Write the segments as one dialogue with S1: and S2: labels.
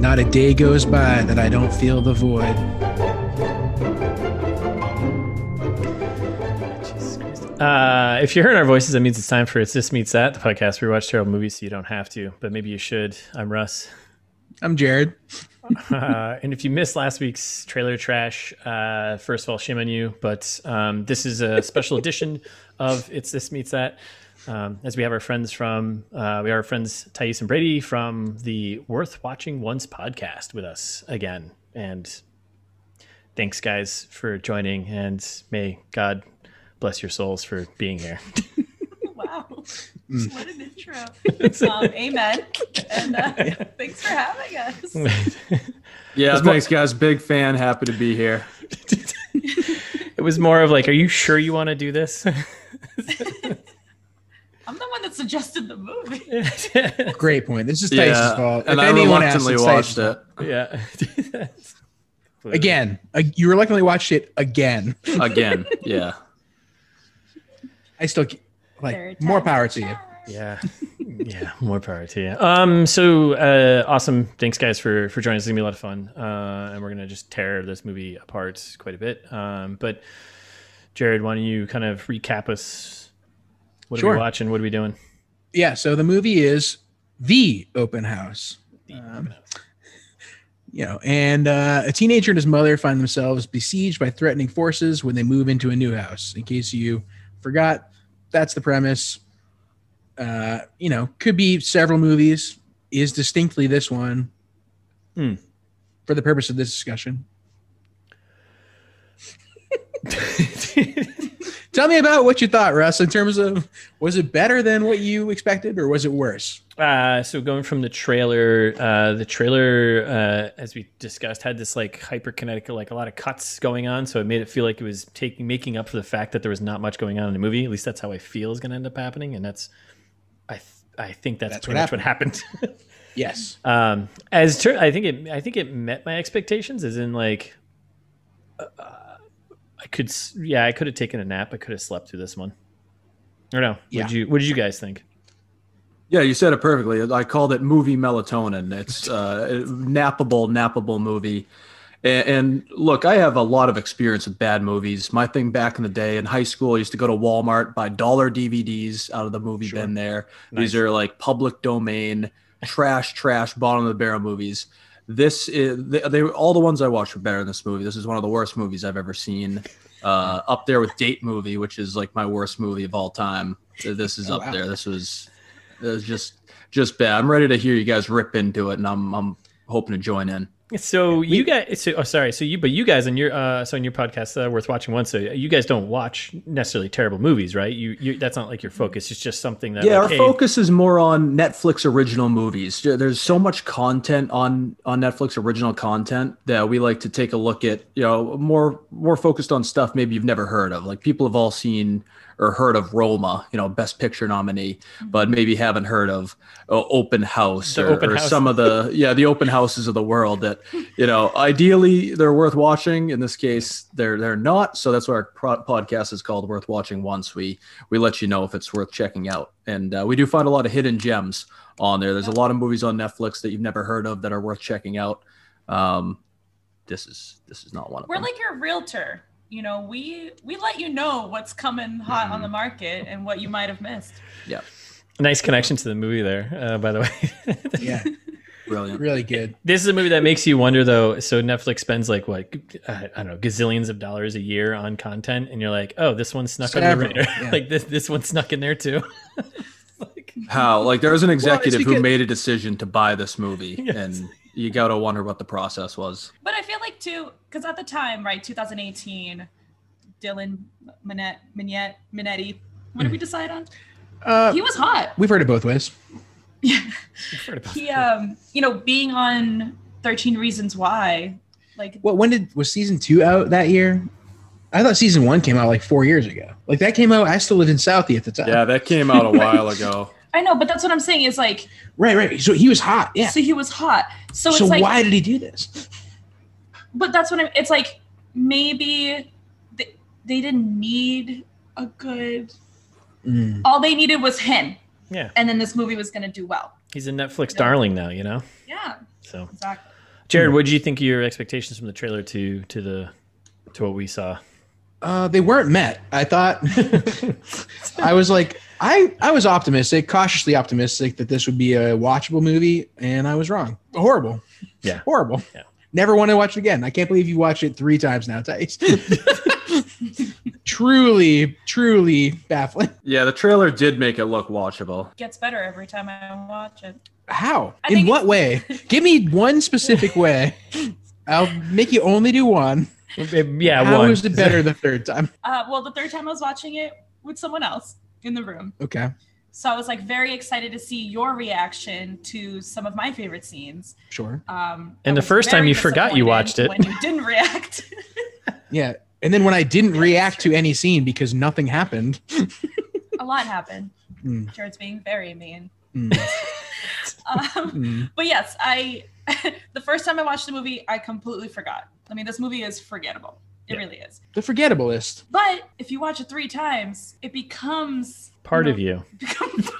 S1: Not a day goes by that I don't feel the void.
S2: Uh, if you're hearing our voices, that means it's time for It's This Meets That, the podcast where we watch terrible movies so you don't have to, but maybe you should. I'm Russ.
S1: I'm Jared.
S2: Uh, and if you missed last week's trailer trash, uh, first of all, shame on you. But um, this is a special edition of It's This Meets That. Um, as we have our friends from, uh, we have our friends Thais and Brady from the Worth Watching Once podcast with us again. And thanks, guys, for joining. And may God bless your souls for being here.
S3: Wow. What an intro. um, amen. And uh, thanks for having us.
S4: Yeah,
S2: It's more-
S4: thanks, guys. Big fan. Happy to be here.
S2: it was more of like, are you sure you want to do this?
S3: I'm the one that suggested the movie.
S1: Great point. This is
S4: Yeah,
S1: Tice's fault.
S4: and
S1: If
S4: I
S1: anyone asks,
S4: reluctantly
S1: it's
S4: watched
S1: Tice's fault.
S4: it
S2: yeah.
S1: Again, uh, you reluctantly watched it again.
S4: again. Yeah,
S1: I still c-
S3: Third
S1: like
S3: time
S1: more power to you.
S2: Yeah. Yeah. More power to you. Um, so uh awesome. Thanks guys for for joining us. It's gonna be a lot of fun. Uh and we're gonna just tear this movie apart quite a bit. Um but Jared, why don't you kind of recap us what are
S1: Sure.
S2: we watching? What are we doing?
S1: Yeah. So the movie is the open house. Um, you know, and uh, a teenager and his mother find themselves besieged by threatening forces when they move into a new house. In case you forgot, that's the premise. Uh, you know, could be several movies, is distinctly this one
S2: Hmm.
S1: for the purpose of this discussion. Tell me about what you thought, Russ, in terms of was it better than what you expected or was it worse?
S2: Uh, so going from the trailer, uh, the trailer, uh, as we discussed, had this like hyperkinetic, like a lot of cuts going on. So it made it feel like it was taking, making up for the fact that there was not much going on in the movie. At least that's how I feel is going to end up happening. And that's, I, th- I think that's,
S1: That's
S2: pretty
S1: what
S2: much what happened.
S1: Yes.
S2: um, as tur I think it, I think it met my expectations. As in like, uh, I could, s- yeah, I could have taken a nap. I could have slept through this one. Or no?
S1: Yeah.
S2: What you, what did you guys think?
S4: yeah. You said it perfectly. I called it movie melatonin. It's uh, a nappable, nappable movie. And, and look, I have a lot of experience with bad movies. My thing back in the day in high school, I used to go to Walmart buy dollar DVDs out of the movie
S2: Sure.
S4: bin there.
S2: Nice.
S4: These are like public domain, trash, trash, bottom of the barrel movies. This is they, they were all the ones I watched were better than this movie. This is one of the worst movies I've ever seen. Uh, up there with Date Movie, which is like my worst movie of all time. This is
S1: Oh,
S4: up
S1: wow.
S4: there. This was, it was just just bad. I'm ready to hear you guys rip into it, and I'm I'm hoping to join in.
S2: So you guys, so, oh, sorry. So you, but you guys on your, uh, so on your podcast, uh, worth watching once. So you guys don't watch necessarily terrible movies, right? You, you that's not like your focus. It's just something that,
S4: yeah
S2: like, hey,
S4: our focus is more on netflix original movies There- there's so much content on on netflix original content that we like to take a look at you know more more focused on stuff maybe you've never heard of like people have all seen or heard of roma you know best picture nominee but maybe haven't heard of uh, open house
S2: The
S4: or,
S2: Open
S4: or
S2: House.
S4: some of the yeah the open houses of the world that you know ideally they're worth watching in this case they're they're not so that's why our pro- podcast is called worth watching once we we let you know if it's worth checking out and uh, we do find a lot of hidden gems on there there's a lot of movies on netflix that you've never heard of that are worth checking out um this is this is not one of
S3: We're
S4: them
S3: like your realtor. You know, we we let you know what's coming hot on the market and what you might have missed.
S4: yeah
S2: nice connection to the movie there, uh, by the way.
S1: Yeah.
S4: brilliant
S1: Really good.
S2: this is a movie that makes you wonder though. So Netflix spends like, what, I, I don't know, gazillions of dollars a year on content. And you're like, oh, this one snuck under
S1: Several,
S2: the radar.
S1: yeah.
S2: like this, this one snuck in there too. like,
S4: how like there was an executive
S1: because-
S4: who made a decision to buy this movie
S2: Yes.
S4: and you gotta wonder what the process was
S3: But I feel like too, because at the time, right, 2018, Dylan Minette, Minette, Minetti, what did we decide on?
S1: Uh,
S3: He was hot.
S1: we've heard it both ways.
S2: I've heard about
S3: He, um, you know, being on 13 Reasons Why, like
S1: What when did was season two out that year? I thought season one came out like four years ago. Like that came out. I still lived in Southie at the time.
S4: that came out a while ago
S3: I know, but that's what I'm saying is like,
S1: Right. Right. So he was hot. Yeah.
S3: so he was hot. So
S1: So,
S3: it's like,
S1: why did he do this?
S3: but that's what I'm, it's like, maybe they, they didn't need a good,
S1: Mm,
S3: all they needed was him.
S2: Yeah.
S3: and then this movie was going to do well.
S2: He's a Netflix darling now, you know?
S3: Yeah,
S2: So,
S3: exactly.
S2: Jared,
S1: Hmm.
S2: what did you think of your expectations from the trailer to to the to what we saw?
S1: Uh, they weren't met. I thought I was like I I was optimistic, cautiously optimistic that this would be a watchable movie, and I was wrong. Horrible.
S2: Yeah.
S1: Horrible.
S2: Yeah.
S1: Never want to watch it again. I can't believe you watched it three times now, Tice. truly, truly baffling.
S4: Yeah, the trailer did make it look watchable.
S3: Gets better every time I watch it.
S1: How?
S3: I
S1: In
S3: think
S1: what way? Give me one specific way. I'll make you only do one.
S2: yeah,
S1: How
S2: one.
S1: was it better the third time?
S3: Uh, well, the third time I was watching it with someone else in the room,
S1: Okay.
S3: so I was like very excited to see your reaction to some of my favorite scenes.
S1: Sure.
S3: Um,
S2: And
S3: I
S2: the
S3: was
S2: first time
S3: very
S2: you forgot you
S3: disappointed
S2: watched it.
S3: when you didn't react.
S1: Yeah. And then when I didn't react to any scene because nothing happened.
S3: a lot happened.
S1: Mm.
S3: Jared's being very mean.
S1: Mm.
S3: Um,
S1: Mm.
S3: But yes, I the first time I watched the movie, I completely forgot. I mean, this movie is forgettable. It
S2: Yeah.
S3: really is.
S1: The forgettablest.
S3: But if you watch it three times, it becomes
S2: Part of you
S3: becomes-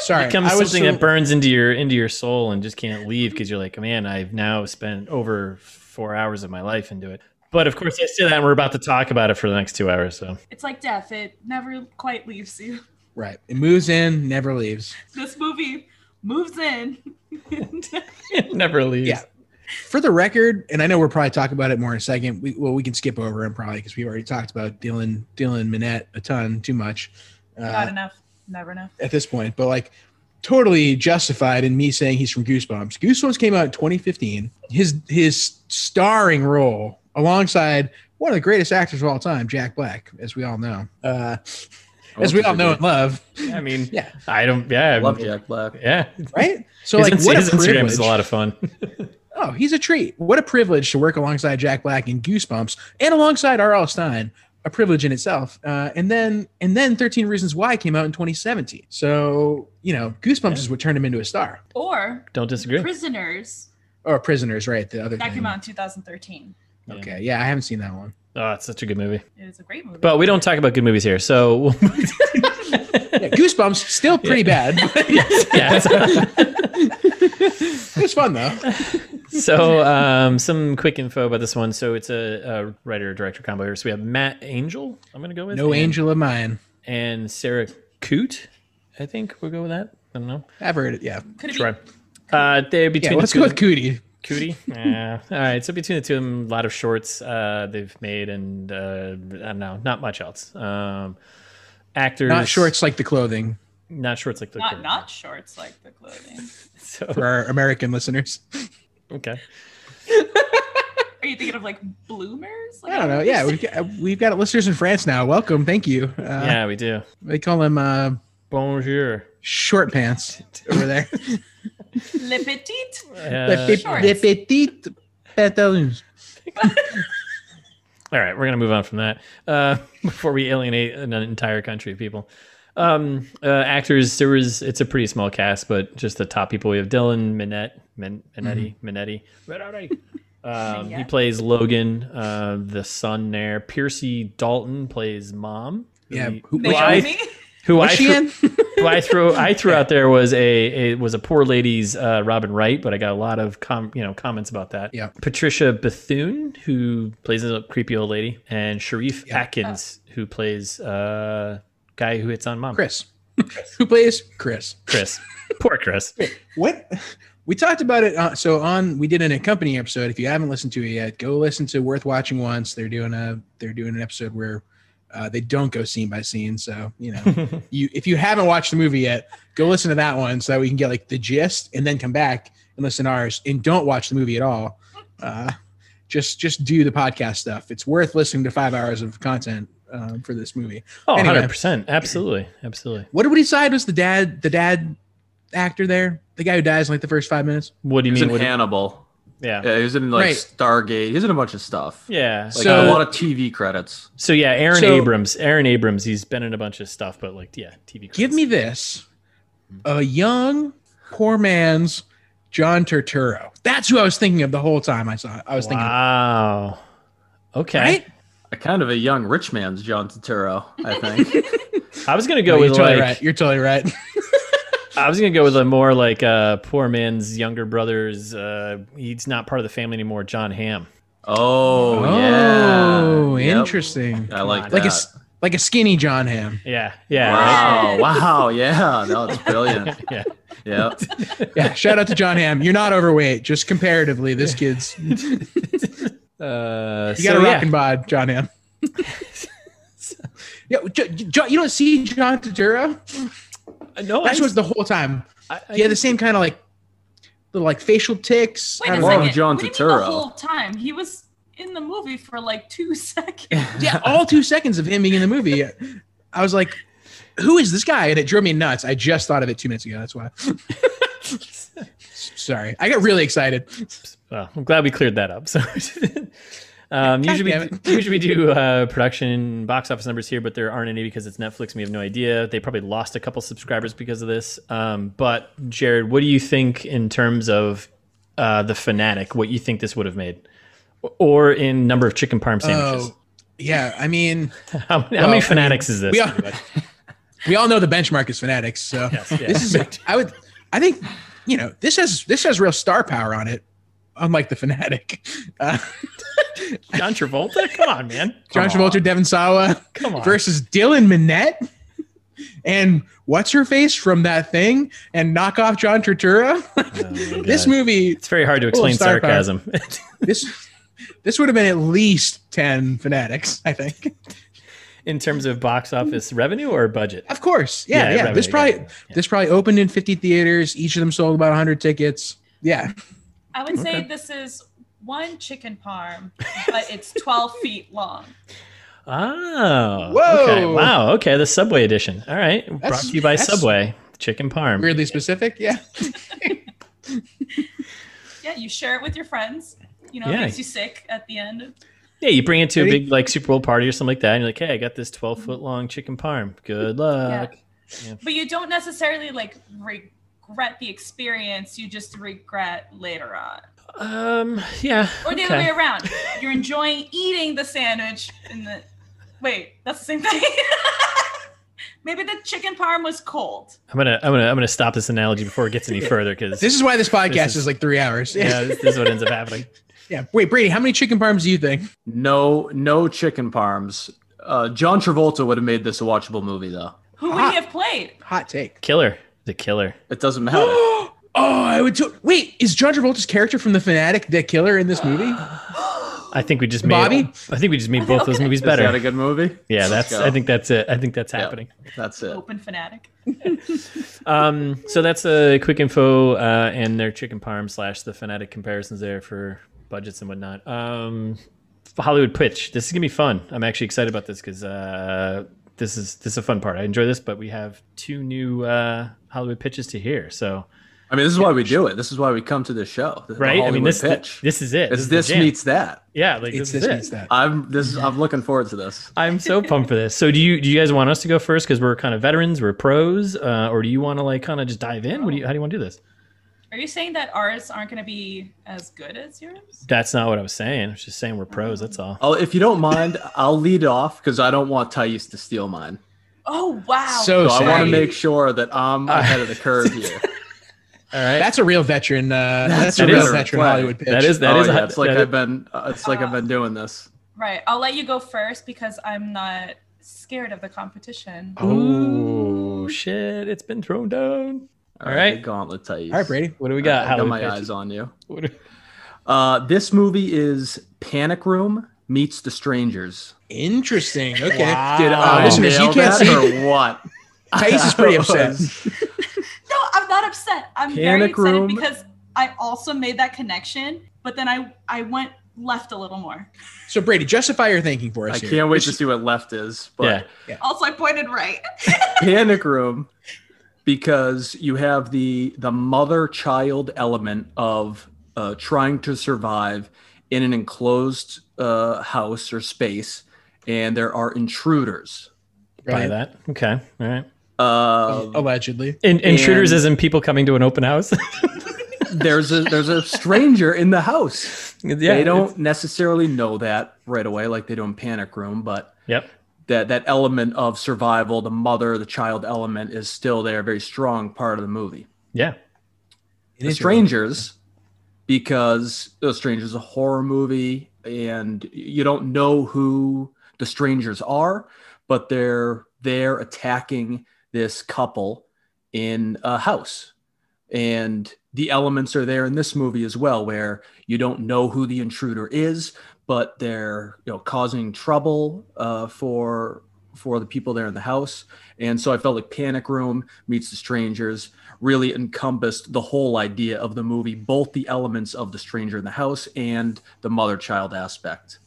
S1: Sorry.
S2: becomes
S1: I was
S2: something
S1: so-
S2: that burns into your into your soul and just can't leave because you're like, man, I've now spent over four hours of my life into it. But of course, yes to that, and we're about to talk about it for the next two hours. So,
S3: it's like death. It never quite leaves you.
S1: Right. It moves in, never leaves.
S3: This movie moves in.
S2: it never leaves.
S1: Yeah. For the record, and I know we're probably talking about it more in a second. We, well, we can skip over and probably because we've already talked about Dylan, Dylan Minette a ton, too much uh,
S3: Not enough. Never enough.
S1: at this point. But like, totally justified in me saying he's from Goosebumps. Goosebumps came out in 2015. His his starring role alongside one of the greatest actors of all time, Jack Black, as we all know, uh, as we all know and love,
S2: I mean,
S1: Yeah.
S2: I don't. Yeah,
S4: I love Jack Black.
S2: Yeah.
S1: right? So
S2: his
S1: like,
S2: Ins-
S1: what
S2: his
S1: a privilege.
S2: Instagram is a lot of fun.
S1: Oh, he's a treat. What a privilege to work alongside Jack Black in Goosebumps and alongside R.L. Stein. A privilege in itself. Uh, and then and then 13 Reasons Why came out in 2017. So, you know, Goosebumps is what turned him into a star.
S3: Or
S2: Don't disagree.
S3: Prisoners
S1: Or Prisoners, right? The other
S3: that
S1: thing.
S3: came out in 2013.
S1: Okay. Yeah, I haven't seen that one.
S2: Oh, it's such a good movie.
S3: It is a great movie.
S2: But we don't talk about good movies here. So,
S1: Yeah, Goosebumps still pretty bad. but
S2: yeah. So,
S1: it was fun though.
S2: so, um, some quick info about this one. So, it's a, a writer director combo here. So, we have Matt Angel, I'm going to go with.
S1: No
S2: and-
S1: angel of mine.
S2: And Sarah Coote, I think we'll go with that. I don't know.
S1: I've heard it. Yeah.
S3: could it be
S2: Sure. Uh, they're
S1: Yeah.
S2: between the
S1: Let's
S2: two
S1: go
S2: of
S1: with Cootie.
S2: Cootie. Yeah. All right. So between the two of them, a lot of shorts uh, they've made, and uh, I don't know, not much else. Um, actors,
S1: Not shorts like the clothing
S2: not shorts like the
S3: not
S2: current.
S3: not shorts like the clothing?
S2: So,
S1: for our American listeners.
S2: okay.
S3: Are you thinking of like bloomers? Like,
S1: I don't know. Yeah, we've got, we've got listeners in France now. Welcome. Thank you. Uh,
S2: yeah, we do.
S1: They call them uh,
S2: Bonjour.
S1: short pants over there.
S3: Le petit.
S2: Uh,
S1: the, pe-
S3: shorts.
S1: the petite pantalons.
S2: all right, we're gonna move on from that uh, before we alienate an entire country of people. Um, uh, actors, there was it's a pretty small cast, but just the top people we have Dylan Minette, Min, Minetti, Minetti, Minetti. Um, he
S3: Minette.
S2: plays Logan, uh, the son there. Piercy Dalton plays mom.
S1: Yeah,
S2: who,
S1: who-
S2: who
S1: Well,
S2: I,
S3: Naomi?
S2: who I
S1: Was she
S2: threw-
S1: in?
S2: who I threw I threw out there was a, a was a poor lady's uh, Robin Wright, but I got a lot of com- you know comments about that.
S1: Yeah.
S2: Patricia Bethune, who plays a creepy old lady, and Sharif
S1: Yeah.
S2: Atkins, who plays uh guy who hits on mom.
S1: Chris. Who plays Chris?
S2: Chris. poor Chris.
S1: What? We talked about it. Uh, so on, we did an accompanying episode. If you haven't listened to it yet, go listen to Worth Watching Once. They're doing a they're doing an episode where uh, they don't go scene by scene. So you know, you if you haven't watched the movie yet, go listen to that one so that we can get like the gist, and then come back and listen to ours. And don't watch the movie at all. Uh, just just do the podcast stuff. It's worth listening to five hours of content um, for this movie.
S2: Oh,
S1: Anyway.
S2: 100%. Absolutely. Absolutely.
S1: What did we decide was the dad the dad actor there, the guy who dies in like the first five minutes?
S2: What do you
S4: He's in
S2: mean? What,
S4: Hannibal.
S2: yeah.
S4: Yeah, he was in like
S1: Right.
S4: Stargate. He's in a bunch of stuff.
S2: Yeah.
S4: Like
S1: So-
S4: a lot of TV credits.
S2: So yeah, Aaron
S1: So-
S2: Abrams. Aaron Abrams, he's been in a bunch of stuff, but like yeah, TV
S1: Give
S2: credits.
S1: me this. A young, poor man's John Turturro. That's who I was thinking of the whole time I saw it. I was
S2: Wow. Okay.
S1: thinking, right?
S4: A kind of a young rich man's John Turturro, I think.
S2: I was gonna go
S1: No, you're
S2: with
S1: totally
S2: like
S1: right. You're totally right.
S2: I was gonna go with a more like uh, poor man's younger brother's. Uh, he's not part of the family anymore. John Ham.
S4: Oh,
S1: Oh,
S4: yeah. Yep.
S1: interesting.
S4: I like
S1: Like a
S4: that.
S1: s- like a skinny John Ham.
S2: Yeah, yeah, right?
S4: Wow! Wow! Yeah, no, it's brilliant.
S2: yeah.
S4: Yeah,
S1: Yeah, shout out to John Ham. You're not overweight, just comparatively. This kid's you
S2: Uh,
S1: got
S2: so,
S1: a
S2: yeah.
S1: rockin' bod, John Ham. yeah, J- J- you don't see John Turturro.
S2: Uh, No, I,
S1: That was the whole time.
S2: I, I,
S1: He had the same kind of like little like facial ticks.
S3: Wait
S1: I
S3: a
S1: don't
S4: More of
S1: know.
S3: second.
S4: John
S3: what do you mean
S4: Turturro.
S3: the whole time? He was in the movie for like two seconds.
S1: yeah, all two seconds of him being in the movie, I was like, "Who is this guy?" And it drove me nuts. I just thought of it two minutes ago. That's why. Sorry, I got really excited.
S2: well, I'm glad we cleared that up. So, um, usually,
S1: damn
S2: we, usually we do uh, production box office numbers here, but there aren't any because it's Netflix. and We have no idea. They probably lost a couple subscribers because of this. Um, but Jared, what do you think in terms of uh, the fanatic? What you think this would have made, or in number of chicken parm sandwiches?
S1: Oh, yeah. I mean,
S2: how, how
S1: well, I
S2: many fanatics is this?
S1: we all, we all know the benchmark is fanatics. So
S2: Yes, yeah.
S1: this is. I would. I think you know this has this has real star power on it, unlike the fanatic. Uh,
S2: John Travolta? Come on, man.
S1: John
S4: Come
S1: Travolta,
S4: on.
S1: Devin Sawa
S2: Come on.
S1: versus Dylan Minnette and what's her face from that thing and knock off John Turturro.
S2: Oh my
S1: this
S2: God.
S1: movie,
S2: It's very hard to
S1: Full of
S2: explain
S1: star power.
S2: sarcasm.
S1: this this would have been at least ten fanatics, I think.
S2: in terms of box office revenue or budget.
S1: Of course, yeah,
S2: Yeah,
S1: yeah.
S2: right,
S1: this
S2: right,
S1: probably
S2: yeah, yeah.
S1: this probably opened in fifty theaters. Each of them sold about hundred tickets. Yeah,
S3: I would say
S2: Okay.
S3: this is one chicken parm, but it's 12 feet long.
S2: Oh.
S1: Whoa.
S2: Okay. Wow. Okay. The Subway edition. All right. Brought
S1: That's-
S2: to you by
S1: that's-
S2: Subway Chicken Parm.
S1: weirdly specific. Yeah,
S3: Yeah, you share it with your friends. You know,
S2: Yeah.
S3: it makes you sick at the end.
S2: Yeah. You bring it to a
S1: Ready?
S2: big like Super Bowl party or something like that, and you're like, "Hey, I got this 12 foot long chicken parm. Good luck."
S3: But you don't necessarily like regret the experience, you just regret later on.
S2: Um. Yeah.
S3: Or the other way around. You're enjoying eating the sandwich and the wait, that's the same thing. Maybe the chicken parm was cold.
S2: I'm gonna I'm gonna I'm gonna stop this analogy before it gets any further because
S1: this is why this podcast
S2: This is-
S1: is, like three hours.
S2: yeah this, this is what ends up happening.
S1: yeah. Wait, Brady, how many chicken parms do you think?
S4: no, no chicken parms. Uh, John Travolta would have made this a watchable movie, though.
S3: Who would
S1: Ah.
S3: he have played?
S1: Hot take.
S2: Killer. The killer.
S4: It doesn't matter.
S1: oh, I would. To- Wait, is John Travolta's character from The Fanatic the killer in this movie?
S2: I think we just made
S1: Bobby?
S2: I think we just made both those
S3: Okay.
S2: movies
S4: Is that
S2: better.
S4: a good movie?
S2: Yeah, that's.
S4: Let's go.
S2: I think that's it. I think that's happening.
S4: that's it.
S3: Open fanatic.
S2: Um, so that's a quick info uh, and their chicken parm slash the fanatic comparisons there for budgets and whatnot. Um, Hollywood pitch. This is gonna be fun. I'm actually excited about this because uh, this is this is a fun part. I enjoy this, but we have two new uh, Hollywood pitches to hear. So
S4: I mean, this is why we do it. This is why we come to this show. The, the
S2: right, I mean
S4: Hollywood
S2: this
S4: pitch.
S2: this is it.
S4: It's
S2: is the
S4: this
S2: jam.
S4: meets that.
S2: yeah, like
S1: It's this
S2: this, is
S1: means
S2: it.
S1: that.
S4: I'm this. is- I'm looking forward to this.
S2: I'm so pumped for this. So do you do you guys want us to go first because we're kind of veterans, we're pros, uh, or do you want to like kind of just dive in? What do you how do you want to do this?
S3: Are you saying that ours aren't going to be as good as yours?
S2: That's not what I was saying. I was just saying we're pros. That's all.
S4: Oh, if you don't mind, I'll lead off because I don't want Thais to steal mine.
S3: Oh wow!
S1: So
S4: So I want
S1: sad.
S4: to make sure that
S2: Uh,
S4: I'm ahead of the curve here.
S2: All right.
S1: That's a real veteran. Uh, that's a
S2: That
S1: real
S2: is-
S1: veteran
S4: Right.
S1: Hollywood pitch.
S2: That is that
S4: oh,
S2: is
S4: yeah, it's like
S2: that-
S4: I've been. Uh, it's like I've been doing this.
S3: right, I'll let you go first because I'm not scared of the competition.
S2: Oh shit! It's been thrown down. All right.
S4: the gauntlet, Thais.
S1: all right, Brady.
S2: What do we got?
S4: I got
S2: Howard
S4: my
S2: Pitch?
S4: eyes on you.
S2: What do-
S4: Uh, this movie is Panic Room meets The Strangers.
S1: Interesting. Okay.
S4: Did
S1: Uh,
S4: I
S1: listeners, you
S4: nail
S1: can't
S4: that
S1: see-
S4: or what?
S1: Thais is pretty upset.
S4: Was-
S3: No, I'm not upset. I'm very
S4: Panic
S3: excited
S4: Room.
S3: because I also made that connection, but then I I went left a little more.
S1: So Brady, justify your thinking for us.
S4: I
S1: here.
S4: can't wait to see what left is. But
S2: Yeah.
S3: Also, I pointed right.
S4: panic room because you have the the mother child element of uh, trying to survive in an enclosed uh, house or space and there are intruders
S2: Buy
S1: Right?
S2: that. Okay. All right. Oh,
S4: uh,
S1: Allegedly.
S2: In, intruders,
S4: And-
S2: as in people coming to an open house.
S4: there's a there's a stranger in the house
S2: yeah.
S4: they
S2: it's-
S4: don't necessarily know that right away like they do in panic room but
S2: Yep.
S4: that that element of survival, the mother, the child element is still there, a very strong part of the movie.
S2: Yeah.
S4: The Strangers, because The Strangers is a horror movie, and you don't know who the strangers are, but they're they're attacking this couple in a house, and the elements are there in this movie as well, where you don't know who the intruder is, but they're you know causing trouble uh, for for the people there in the house and so i felt like panic room meets the strangers really encompassed the whole idea of the movie both the elements of the stranger in the house and the mother child aspect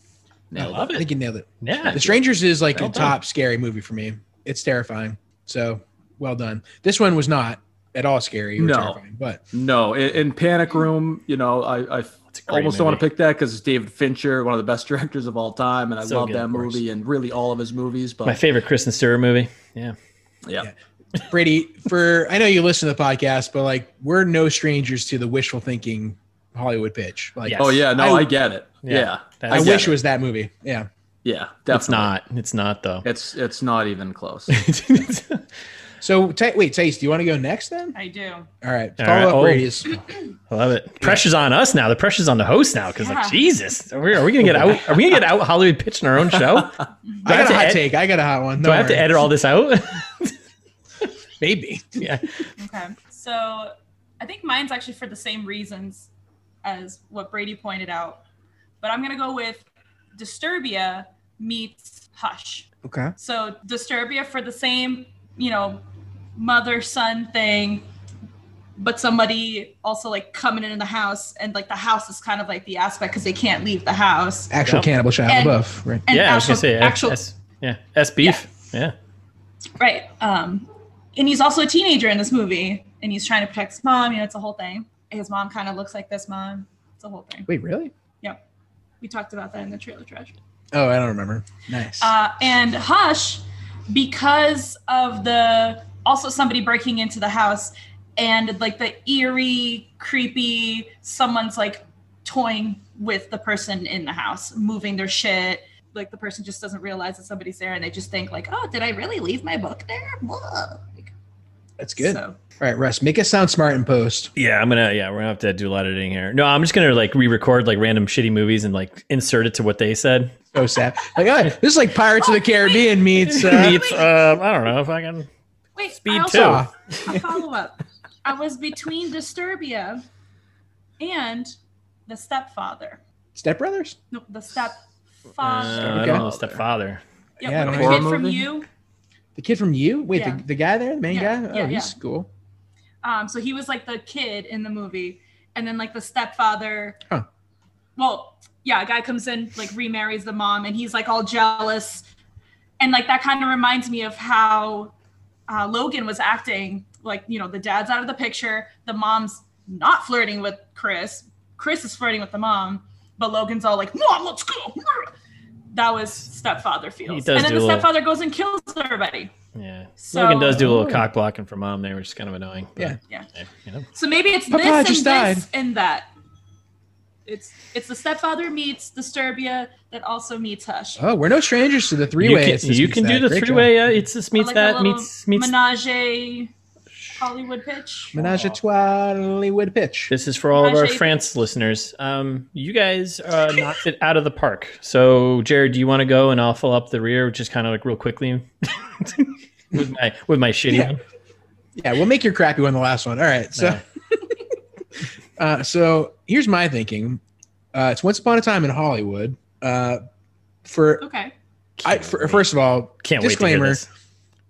S2: I
S4: Nailed
S2: love
S1: I
S2: it.
S1: think you nailed it.
S2: Yeah.
S1: The Strangers is like
S2: Well
S1: a
S2: done.
S1: top scary movie for me. It's terrifying. So well done. This one was not at all scary or
S4: No.
S1: terrifying, but
S4: no in, in panic room you know i i
S2: It's a great
S4: almost don't want to
S2: movie.
S4: pick that because it's david fincher one of the best directors of all time and i
S2: So
S4: love
S2: good,
S4: that
S2: of course.
S4: movie and really all of his movies but
S2: My favorite Kristen Stewart movie. Yeah.
S4: yeah,
S1: Yeah. Brady, for I know you listen to the podcast, but like we're no strangers to the wishful thinking Hollywood pitch. Like
S2: Yes.
S4: oh yeah no
S1: I-
S4: i, get it
S2: Yeah.
S4: yeah
S2: That's-
S1: I,
S4: get
S1: wish it was that movie. Yeah.
S4: yeah definitely
S2: It's not. It's not though.
S4: it's it's not even close
S1: So ta wait, Taste, do you want to go next then?
S3: I do.
S1: All right.
S2: All
S1: Follow
S2: right.
S1: up
S2: Oh.
S1: Brady's.
S2: I love it. Pressure's on us now. The pressure's on the host now because
S3: Yeah.
S2: like Jesus, are we, are we gonna get out? Are we gonna get out Hollywood pitching our own show? Do
S1: I
S2: have
S1: got a
S2: to
S1: hot
S2: ed-
S1: take. I got a hot one.
S2: Do I have to edit all this out?
S1: Maybe.
S2: yeah.
S3: Okay. So I think mine's actually for the same reasons as what Brady pointed out, but I'm going to go with Disturbia meets Hush.
S1: Okay.
S3: So Disturbia for the same, you know, mother son thing, but somebody also like coming in the house and like the house is kind of like the aspect because they can't leave the house.
S1: Actual
S2: Yep.
S1: cannibal child
S3: And-
S1: above. Right.
S3: And
S2: yeah. I was
S3: actual-
S2: gonna say actual.
S3: actual-
S2: S, yeah. S beef. Yeah.
S3: Right. Um, and he's also a teenager in this movie, and he's trying to protect his mom. You know, it's a whole thing. His mom kind of looks like this mom. It's a whole thing.
S1: Wait, really?
S3: We talked about that in the trailer trash.
S1: Oh, I don't remember. Nice.
S3: Uh, and Hush, because of the also somebody breaking into the house and like the eerie, creepy, someone's like toying with the person in the house, moving their shit. Like the person just doesn't realize that somebody's there and they just think like, oh, did I really leave my book there? Whoa. Like,
S1: That's good.
S3: So,
S1: All right, Russ, make us sound smart in post.
S2: Yeah, I'm gonna. Yeah, we're gonna have to do a lot of editing here. No, I'm just gonna like re-record like random shitty movies and like insert it to what they said.
S1: Oh, sad. Like, oh, this is like Pirates of the Caribbean meets uh,
S2: Meets, um, I don't know if I can.
S3: wait,
S2: Speed
S3: I
S2: two.
S3: also
S1: Saw.
S3: a follow up. I was between Disturbia and the stepfather.
S1: Step Brothers.
S3: No, the
S2: Uh, I
S3: stepfather.
S2: don't know. Stepfather.
S3: yeah,
S1: Yeah,
S3: with
S1: I don't
S3: the kid
S4: know.
S3: from
S4: Horror movie?
S3: you.
S1: The kid from You. Wait,
S3: Yeah.
S1: the, the guy there, the main
S3: Yeah,
S1: guy. Oh,
S3: yeah,
S1: he's cool.
S3: Um, so he was like the kid in the movie, and then like the stepfather.
S1: Huh.
S3: Well, yeah, a guy comes in like remarries the mom, and he's like all jealous, and like that kind of reminds me of how uh, Logan was acting. Like you know, the dad's out of the picture, the mom's not flirting with Chris. Chris is flirting with the mom, but Logan's all like, "Mom, let's go." That was stepfather feels,
S2: does
S3: and then
S2: do
S3: the
S2: a little-
S3: stepfather goes and kills everybody.
S2: Yeah.
S3: So-
S2: Logan does do a little cock blocking for mom there, which is kind of annoying. But,
S1: Yeah.
S3: Yeah.
S2: You know.
S3: So maybe it's
S1: Papa,
S3: this
S1: I
S3: and
S1: just
S3: this
S1: died.
S3: and that. It's it's the stepfather meets Disturbia that also meets Hush.
S1: Oh, we're no strangers to the three
S2: you
S1: way.
S2: can, you can do the three-way. Uh, it's this meets
S3: Like a
S2: that
S3: little
S2: meets meets.
S3: Menage a Hollywood pitch.
S1: Menage a trois, Hollywood pitch.
S2: This is for all of our
S3: Menage a-
S2: France listeners. Um, you guys uh, knocked it out of the park. So, Jared, do you want to go and I'll fill up the rear, just kind of like real quickly with my with my shitty
S1: Yeah.
S2: one.
S1: Yeah, we'll make your crappy one the last one. All right. So, uh, so here's my thinking. Uh, it's Once Upon a Time in Hollywood. Uh, for
S3: Okay.
S1: I,
S2: Can't
S1: for,
S2: wait.
S1: first of all,
S2: can't
S1: disclaimer.
S2: wait to hear this.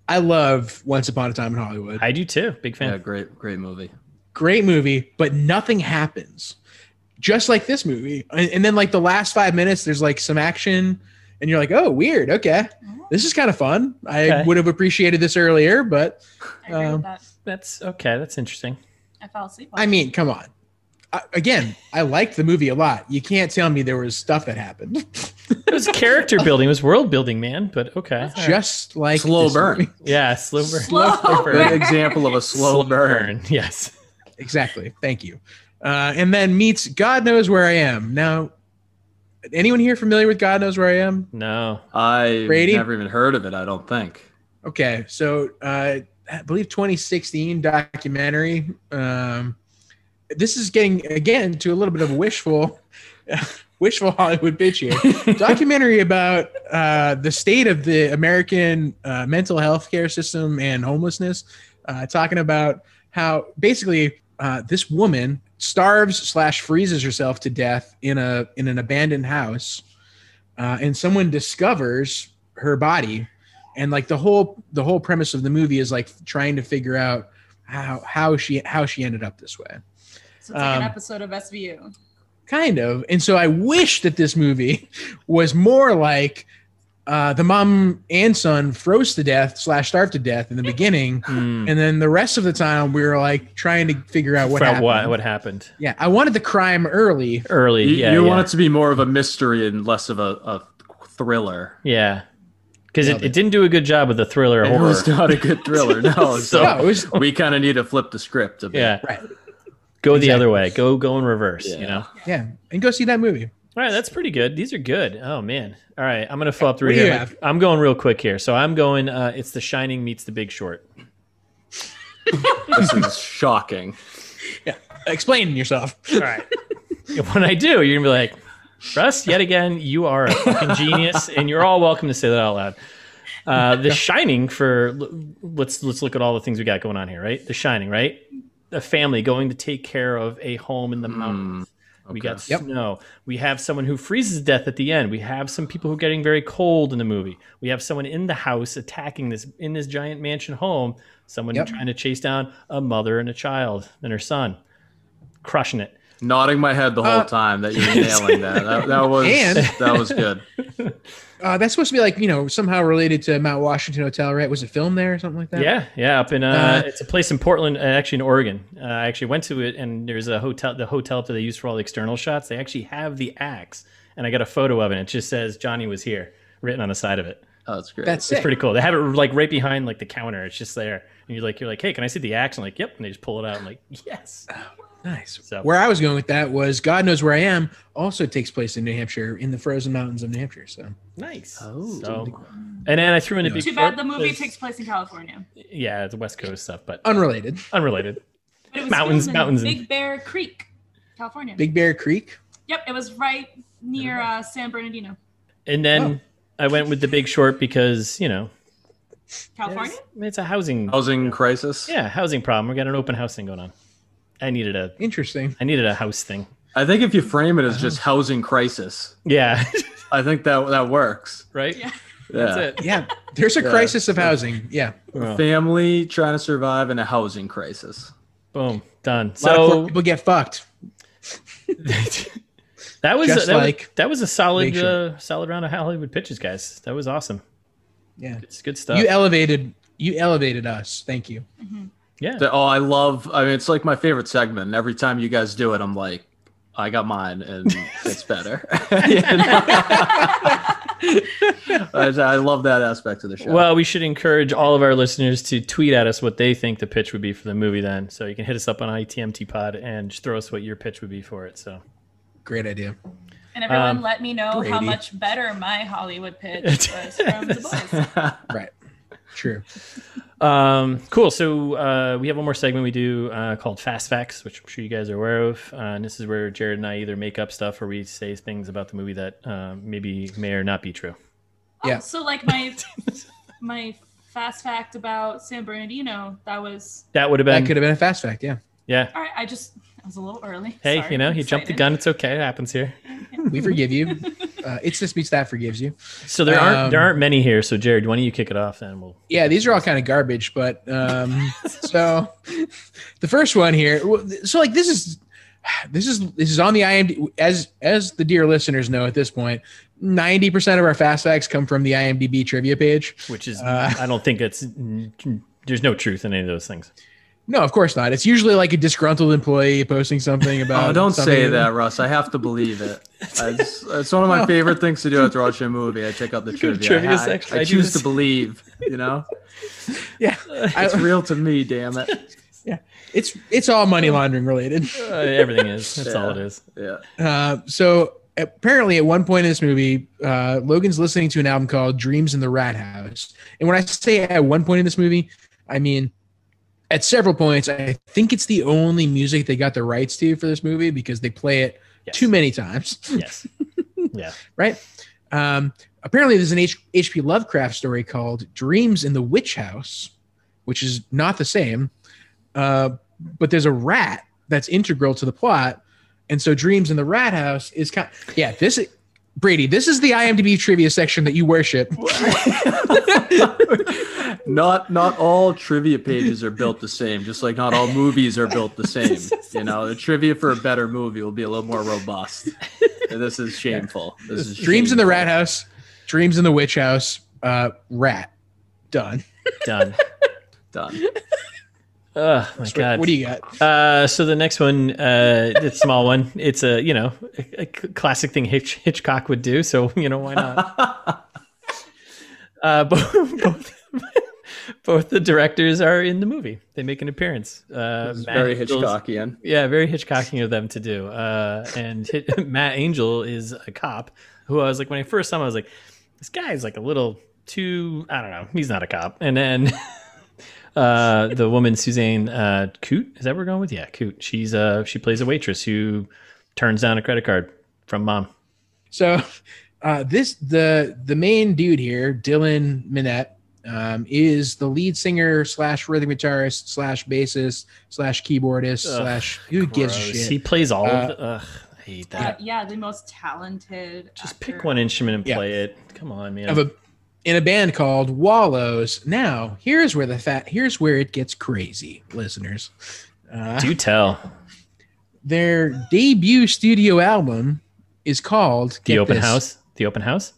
S1: I love Once Upon a Time in Hollywood.
S2: I do too. Big fan.
S4: yeah great great movie
S1: great movie, but nothing happens. Just like this movie. And, and then like the last five minutes, there's like some action, and you're like, oh, weird. Okay. This is kind of fun. I
S2: Oh. Okay.
S1: would have appreciated this earlier, but
S3: I agree
S1: Um,
S3: with that.
S2: That's okay. That's interesting.
S3: I fell asleep.
S1: I mean, come on. I, again, I liked the movie a lot. You can't tell me there was stuff that happened.
S2: It was character building. It was world building, man. But okay. All right.
S1: Just like
S4: Slow
S1: this
S4: burn.
S1: movie.
S2: Yeah, slow burn.
S3: Slow
S4: good
S3: burn.
S4: example of a slow burn
S2: Yes.
S1: Exactly. Thank you. Uh, and then meets God knows where I am. Now, anyone here familiar with God Knows Where I Am?
S2: No.
S4: I
S1: Brady?
S4: never even heard of it. I don't think.
S1: Okay, so uh, I believe 2016 documentary. Um, this is getting again to a little bit of a wishful, wishful Hollywood pitch here. documentary about uh, the state of the American uh, mental health care system and homelessness, uh, talking about how basically uh, this woman starves slash freezes herself to death in a in an abandoned house, uh, and someone discovers her body, and like the whole the whole premise of the movie is like trying to figure out how how she how she ended up this way
S3: So it's like an
S1: Um,
S3: episode of SVU.
S1: kind of and so i wish that this movie was more like uh, the mom and son froze to death slash starved to death in the beginning
S2: Hmm.
S1: and then the rest of the time we were like trying to figure out what
S2: Fra-
S1: happened
S2: what what happened
S1: yeah i wanted the crime early
S2: early?
S4: You,
S2: yeah,
S4: you
S2: yeah.
S4: want it to be more of a mystery and less of a, a thriller.
S2: yeah. Because
S1: Love it.
S2: it, it didn't do a good job with the thriller
S4: It
S2: horror.
S4: was not a good thriller. No,
S2: So-
S1: no,
S4: so
S1: it was
S4: we kind of need to flip the script a bit.
S2: yeah.
S1: Right.
S2: Go the
S1: Exactly.
S2: other way. Go go in reverse. You
S4: Yeah.
S2: know.
S1: yeah and go see that movie
S2: All right, that's pretty good. These are good. Oh man. All right, I'm gonna flop through
S1: What do
S2: here.
S1: you
S2: I'm-
S1: have?
S2: I'm going real quick here. So I'm going. Uh, it's The Shining meets The Big Short.
S4: This is shocking.
S1: explain yourself
S2: All right. when I do, you're gonna be like, Russ, yet again, you are a fucking genius, and you're all welcome to say that out loud. Uh, the Shining for let's let's look at all the things we got going on here, right? The Shining, right? A family going to take care of a home in the mountains. We got
S1: Hmm. Yep.
S2: snow. We have someone who freezes to death at the end. We have some people who are getting very cold in the movie. We have someone in the house attacking this in this giant mansion home. Someone
S1: Yep.
S2: trying to chase down a mother and a child and her son, crushing it.
S4: nodding my head the whole
S1: Uh,
S4: time that you were nailing that. That, that was
S1: And-
S4: that was good.
S1: uh, that's supposed to be like you know somehow related to mount washington hotel right was it filmed there or something like that
S2: Yeah, yeah, up in uh,
S1: Uh,
S2: it's a place in Portland, uh, actually in Oregon. Uh, I actually went to it, and there's a hotel, the hotel that they use for all the external shots. They actually have the axe, and I got a photo of it. It just says Johnny was here, written on the side of it.
S4: Oh, that's great.
S1: that's
S2: It's
S1: it
S2: pretty cool. They have it like right behind like the counter. It's just there, and you're like, you're like, hey, can I see the axe? And like, yep. And they just pull it out. and like, yes.
S1: Nice.
S2: So-
S1: Where I was going with that was God knows where I am also takes place in New Hampshire in the frozen mountains of New Hampshire. So
S2: Nice.
S4: Oh.
S2: So, and then I threw in a
S1: Yeah.
S2: big.
S3: Too
S2: short
S3: bad the movie
S2: 'cause-
S3: takes place in California.
S2: Yeah, it's West Coast stuff, but
S1: unrelated.
S2: unrelated.
S3: But it was
S2: Mountains-
S3: filmed in
S2: mountains and-
S3: Big Bear Creek, California.
S1: Big Bear Creek.
S3: yep, it was right near uh, San Bernardino,
S2: And then I went with the Big Short because you know
S3: California.
S2: it's, it's a housing
S4: Housing crisis.
S2: Yeah, housing problem. We got an open house thing going on. I needed a
S1: Interesting.
S2: I needed a house thing.
S4: I think if you frame it as just
S2: Uh-huh.
S4: housing crisis,
S2: Yeah,
S4: I think that that works.
S2: right.
S3: Yeah.
S4: Yeah.
S2: That's it.
S1: Yeah. There's a
S4: Yeah.
S1: crisis of housing. Yeah.
S2: Oh,
S4: Family trying to survive in a housing crisis.
S2: boom, done.
S1: A lot of poor
S2: So
S1: people get fucked.
S2: that was
S1: Just
S2: that, was
S1: like
S2: that was a solid
S1: Big Short.
S2: uh, solid round of Hollywood pitches, guys. That was awesome.
S1: Yeah.
S2: It's good stuff.
S1: You elevated. You elevated us. Thank you.
S2: yeah,
S4: That- oh, I love. I mean, it's like my favorite segment. And every time you guys do it, I'm like, I got mine, and it's better. You know? I, I love that aspect of the show.
S2: Well, we should encourage all of our listeners to tweet at us what they think the pitch would be for the movie. Then, so you can hit us up on ITMT Pod and just throw us what your pitch would be for it. So,
S1: Great idea.
S3: And everyone
S2: Um,
S3: let me know how
S1: Brady.
S3: much better my Hollywood pitch was from the boys.
S1: Right. True.
S2: Um, cool. So uh, we have one more segment we do uh, called Fast Facts, which I'm sure you guys are aware of. Uh, and this is where Jared and I either make up stuff or we say things about the movie that uh, maybe may or not be true.
S1: Yeah.
S3: Oh, so like my my fast fact about San Bernardino, that was
S2: That would have
S1: That
S2: been
S1: could have been a fast fact. Yeah.
S2: yeah.
S3: all right. I just I was a little early.
S2: Hey,
S3: Sorry,
S2: you know,
S3: I'm
S2: you jumped the
S3: excited.
S2: gun. It's okay. It happens here.
S1: We forgive you. Uh, it's this meets that forgives you.
S2: So there aren't
S1: Um,
S2: there aren't many here. So Jared, why don't you kick it off then? We'll
S1: yeah these are all kind of garbage but um so the first one here well, th- so like this is this is this is on the IMDb as as the dear listeners know at this point 90% of our fast facts come from the IMDb trivia page
S2: which is
S1: Uh.
S2: I don't think it's there's no truth in any of those things.
S1: no of course not it's usually like a disgruntled employee posting something about
S2: um,
S4: Oh, don't
S1: something
S4: say that, Russ. I have to believe it. It's, it's one of my favorite things to do after watching a movie. I check out the
S2: Go to
S4: trivia.
S2: trivia
S4: I,
S2: section.
S4: I
S2: I do
S4: choose to
S2: this.
S4: believe. You know,
S1: yeah
S4: it's
S1: I-
S4: real to me. Damn it.
S1: it's it's all money laundering related
S2: Uh, everything is. That's all it
S4: Yeah.
S2: is.
S4: Yeah.
S1: Uh, so apparently at one point in this movie, uh, Logan's listening to an album called Dreams in the Rat House. And when I say at one point in this movie, I mean at several points. I think it's the only music they got the rights to for this movie because they play it
S2: Yes.
S1: too many times,
S2: Yes. Yeah.
S1: right? Um, apparently, there's an H- H.P. Lovecraft story called Dreams in the Witch House, which is not the same. Uh, but there's a rat that's integral to the plot. And so Dreams in the Rat House is kind yeah, this is Brady, this is the IMDb trivia section that you worship.
S4: not not all trivia pages are built the same. Just like not all movies are built the same. You know, the trivia for a better movie will be a little more robust. And this is shameful. This is
S1: Dreams in the
S4: shameful.
S1: Rat House, Dreams in the Witch House, uh, Rat. Done.
S2: Done.
S4: Done.
S2: Oh my
S1: What-
S2: god.
S1: What do you got?
S2: Uh, so the next one, uh, the small one, it's a you know a, a classic thing Hitch, Hitchcock would do. So you know why not? uh, both, both both the directors are in the movie. They make an appearance. Uh,
S4: This is
S2: Matt
S4: very
S2: Angel's-
S4: Hitchcockian.
S2: Yeah, very Hitchcocking of them to do. Uh, and hit, Matt Angel is a cop who I was like when I first saw him, I was like, this guy's like a little too. I don't know. He's not a cop. And then uh, the woman Suzanne uh, Coot is that what we're going with? Yeah, Coot. She's uh she plays a waitress who turns down a credit card from mom.
S1: So uh, this the the main dude here, Dylan Minette, um, is the lead singer slash rhythm guitarist slash bassist slash keyboardist
S2: Ugh,
S1: slash who gives a
S2: Gross.
S1: shit.
S2: He plays all
S1: Uh,
S2: of. The, ugh, I hate
S3: Yeah,
S2: that.
S3: yeah, the most talented.
S2: Just
S3: actor.
S2: pick one instrument and
S1: Yeah.
S2: play it. Come on, man.
S1: of a in a band called Wallows. Now here's where the fat here's where it gets crazy, listeners. Uh,
S2: do tell
S1: their debut studio album is called
S2: the
S1: get
S2: open
S1: this,
S2: house. The open house.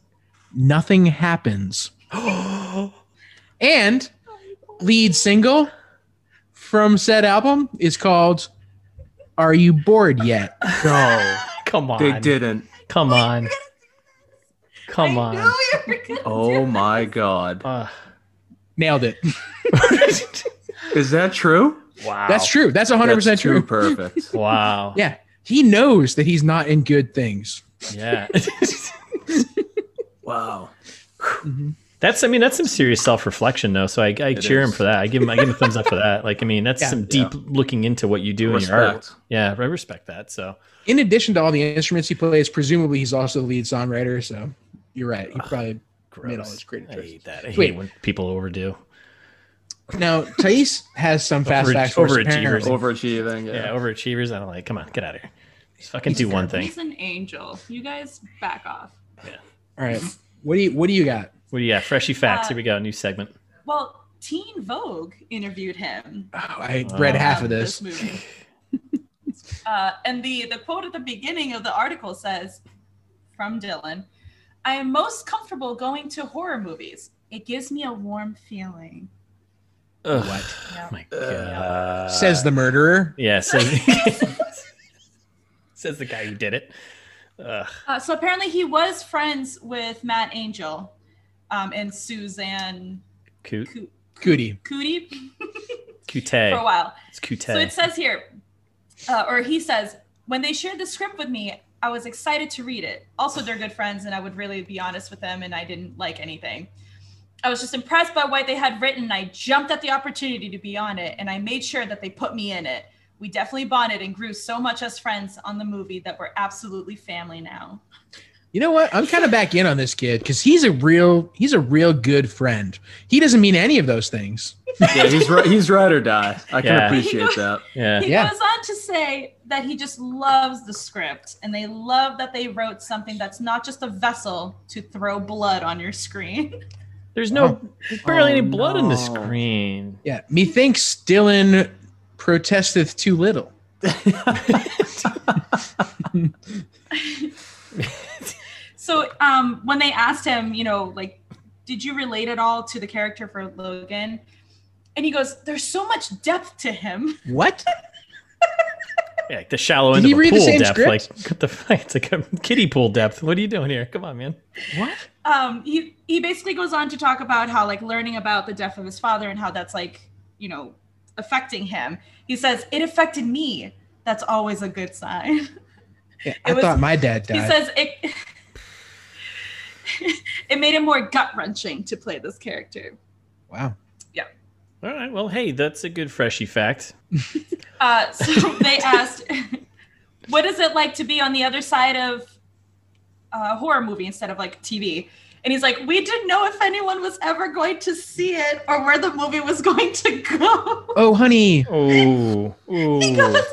S1: Nothing happens. And lead single from said album is called Are You Bored Yet?
S4: No,
S2: Come on.
S4: they didn't.
S2: Come on. Come
S3: I
S2: on.
S3: knew you were gonna
S4: Oh my god.
S2: Uh,
S1: Nailed it.
S4: Is that true?
S2: wow.
S1: That's true. That's 100%
S4: That's too
S1: true.
S4: Perfect.
S2: Wow.
S1: Yeah. He knows that he's not in good things.
S2: Yeah.
S4: Wow.
S2: that's I mean that's some serious self-reflection though. So I, I cheer him
S4: is.
S2: for that. I give him I give him a thumbs up for that. Like I mean that's
S1: Yeah.
S2: some deep looking into what you do in your art.
S4: Respect.
S2: Yeah, I respect that. So
S1: In addition to all the instruments he plays, presumably he's also the lead songwriter. So you're right. He probably made all his
S2: gross.
S1: creative
S2: I
S1: choices.
S2: hate that. I hate
S1: Wait.
S2: when people overdo.
S1: Now, Thais has some fast
S2: Overach-
S1: facts for us,
S2: overachievers.
S1: apparently.
S4: Overachieving. Yeah.
S2: Yeah, overachievers. I don't like. Come on, get out of here. Just fucking do one thing.
S3: He's an angel. You guys back off.
S1: All right. What do you What do you got?
S2: What do you got? Freshy facts.
S3: Uh,
S2: Here we go. New segment.
S3: Well, Teen Vogue interviewed him.
S1: Oh, I read
S2: Uh,
S1: half of
S3: about
S1: this.
S3: movie. uh, and the, the quote at the beginning of the article says from Dylan I am most comfortable going to horror movies. It gives me a warm feeling.
S2: Ugh.
S1: What?
S3: Yeah.
S2: Oh my god.
S1: Says the murderer.
S2: Yeah, says, says the guy who did it. Ugh.
S3: Uh, so apparently he was friends with Matt Angel um, and Suzanne
S2: Coot,
S3: Coo-
S1: Cootie.
S3: Cootie for a
S2: Coute.
S3: while.
S2: It's Coute.
S3: So it says here, uh, or he says, when they shared the script with me, I was excited to read it. Also, they're good friends, and I would really be honest with them, and I didn't like anything. I was just impressed by what they had written. and I jumped at the opportunity to be on it, and I made sure that they put me in it. We definitely bonded and grew so much as friends on the movie that we're absolutely family now.
S1: You know what? I'm kind of back in on this kid because he's a real he's a real good friend. He doesn't mean any of those things.
S4: Yeah, he's right. He's right or die. I can
S2: Yeah.
S4: appreciate
S2: Uh,
S4: that.
S2: yeah.
S3: He
S1: Yeah.
S3: goes on to say that he just loves the script and they love that they wrote something that's not just a vessel to throw blood on your screen.
S2: There's no there's barely
S4: Oh,
S2: any blood in the
S4: no.
S2: screen.
S1: Yeah, methinks Dylan protesteth too little.
S3: So um, when they asked him, you know, like, did you relate at all to the character for Logan? And he goes, "There's so much depth to him."
S1: What?
S2: Yeah, like the shallow
S1: Did
S2: end
S1: he
S2: of a
S1: read the
S2: pool
S1: same
S2: depth.
S1: script?
S2: Like what the fuck? It's like a kiddie pool depth. What are you doing here? Come on, man.
S1: What?
S3: Um, he he basically goes on to talk about how like learning about the death of his father and how that's like, you know, affecting him. He says it affected me. That's always a good sign.
S1: Yeah, I
S3: It was-
S1: thought my dad
S3: He
S1: died.
S3: says it. it made it more gut wrenching to play this character.
S1: wow.
S2: All right. Well, hey, that's a good freshie fact.
S3: Uh, so they asked, "What is it like to be on the other side of a horror movie instead of like TV?" And he's like, "We didn't know if anyone was ever going to see it or where the movie was going to go."
S1: Oh, honey.
S2: Oh, ooh,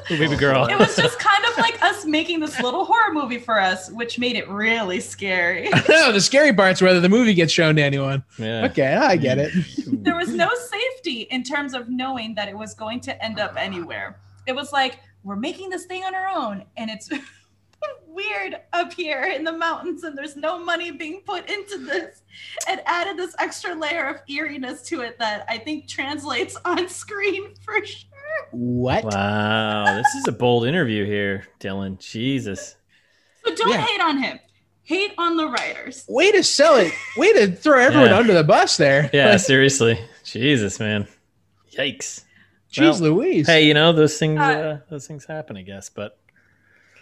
S2: baby girl.
S3: It was just kind of like us making this little horror movie for us, which made it really scary.
S1: no, Oh, the scary part's whether the movie gets shown to anyone.
S2: yeah.
S1: Okay, I get it.
S3: There was no safety in terms of knowing that it was going to end up anywhere. It was like, we're making this thing on our own, and it's weird up here in the mountains, and there's no money being put into this. It added this extra layer of eeriness to it that I think translates on screen for sure.
S1: What?
S2: Wow, this is a bold interview here, Dylan. Jesus.
S3: So don't
S1: Yeah.
S3: hate on him, hate on the writers.
S1: Way to sell it. Way to throw everyone
S2: Yeah.
S1: under the bus there.
S2: Yeah, seriously. Jesus, man. Yikes.
S1: Jeez Louise.
S2: Hey, you know those things. Uh,
S3: Uh,
S2: those things happen, I guess. But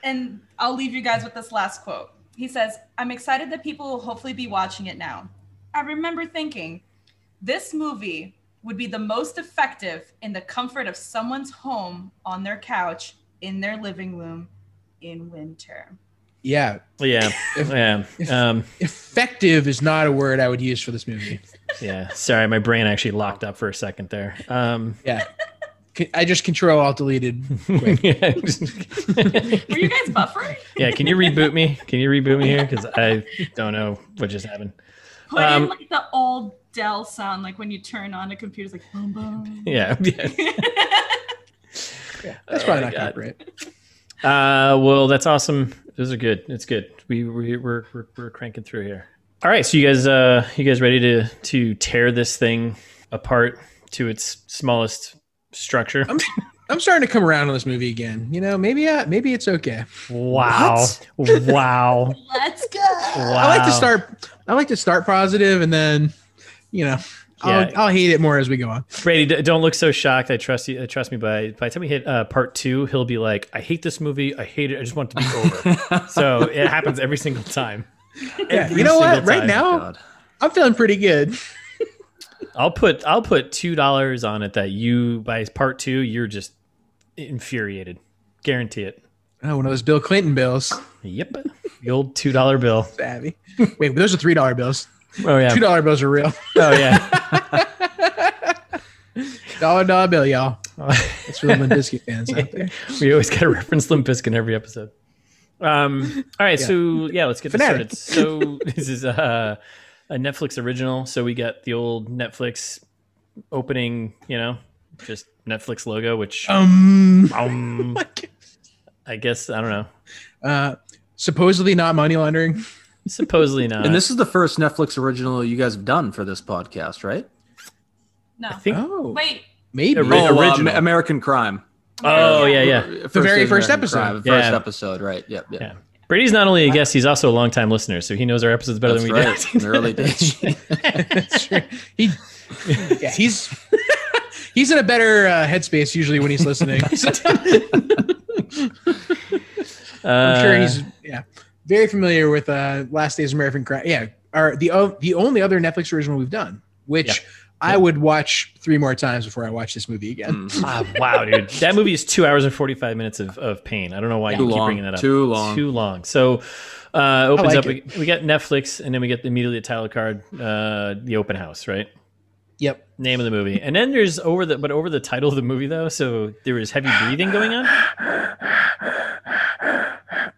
S3: And I'll leave you guys with this last quote. He says, I'm excited that people will hopefully be watching it now. I remember thinking, this movie would be the most effective in the comfort of someone's home on their couch in their living room in winter.
S1: Yeah.
S2: yeah,
S1: If-
S2: yeah,
S1: if-
S2: um,
S1: Effective is not a word I would use for this movie.
S2: yeah. Sorry, my brain actually locked up for a second there. Um,
S1: Yeah. C- I just control alt deleted. Quick.
S2: yeah,
S3: Were you guys buffering?
S2: yeah, can you reboot me? Can you reboot me here? Because I don't know what just happened.
S3: Put
S2: Um,
S3: in like the old Dell sound, like when you turn on a computer, it's like boom boom.
S2: Yeah, yeah.
S1: Yeah, that's
S2: Oh
S1: probably
S2: my
S1: not
S2: God.
S1: copyright.
S2: Uh, well, that's awesome. Those are good. It's good. We we we're, we're we're cranking through here. All right, so you guys, uh, you guys ready to to tear this thing apart to its smallest structure?
S1: I'm- I'm starting to come around on this movie again. You know, maybe uh, maybe it's okay.
S2: Wow! Wow!
S3: Let's go.
S2: Wow!
S1: I like to start. I like to start positive, and then, you know,
S2: Yeah.
S1: I'll, I'll hate it more as we go on.
S2: Brady, d- don't look so shocked. I trust you. Uh, trust me. By by the time we hit uh, part two, he'll be like, "I hate this movie. I hate it. I just want it to be over." so it happens every single time.
S1: Yeah,
S2: Every
S1: you know what?
S2: single
S1: Right
S2: time.
S1: now,
S4: God.
S1: I'm feeling pretty good.
S2: I'll put I'll put two dollars on it that you by part two you're just infuriated. Guarantee it.
S1: Oh, one of those Bill Clinton bills,
S2: Yep, the old two dollar bill.
S1: savvy. Wait, those are three dollar bills.
S2: Oh yeah,
S1: Two dollar bills are real.
S2: oh yeah.
S1: Dollar dollar bill, y'all.
S2: Oh,
S1: That's for the Limbisky fans out there.
S2: we always got to reference Limp Bizkit in every episode. Um. All right,
S1: Yeah.
S2: so yeah, let's get this
S1: Fanatic.
S2: started. So this is a, a Netflix original. So we got the old Netflix opening. You know, just Netflix logo, which
S4: Oh
S1: Um,
S2: um, I guess I don't know.
S1: uh, supposedly not money laundering.
S2: Supposedly not.
S4: And this is the first Netflix original you guys have done for this podcast, right?
S3: No.
S2: I think
S1: Oh,
S3: Wait.
S1: maybe.
S2: Ori-
S4: uh,
S2: original.
S4: Ma- American Crime.
S2: Oh yeah, yeah.
S1: The very first
S4: American
S1: episode.
S4: Crime, the first
S2: Yeah.
S4: episode, right? Yep, yep.
S2: Yeah. Brady's not only a guest, he's also a longtime listener, so he knows our episodes better
S4: That's
S2: than we
S4: right.
S2: do.
S4: In the early days.
S1: That's true. He, yeah, he's he's in a better uh, headspace usually when he's listening.
S2: Uh,
S1: I'm sure he's yeah very familiar with uh, Last Days of American Crime. Yeah, are the o- the only other Netflix original we've done, which
S2: Yeah.
S1: I would watch three more times before I watch this movie again.
S4: Mm.
S2: Ah, wow, dude. That movie is two hours and forty five minutes of, of pain. I don't know why
S4: Too
S2: you keep
S4: long.
S2: bringing that up.
S4: Too long.
S2: Too long. So uh opens
S1: like
S2: up we, we got Netflix and then we get the immediately title card, uh the open house, right?
S1: Yep.
S2: Name of the movie. And then there's over the but over the title of the movie though, so there was heavy breathing going on.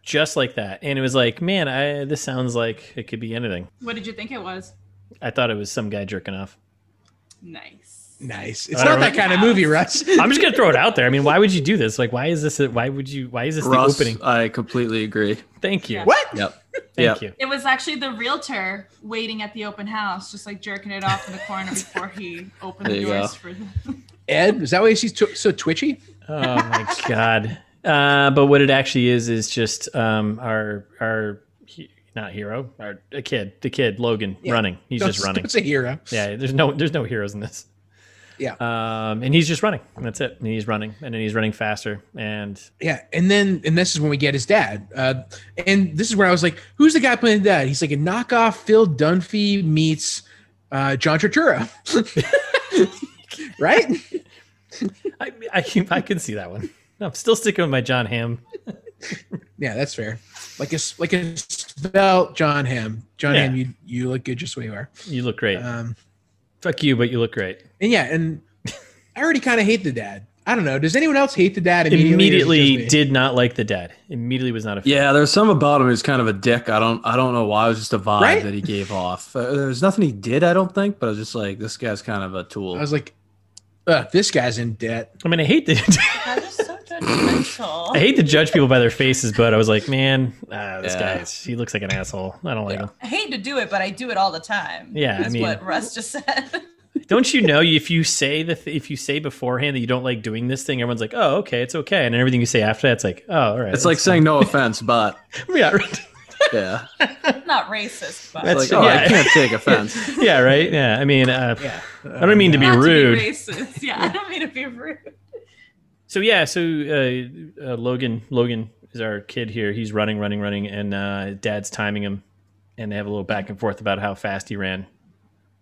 S2: Just like that. And it was like, man, I this sounds like it could be anything.
S3: What did you think it was?
S2: I thought it was some guy jerking off.
S3: Nice.
S1: Nice. It's
S2: I
S1: not
S2: don't
S1: that kind of movie, Russ.
S2: I'm just gonna throw it out there. I mean, why would you do this? Like, why is this? A, why would you? Why is this
S4: Russ,
S2: the opening?
S4: I completely agree.
S2: Thank you.
S3: Yeah.
S1: what?
S4: Yep.
S2: Thank you.
S3: It was actually the realtor waiting at the open house, just like jerking it off in the corner before he opened
S4: There
S3: the
S4: you
S3: doors for
S4: go.
S3: the.
S1: Ed, is that why she's tw- so twitchy?
S2: Oh my god. Uh, but what it actually is is just um, our our he, not hero, our a kid, the kid Logan
S1: Yeah.
S2: running. He's
S1: Don't-
S2: just running.
S1: Don't say hero.
S2: Yeah. There's no there's no heroes in this.
S1: Yeah.
S2: Um, and he's just running. And that's it. And he's running, and then he's running faster. And
S1: Yeah, and then and this is when we get his dad. Uh, and this is where I was like, "Who's the guy playing dad?" He's like a knockoff Phil Dunphy meets uh, John Turturro, right?
S2: I, I, can- I can see that one. I'm still sticking with my John Hamm.
S1: Yeah, that's fair. Like a s- like a svelte John Ham. John
S2: Yeah.
S1: Ham, you you look good just the way you are.
S2: You look great.
S1: Um,
S2: Fuck you, but you look great.
S1: and yeah, and I already kind of hate the dad. I don't know. Does anyone else hate the dad immediately?
S2: Immediately,
S1: or is it just me?
S2: did not like the dad. Immediately was not a fan.
S4: Yeah, there's some about him who's kind of a dick. I don't I don't know why. It was just a vibe
S1: Right?
S4: that he gave off. Uh, There's nothing he did, I don't think, but I was just like, this guy's kind of a tool.
S1: I was like, Ugh, this guy's in debt.
S2: I mean, I hate the.
S5: That is so
S2: I
S5: judgmental.
S2: hate to judge people by their faces, but I was like, man, ah, this
S4: Yeah.
S2: guy is he looks like an asshole. I don't like him.
S5: I hate to do it, but I do it all the time.
S2: Yeah, I
S5: That's
S2: mean-
S5: what Russ just said.
S2: Don't you know if you say the th- if you say beforehand that you don't like doing this thing, everyone's like, oh, okay, it's okay, and everything you say after that's like, oh, all right.
S4: it's like saying no offense, but
S2: yeah, right.
S4: yeah,
S5: Not racist, but
S2: That's-
S4: like oh,
S2: yeah.
S4: I can't take offense.
S2: yeah, right, yeah. I mean, uh,
S1: Yeah,
S2: I don't mean to
S1: Uh,
S2: be
S3: Not
S2: rude.
S3: To be racist. Yeah, I don't mean to be rude.
S2: so yeah, so uh, uh, Logan, Logan is our kid here. He's running, running, running, and uh, Dad's timing him, and they have a little back and forth about how fast he ran.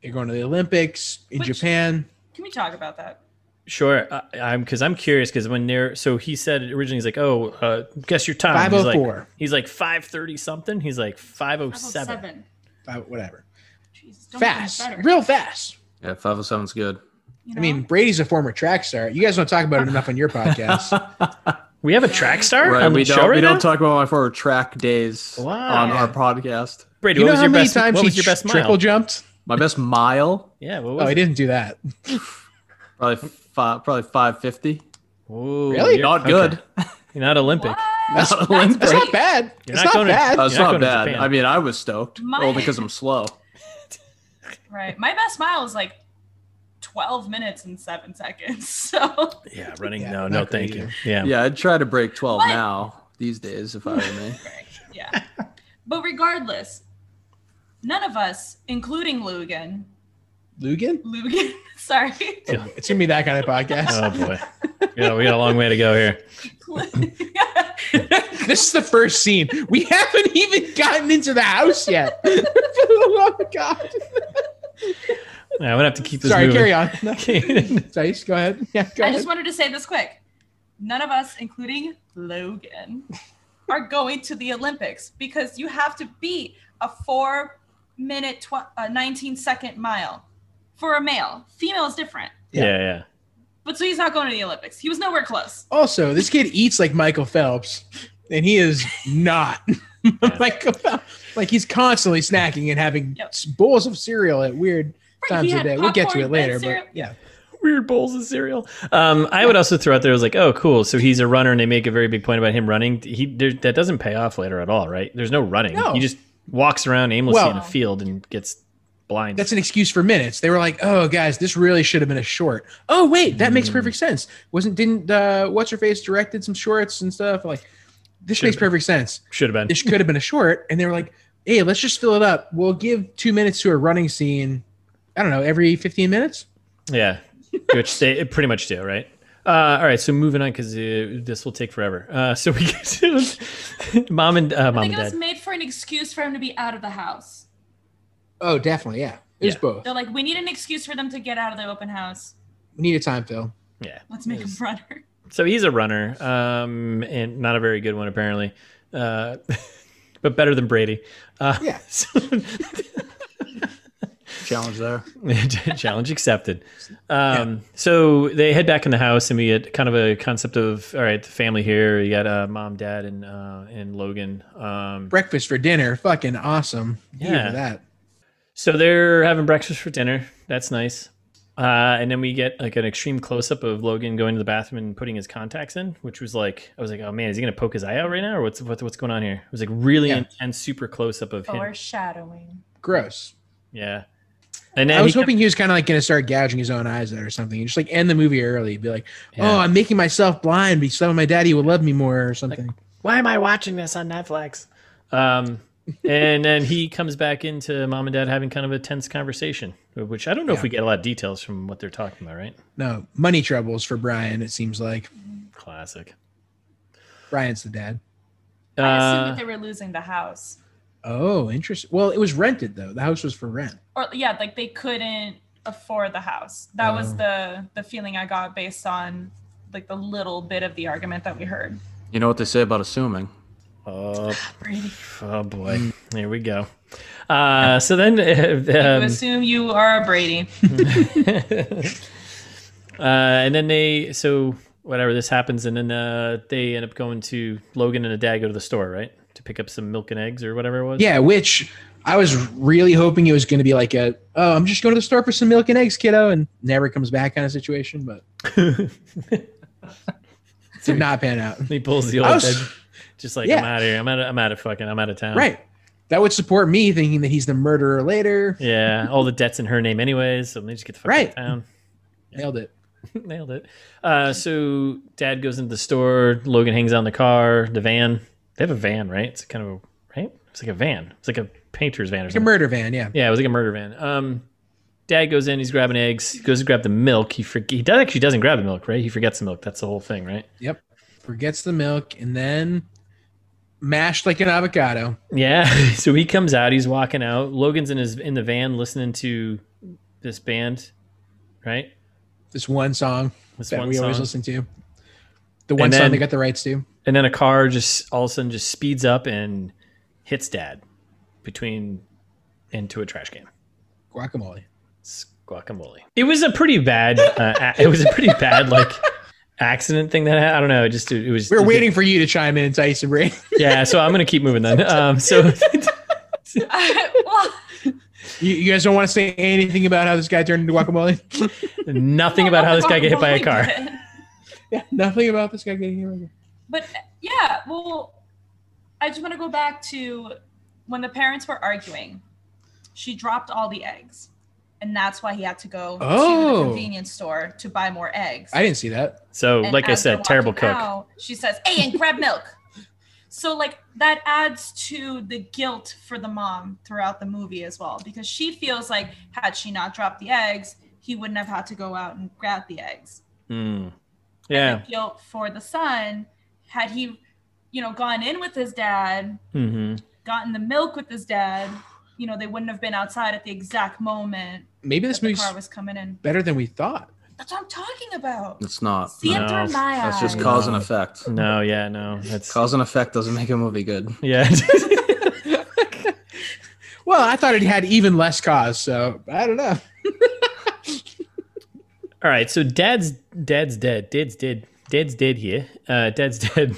S1: You're going to the Olympics in
S3: Which-
S1: Japan.
S5: can we talk about that?
S2: Sure, I, I'm because I'm curious because when they're so he said originally he's like, oh, uh, guess your time. He's like-
S1: 504.
S2: He's like five thirty something. He's like five oh seven.
S1: Uh, whatever.
S3: Jesus, don't
S1: fast,
S3: Better,
S1: real fast.
S4: Yeah, five oh seven's good.
S3: you
S1: I
S3: know?
S1: mean, Brady's a former track star. You guys don't talk about it enough on your podcast.
S2: We have a track star
S4: Right,
S2: on
S4: we
S2: the
S4: don't
S2: show right
S4: we
S2: now?
S4: don't talk about my former track days
S2: Wow.
S4: on our podcast.
S2: Brady,
S1: you
S2: what
S1: know
S2: was
S1: how
S2: your
S1: many
S2: best?
S1: times
S2: what
S1: he
S2: was your best
S1: triple
S2: mile?
S1: jumped?
S4: My best mile,
S2: yeah, what was
S1: Oh, he
S2: it?
S1: didn't do that.
S4: probably five, probably five fifty.
S2: Ooh,
S1: Really?
S2: you're-
S4: Not
S2: okay.
S4: good.
S2: You're not Olympic.
S3: What?
S1: That's,
S4: Not
S1: that's- that's not
S3: Olympic.
S1: bad.
S2: You're
S1: it's
S2: not Uh,
S1: not,
S2: going to-
S1: bad.
S4: That's
S2: You're not
S4: not
S2: going to
S4: bad.
S2: Japan.
S4: I mean, I was stoked
S3: My-
S4: only because I'm slow.
S5: Right. My best mile is like 12 minutes and seven seconds. So
S2: Yeah, running.
S1: Yeah,
S2: no,
S1: not
S2: no,
S1: great
S2: thank you.
S1: either.
S2: Yeah.
S4: Yeah, I'd try to break twelve
S3: What?
S4: now these days if I were me.
S5: yeah.
S3: But regardless,
S5: None of us, including Lugan,
S1: Lugan?
S5: Lugan, sorry,
S2: Yeah.
S1: It's gonna be that kind of podcast.
S2: Oh boy. Yeah, we got a long way to go here.
S1: this is the first scene. We haven't even gotten into the house yet. For the love of God.
S2: Yeah, I'm gonna have to keep this
S1: Sorry,
S2: moving.
S1: carry on. No,
S2: on.
S1: sorry, go ahead. Yeah, go
S5: I
S1: ahead.
S5: just wanted to say this quick. None of us, including Logan, are going to the Olympics because you have to beat a four minute, tw- uh, 19 second mile for a male. Female is different.
S2: yeah,
S1: Yeah.
S2: yeah.
S5: But so he's not going to the Olympics. He was nowhere close.
S1: also, this kid eats like Michael Phelps, and he is not Michael Phelps. Like he's constantly snacking and having
S5: Yep.
S1: s- bowls of cereal at weird
S3: Right, he
S1: times of
S3: had
S1: day. We'll get to
S3: popcorn
S1: it later,
S3: and syrup.
S1: but yeah.
S2: Weird bowls of cereal. Um, I would also throw out there I was like, oh, cool. So he's a runner, and they make a very big point about him running. He there, that doesn't pay off later at all, right? There's no running.
S1: No.
S2: He just walks around aimlessly in a
S1: Well-
S2: field and gets blind.
S1: That's an excuse for minutes. They were like, "Oh, guys, this really should have been a short." Oh, wait, that makes perfect sense. Wasn't didn't uh, what's her face directed some shorts and stuff? Like, this
S2: Should've
S1: makes perfect sense.
S2: Should have been.
S1: This could have been a short, and they were like, "Hey, let's just fill it up. We'll give two minutes to a running scene. I don't know, every fifteen minutes."
S2: Yeah, which they pretty much do, right? Uh, all right, so moving on because uh, this will take forever. Uh, so we get to mom and uh,
S3: I
S2: mom and
S3: think it was
S2: dad.
S3: made for an excuse for him to be out of the house.
S1: Oh, definitely, yeah. It's
S2: Yeah.
S1: both.
S3: They're like, we need an excuse for them to get out of the open house.
S1: We need a time fill.
S2: Yeah,
S3: Let's make him runner.
S2: so he's a runner, um, and not a very good one apparently, uh, but better than Brady. Uh,
S1: Yeah.
S2: so-
S4: Challenge there.
S2: Challenge accepted. Um, So they head back in the house, and we get kind of a concept of all right, the family here. You got uh, mom, dad, and uh, and Logan. Um,
S1: Breakfast for dinner, fucking awesome. Here
S2: Yeah.
S1: for that.
S2: So they're having breakfast for dinner. That's nice. Uh, and then we get like an extreme close up of Logan going to the bathroom and putting his contacts in, which was like, I was like, oh man, is he gonna poke his eye out right now, or what's what's what's going on here? It was like really
S1: Yeah.
S2: intense, super close up of him.
S5: Foreshadowing.
S1: Gross.
S2: Yeah. And then
S1: I was
S2: he kept-
S1: hoping he was kind of like going to start gouging his own eyes out or something, and just like end the movie early. Be like,
S2: Yeah.
S1: "Oh, I'm making myself blind because some of my daddy will love me more" or something.
S2: why am I watching this on Netflix? Um, and then he comes back into mom and dad having kind of a tense conversation, which I don't know if
S1: Yeah.
S2: we get a lot of details from what they're talking about, right?
S1: No, money troubles for Brian, it seems like.
S2: Classic.
S1: Brian's the dad.
S3: I assume that
S2: Uh,
S3: they were losing the house,
S1: Oh, interesting. Well, it was rented though. The house was for rent.
S3: or yeah, like they couldn't afford the house. That was
S1: Oh.
S3: the the feeling I got based on like the little bit of the argument that we heard.
S4: You know what they say about assuming.
S2: oh,
S3: Brady,
S2: oh
S1: Mm.
S2: boy, there we go. Uh, so then, uh,
S3: you
S2: um,
S3: assume you are a Brady.
S2: uh, and then they so whatever this happens, and then uh, they end up going to Logan and the dad go to the store, right, to pick up some milk and eggs or whatever it was.
S1: Yeah, which I was really hoping it was going to be like a, oh, I'm just going to the store for some milk and eggs, kiddo, and never comes back kind of situation, but did not pan out.
S2: he pulls the old
S1: I was-
S2: dead- just like
S1: Yeah.
S2: I'm out of here. I'm out. Of, I'm out of fucking. I'm out of town.
S1: Right. That would support me thinking that he's the murderer later.
S2: Yeah. All the debts in her name, anyways. So let me just get the fuck out of
S1: Right.
S2: town.
S1: Nailed it.
S2: Nailed it. Uh, so dad goes into the store. Logan hangs out in the car. The van. They have a van, right? It's kind of a right. It's like a van. It's like a painter's van or
S1: Like a
S2: something.
S1: murder van, yeah.
S2: Yeah, it was like a murder van. Um, dad goes in, he's grabbing eggs. He goes to grab the milk. He forg- he does actually doesn't grab the milk, right? He forgets the milk. That's the whole thing, right?
S1: Yep. Forgets the milk and then mashed like an avocado.
S2: Yeah. so he comes out. He's walking out. Logan's in his in the van listening to this band, right?
S1: This one song
S2: This
S1: that
S2: one
S1: we always
S2: song.
S1: listen to. The one song
S2: then-
S1: they got the rights to.
S2: And then a car just all of a sudden just speeds up and hits dad between into a trash can.
S1: Guacamole.
S2: It's guacamole. It was a pretty bad. Uh, a- it was a pretty bad like accident thing that ha- I don't know. It just it, was.
S1: We
S2: it
S1: were
S2: was-
S1: waiting for you to chime in, Tyson Ray.
S2: yeah so i'm gonna keep moving then um so
S3: well,
S1: You, you guys don't want to say anything about how this guy turned into guacamole?
S2: nothing about how this guy got hit by a car
S1: yeah, nothing about this guy getting here.
S3: But uh, yeah, well, I just want to go back to when the parents were arguing. She dropped all the eggs, and that's why he had to go to
S1: Oh.
S3: the convenience store to buy more eggs.
S1: I didn't see that.
S2: so
S3: And
S2: like i
S3: as they're
S2: said terrible
S3: walking
S2: cook
S3: out, she says, "Hey, and grab milk." So like that adds to the guilt for the mom throughout the movie as well, because she feels like had she not dropped the eggs, he wouldn't have had to go out and grab the eggs.
S2: Hmm.
S3: And
S2: yeah
S3: the guilt for the son had he, you know, gone in with his dad,
S2: hmm
S3: gotten the milk with his dad, you know, they wouldn't have been outside at the exact moment
S1: Maybe this
S3: that the
S1: movie's
S3: car was coming in.
S1: better than we thought.
S3: That's what I'm talking about.
S4: It's not.
S3: See
S2: No.
S3: it through my
S4: That's just
S3: eyes.
S4: cause and effect.
S2: no yeah no that's
S4: Cause and effect doesn't make a movie good.
S2: yeah
S1: Well, I thought it had even less cause, so I don't know.
S2: all right so dad's dad's dead dad's dead dad's dead here uh dad's dead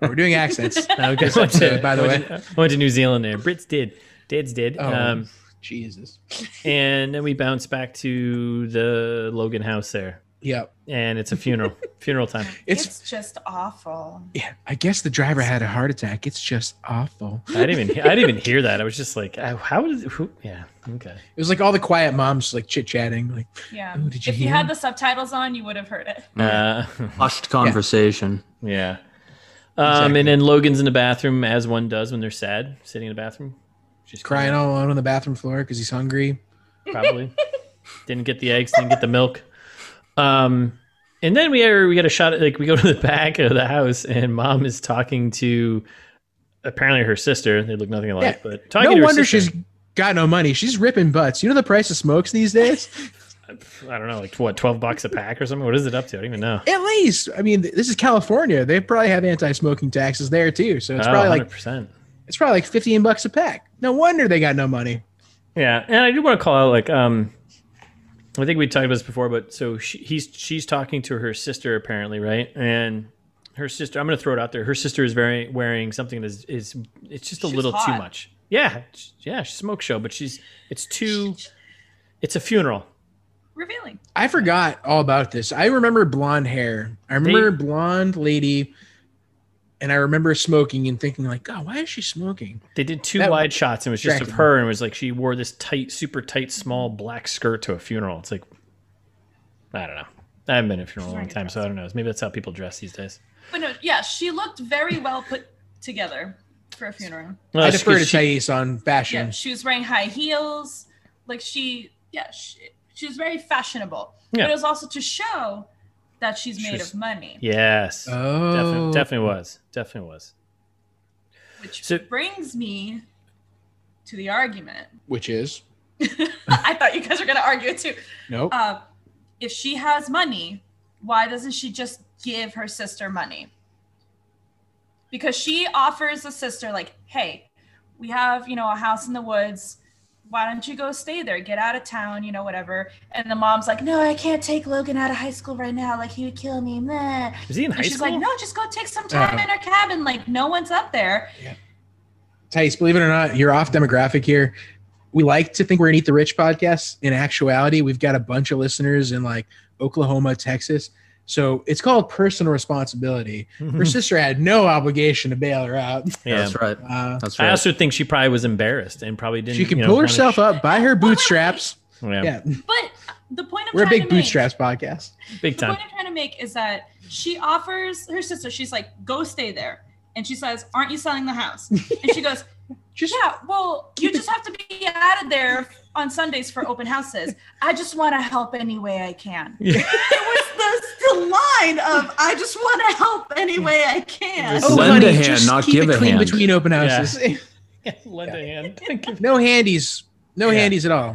S1: We're doing accents.
S2: i went
S1: episode, by the
S2: I went to- I went to new zealand there brits did dad's dead
S1: Oh,
S2: um
S1: Jesus.
S2: and then we bounce back to the logan house there
S1: Yep.
S2: and it's a funeral funeral time
S1: It's,
S3: it's just awful.
S1: yeah, I guess the driver had a heart attack. It's just awful.
S2: I didn't even I didn't even hear that. I was just like, I- how did who? Yeah, okay.
S1: It was like all the quiet moms like chit chatting. Like,
S3: Yeah.
S1: Oh, did you
S3: if
S1: hear
S3: you had
S1: him?
S3: the subtitles on, you would have heard it.
S2: Uh,
S4: Hushed conversation.
S2: yeah. Um,
S1: Exactly.
S2: and then Logan's in the bathroom as one does when they're sad, sitting in the bathroom, just
S1: crying all alone on the bathroom floor because he's hungry.
S2: probably. didn't get the eggs, didn't get the milk. Um, and then we are we get a shot at like we go to the back of the house and mom is talking to apparently her sister. They look nothing alike,
S1: Yeah.
S2: but talking
S1: no
S2: to her
S1: wonder
S2: sister,
S1: she's got no money. She's ripping butts. You know the price of smokes these days?
S2: I don't know like what twelve bucks a pack or something. What is it up to? I don't even know.
S1: At least, I mean, th- this is California. They probably have anti-smoking taxes there too. So it's
S2: Oh,
S1: probably like
S2: percent.
S1: it's probably like fifteen bucks a pack. No wonder they got no money.
S2: Yeah, and I do want to call out like um, I think we talked about this before, but so she, he's she's talking to her sister apparently, right? And her sister, I'm going to throw it out there. Her sister is very wearing something that is is it's just a
S3: She's
S2: little too
S3: hot.
S2: much. Yeah, sh- yeah, she's a smoke show, but she's it's too. It's a funeral.
S3: Revealing.
S1: I forgot all about this. I remember blonde hair. I remember blonde lady, and I remember smoking and thinking like, God, why is she smoking?
S2: They did two
S1: That-
S2: wide shots, and it was just of
S1: Distracting.
S2: her, and it was like she wore this tight, super tight, small black skirt to a funeral. It's like, I don't know. I haven't been to a funeral in a long time, so I don't know. Maybe that's how people dress these days.
S3: But no, yeah, she looked very well put together. for a funeral.
S2: Well,
S1: I
S2: it's
S1: defer to
S2: 'cause Uh, she-
S1: Thais on fashion.
S3: Yeah, she was wearing high heels. Like she, yeah, she, she was very fashionable.
S2: Yeah.
S3: But it was also to show that she's made
S2: She's-
S3: of money.
S2: Yes.
S1: Oh,
S2: Definitely, definitely was. Definitely was.
S3: Which
S2: So-
S3: brings me to the argument.
S1: which is
S3: I thought you guys were going to argue it too.
S1: nope.
S3: Uh, if she has money, why doesn't she just give her sister money? Because she offers the sister, like, hey, we have, you know, a house in the woods. Why don't you go stay there? Get out of town, you know, whatever. And the mom's like, no, I can't take Logan out of high school right now. Like, he would kill me. Meh.
S2: Is he in high
S3: And she's
S2: school?
S3: like, no, just go take some time
S1: Oh.
S3: in her cabin. Like, no one's up there.
S1: Thais, believe it or not, you're off demographic here. We like to think we're an Eat the Rich podcast. In actuality, we've got a bunch of listeners in like Oklahoma, Texas. So it's called personal responsibility.
S2: Hmm.
S1: Her sister had no obligation to bail her out.
S2: yeah.
S4: That's right.
S1: Uh,
S4: That's
S2: I
S4: right.
S2: also think she probably was embarrassed and probably didn't.
S1: she can
S2: you know,
S1: pull
S2: wanna
S1: herself
S2: sh-
S1: up by her bootstraps.
S2: Yeah,
S1: Yeah,
S3: But the point I'm
S1: we're a
S3: trying
S1: big
S3: to make-
S1: bootstraps podcast.
S2: big
S3: the
S2: time.
S3: point I'm trying to make is that she offers her sister, she's like, go stay there. And she says, Aren't you selling the house? And she goes,
S1: Just
S3: Yeah, well, you just have to be out of there on Sundays for open houses. I just want to help any way I can.
S2: Yeah.
S3: It was the, the line of, I just want to help any way I can. Oh,
S4: Lend a hand,
S1: Oh, just
S4: not
S1: keep
S4: give
S1: it
S4: a
S1: clean
S4: hand.
S1: between open houses.
S2: Lend a hand.
S1: no handies. No
S2: Yeah.
S1: handies at all.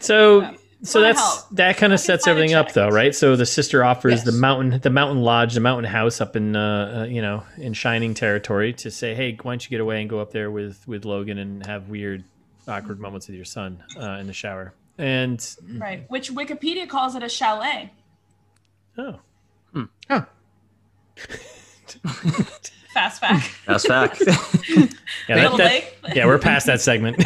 S2: So so
S3: Wanna
S2: that's
S3: help.
S2: that kind of
S3: can
S2: sets
S3: sign a
S2: everything up
S3: check.
S2: though, right? So the sister offers the
S1: Yes.
S2: mountain the mountain lodge, the mountain house up in uh, uh, you know, in shining territory to say, "Hey, why don't you get away and go up there with with Logan and have weird awkward moments with your son uh, in the shower." And
S3: Right, which Wikipedia calls it a chalet.
S2: oh,
S1: Huh.
S3: Fast fact.
S4: That's fact.
S2: yeah, that-
S3: Little
S2: that-
S3: lake.
S2: yeah, we're past that segment.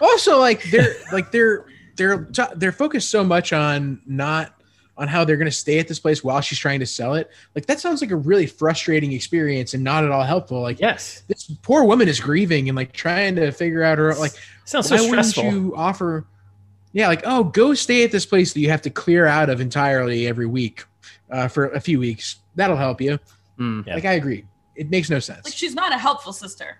S1: also like they're like they're they're they're focused so much on not on how they're going to stay at this place while she's trying to sell it like that sounds like a really frustrating experience and not at all helpful like
S2: yes.
S1: this poor woman is grieving and like trying to figure out her like
S2: Sounds so
S1: why
S2: stressful.
S1: wouldn't you offer yeah like oh go stay at this place that you have to clear out of entirely every week uh, for a few weeks that'll help you
S4: Hmm.
S2: Yeah.
S1: like i agree it makes no sense
S3: Like, she's not a helpful sister.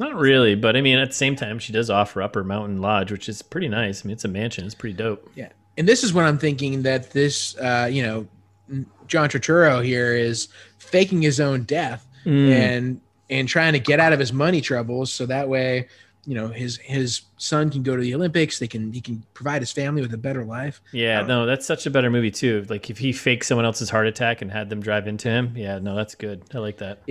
S2: Not really, but I mean, at the same time, she does offer Upper Mountain Lodge, which is pretty nice. I mean, it's a mansion; it's pretty dope.
S1: and this is when I'm thinking that this, uh, you know, John Turturro here is faking his own death
S2: Hmm.
S1: and and trying to get out of his money troubles, so that way, you know, his his son can go to the Olympics. They can he can provide his family with a better life.
S2: yeah, no, that's such a better movie too. Like if he faked someone else's heart attack and had them drive into him, yeah, no, that's good. I like that.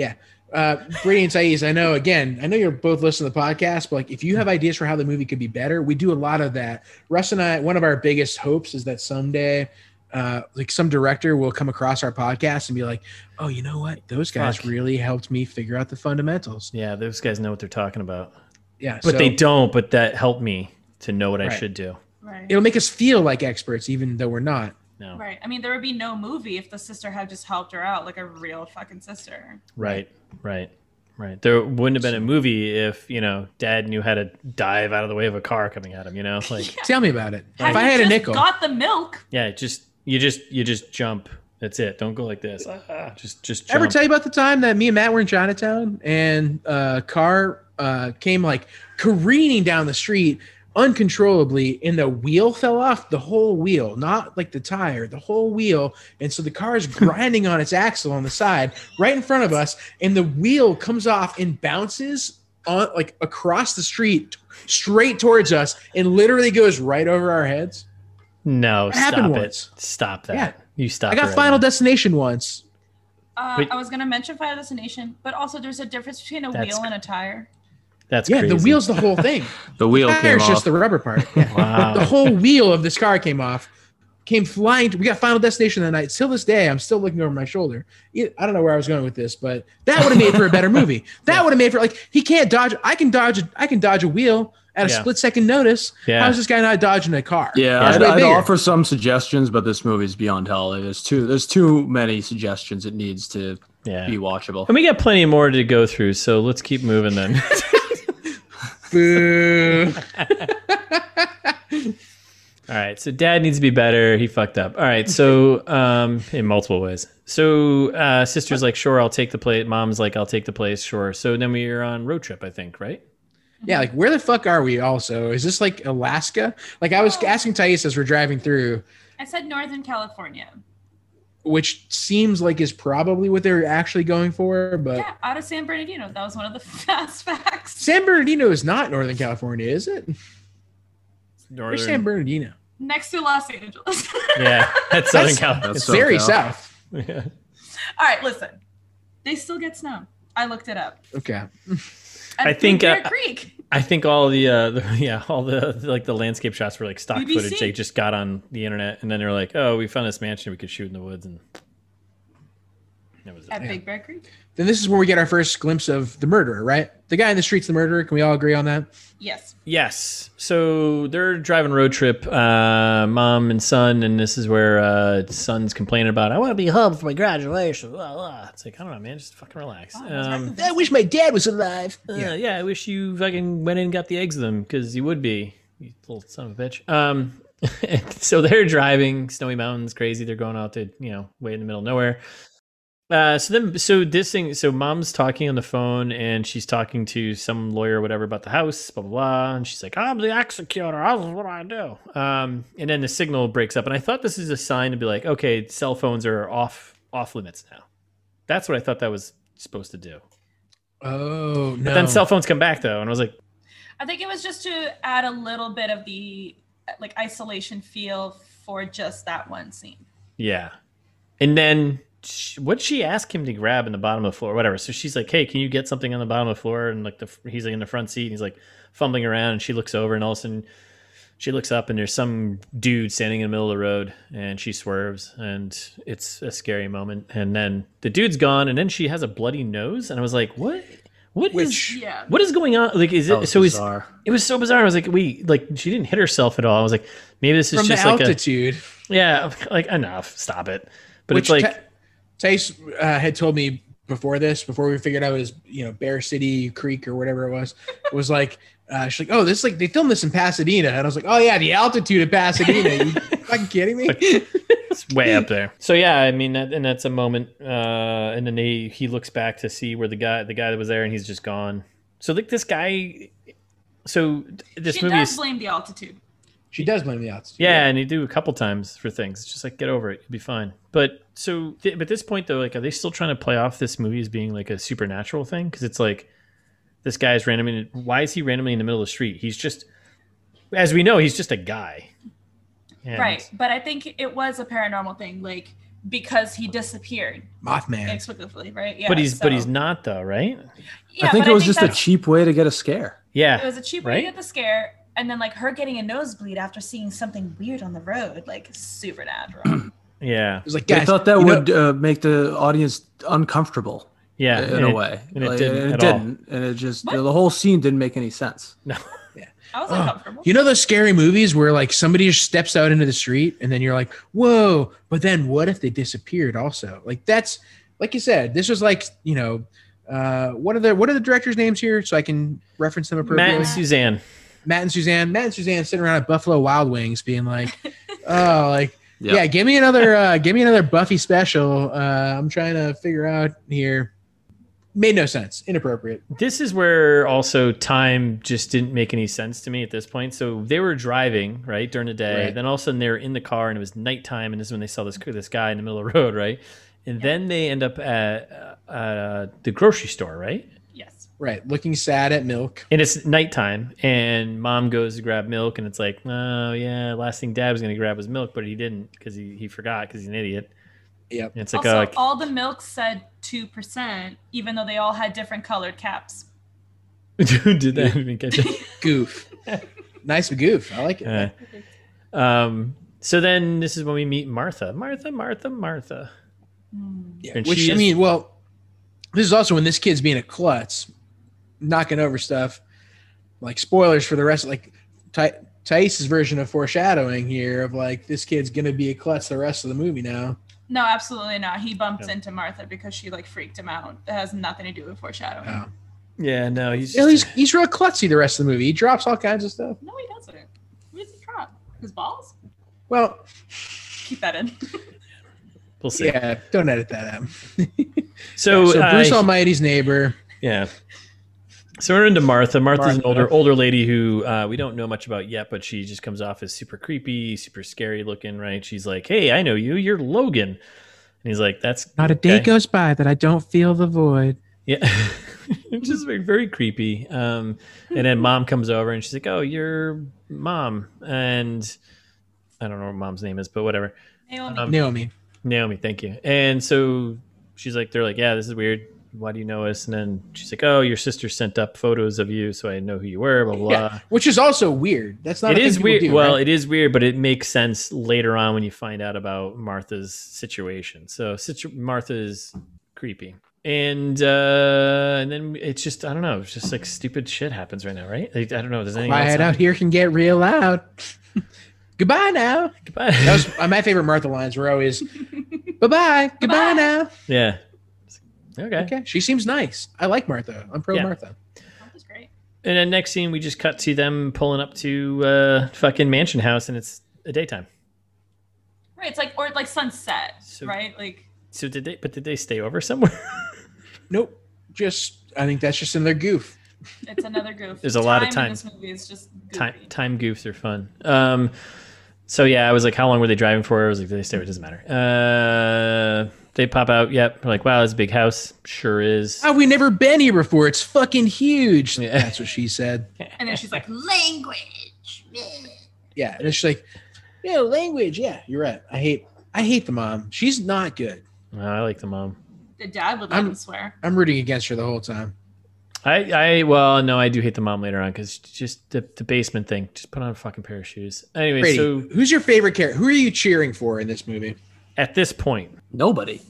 S1: Uh, Brady and Thais, I know again, I know you're both listening to the podcast, but like if you have ideas for how the movie could be better, we do a lot of that. Russ and I, one of our biggest hopes is that someday. Uh, like some director will come across our podcast and be like, "Oh, you know what? Those guys
S2: Fuck.
S1: really helped me figure out the fundamentals."
S2: Yeah, those guys know what they're talking about,
S1: Yeah,
S2: but
S1: so
S2: they don't. But that helped me to know what I
S1: Right.
S2: should do.
S3: Right.
S1: It'll make us feel like experts, even though we're not.
S2: No, right?
S3: Right. I mean, there would be no movie if the sister had just helped her out like a real fucking sister.
S2: right, right, There wouldn't have been a movie if you know Dad knew how to dive out of the way of a car coming at him. You know, like
S1: Tell me about it.
S3: Had
S1: if I
S3: you
S1: had a
S3: just
S1: nickel,
S3: Got the milk.
S2: yeah, just you just you just jump. That's it. Don't go like this. Ah, just just jump.
S1: ever tell you about the time that me and Matt were in Chinatown and a car uh, came like careening down the street uncontrollably and the wheel fell off the whole wheel not like the tire the whole wheel and so the car is grinding on its axle on the side right in front of us and the wheel comes off and bounces on like across the street straight towards us and literally goes right over our heads
S2: No,
S1: It
S2: stop
S1: happened
S2: it.
S1: once.
S2: Stop that.
S1: Yeah.
S2: You stop.
S1: I got
S2: it right
S1: Final
S2: now.
S1: Destination once.
S3: Uh,
S2: Wait.
S3: I was gonna mention Final Destination, but also there's a difference between a
S2: That's
S3: wheel and a tire.
S2: That's
S1: yeah,
S2: crazy.
S1: the wheel's the whole thing.
S4: The wheel came
S1: Tire's
S4: off.
S1: just the rubber part. Yeah.
S2: Wow.
S1: the whole wheel of this car came off. Came flying. we got Final Destination that night. Till this day, I'm still looking over my shoulder. E- I don't know where I was going with this, but that would have made for a better movie. That would have made for like he can't dodge. I can dodge. A, I can dodge a wheel at a
S2: Yeah.
S1: split second notice.
S2: Yeah.
S1: How's this guy not dodging a car?
S4: yeah,
S1: It's
S4: I'd,
S1: way
S4: I'd
S1: bigger.
S4: offer some suggestions, but this movie's beyond hell. There's too there's too many suggestions. It needs to
S2: yeah.
S4: be watchable.
S2: And we got plenty more to go through, so let's keep moving then.
S1: Boo.
S2: All right. So dad needs to be better. He fucked up. All right. So um, in multiple ways. So uh, sister's like, sure, I'll take the place. Mom's like, I'll take the place. Sure. So then we are on road trip, I think, right?
S1: Yeah, like where the fuck are we? Also, is this like Alaska? Like I was
S2: Oh.
S1: asking Thais as we're driving through,
S3: I said Northern California.
S1: which seems like is probably what they're actually going for, but
S3: Yeah, out of San Bernardino. That was one of the fast facts.
S1: San Bernardino is not Northern California, is it? Where's San
S2: Northern.
S1: Bernardino?
S3: Next to Los Angeles.
S2: Yeah, that's Southern
S1: That's-
S2: California.
S1: It's
S4: That's
S1: very
S4: SoCal.
S1: south.
S2: Yeah.
S5: All right, listen.
S3: they still get snow.
S5: I looked it up.
S1: Okay.
S5: At
S2: I think,
S5: Big Bear
S2: uh,
S5: Creek.
S2: I think all the, uh, the yeah, all the like the landscape shots were like stock
S5: BBC.
S2: footage. They just got on the internet, and then they were like, "Oh, we found this mansion we could shoot in the woods," and that was
S5: At
S2: it.
S5: Big Bear Creek.
S1: Then this is where we get our first glimpse of the murderer, right? The guy in the street's the murderer. Can we all agree on that?
S5: Yes.
S2: Yes, so they're driving road trip, uh, mom and son, and this is where uh, son's complaining about, "I want to be home for my graduation." Blah, blah. It's like I don't know, man, just fucking relax. Um,
S1: I wish my dad was alive.
S2: Uh, yeah. I wish you fucking went in and got the eggs of them because you would be, you little son of a bitch. Um, so they're driving snowy mountains, crazy. They're going out to you know way in the middle of nowhere. Uh, so then, so this thing, so mom's talking on the phone and she's talking to some lawyer or whatever about the house, blah blah blah, and she's like, "I'm the executor. This is what I do." Um, and then the signal breaks up, and I thought this is a sign to be like, "Okay, cell phones are off off limits now." That's what I thought that was supposed to do.
S1: Oh no!
S2: But then cell phones come back though, and I was like.
S5: I think it was just to add a little bit of the like isolation feel for just that one scene.
S2: Yeah. And then sh what'd she ask him to grab in the bottom of the floor? Whatever. So she's like, hey, can you get something on the bottom of the floor? And like the f- he's like in the front seat and he's like fumbling around and she looks over and all of a sudden she looks up and there's some dude standing in the middle of the road and she swerves and it's a scary moment. And then the dude's gone and then she has a bloody nose. And I was like, what? What is
S1: Which-
S3: Yeah.
S2: what is going on? Like, is
S4: That
S2: it
S4: was
S2: so? Is
S4: bizarre.
S2: it was so bizarre. I was like, we like she didn't hit herself at all. I was like, maybe this is
S1: from the
S2: just like a
S1: altitude,
S2: yeah, like enough. Stop it. But
S1: which
S2: it's
S1: like,
S2: like
S1: Tice uh, had told me before this, before we figured out it was you know Bear City Creek or whatever it was, was like. Uh, she's like, oh, this like they filmed this in Pasadena, and I was like, oh yeah, the altitude of Pasadena. you fucking kidding me?
S2: it's way up there. So yeah, I mean, that, and that's a moment. Uh, and then he he looks back to see where the guy the guy that was there, and he's just gone. So like this guy. So th- this
S3: she
S2: movie
S3: does
S2: is
S3: blame the altitude.
S1: She does blame the altitude.
S2: yeah, and you do a couple times for things. It's just like get over it, you'll be fine. But so, th- but at this point though, like, are they still trying to play off this movie as being like a supernatural thing? Because it's like this guy's randomly. Why is he randomly in the middle of the street? He's just, as we know, he's just a guy. And-
S5: Right.
S3: But I think it was a paranormal thing, like because he disappeared
S1: Mothman.
S5: Explicitly, right? Yeah.
S2: but he's but
S5: so-
S2: he's not though, right?
S5: Yeah,
S4: I think
S5: but
S4: it was just a
S5: that's-
S4: cheap way to get a scare.
S2: Yeah.
S5: It was a cheap
S2: right?
S5: way to get the scare, and then like her getting a nosebleed after seeing something weird on the road, like supernatural.
S2: yeah.
S1: It was like,
S4: I
S1: guys,
S4: thought that
S1: you know-
S4: would uh, make the audience uncomfortable
S2: Yeah.
S4: in
S2: and
S4: a
S2: it-
S4: way.
S2: and it
S4: Like,
S2: didn't
S4: and
S2: at
S4: it
S2: all.
S4: didn't. And it just
S5: What?
S4: the whole scene didn't make any sense.
S2: No.
S5: I was
S1: Oh,
S5: uncomfortable.
S1: You know those scary movies where like somebody just steps out into the street and then you're like, whoa, but then what if they disappeared also? Like that's like you said, this was like, you know, uh what are the what are the directors' names here so I can reference them
S2: Matt
S1: appropriately?
S2: and
S1: Matt
S2: Suzanne.
S1: and, Suzanne. Matt and Suzanne sitting around at Buffalo Wild Wings being like, Oh, like
S4: Yep.
S1: yeah, give me another uh give me another Buffy special. Uh I'm trying to figure out here. Made no sense. Inappropriate.
S2: This is where also time just didn't make any sense to me at this point. So they were driving right during the day.
S1: Right.
S2: Then all of a sudden they were in the car and it was nighttime. And this is when they saw this this guy in the middle of the road, right? And then they end up at uh, uh, the grocery store, right?
S5: yes.
S1: Right. Looking sad at milk.
S2: And it's nighttime, and mom goes to grab milk, and it's like, oh yeah, last thing dad was gonna grab was milk, but he didn't because he, he forgot because he's an idiot.
S1: Yep.
S2: And it's like,
S5: also,
S2: oh, I-
S5: all the milk said two percent, even though they all had different colored caps.
S2: Dude, did that even catch it?
S1: Goof. nice goof. I like it.
S2: Yeah. Um, so then this is when we meet Martha. Martha, Martha, Martha.
S1: Yeah,
S2: And
S1: which
S2: she
S1: I
S2: is-
S1: mean, well, this is also when this kid's being a klutz, knocking over stuff. Like spoilers for the rest, like Ty- Tice's version of foreshadowing here of like this kid's gonna be a klutz the rest of the movie now.
S5: No, absolutely not. He bumped
S2: Yeah.
S5: into Martha because she like freaked him out. It has nothing to do with foreshadowing.
S1: Oh.
S2: Yeah, no, he's
S1: You know, he's he's real klutzy the rest of the movie. He drops all kinds of stuff.
S5: No, he doesn't. Where's he drop? His balls?
S1: Well,
S5: Keep that in.
S2: We'll see.
S1: Yeah, don't edit that out.
S2: So,
S1: so Bruce
S2: uh,
S1: Almighty's neighbor.
S2: Yeah. So we're into Martha. Martha's an
S4: Martha.
S2: older older lady who uh, we don't know much about yet, but she just comes off as super creepy, super scary looking, right? She's like, "Hey, I know you. You're Logan," and he's like, "That's
S1: Not a day
S2: okay."
S1: goes by that I don't feel the void.
S2: Yeah, which is very very creepy. Um, and then mom comes over and she's like, "Oh, you're mom," and I don't know what mom's name is, but whatever.
S3: Naomi.
S2: Um,
S1: Naomi.
S2: Naomi, thank you. And so she's like, they're like, yeah, this is weird. Why do you know us? And then she's like, oh, your sister sent up photos of you, so I know who you were. Blah blah.
S1: Yeah, which is also weird. That's not.
S2: It
S1: a thing
S2: is
S1: people
S2: weird.
S1: do,
S2: well,
S1: right?
S2: it is weird, but it makes sense later on when you find out about Martha's situation. So situ- Martha is creepy, and uh, and then it's just I don't know. It's just like stupid shit happens right now, right? Like, I don't know. Does anything
S1: my
S2: else
S1: head out
S2: happen?
S1: here can get real loud. Goodbye now.
S2: Goodbye.
S1: That was uh, my favorite Martha lines. Were always, bye bye, goodbye
S6: Bye-bye.
S1: now.
S2: yeah. Okay.
S1: Okay, she seems nice. I like Martha. I'm pro
S2: Yeah.
S1: Martha.
S6: That was great.
S2: And then next scene, we just cut to them pulling up to uh, fucking mansion house, and it's a daytime.
S6: Right, it's like or like sunset,
S2: So-
S6: right? Like
S2: So did they? But did they stay over somewhere?
S1: Nope. Just I think that's just another goof.
S6: it's another goof.
S2: There's a lot of
S6: in this movie is just goofy.
S2: time time goofs are fun. Um, so yeah, I was like, how long were they driving for? I was like, did they stay? It doesn't matter. Uh, they pop out. Yep. We're like, wow, this big house sure is.
S1: Oh, we never been here before. It's fucking huge.
S2: Yeah.
S1: That's what she said.
S6: And then she's like, language.
S1: Yeah, and it's like, yeah, language. Yeah, you're right. I hate I hate the mom. She's not good.
S2: Oh, I like the mom.
S6: The dad would let
S1: I'm-
S6: him swear.
S1: I'm rooting against her the whole time.
S2: I I well no, I do hate the mom later on because just the, the basement thing. Just put on a fucking pair of shoes. Anyway,
S1: Brady,
S2: so
S1: who's your favorite character? Who are you cheering for in this movie?
S2: at this point,
S4: Nobody.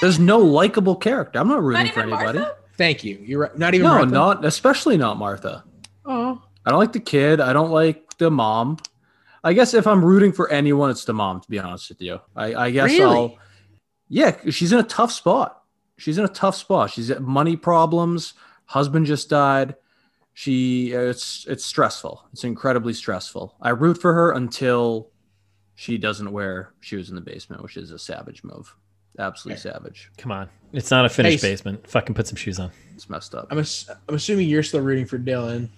S4: There's no likable character. I'm not rooting
S6: Not
S4: for
S6: even
S4: anybody.
S6: Martha?
S1: Thank you. You're right. Not even.
S4: No,
S1: Martha?
S4: not especially not Martha.
S1: Oh,
S4: I don't like the kid. I don't like the mom. I guess if I'm rooting for anyone, it's the mom. To be honest with you, I, I guess
S1: Really?
S4: I'll. Yeah, she's in a tough spot. She's in a tough spot. She's at money problems. Husband just died. She it's it's stressful. It's incredibly stressful. I root for her until she doesn't wear shoes in the basement, which is a savage move. Absolutely savage.
S2: come on, it's not a finished
S1: Hey, s-
S2: basement. Fucking put some shoes on.
S4: It's messed up.
S1: I'm ass- I'm assuming you're still rooting for Dylan.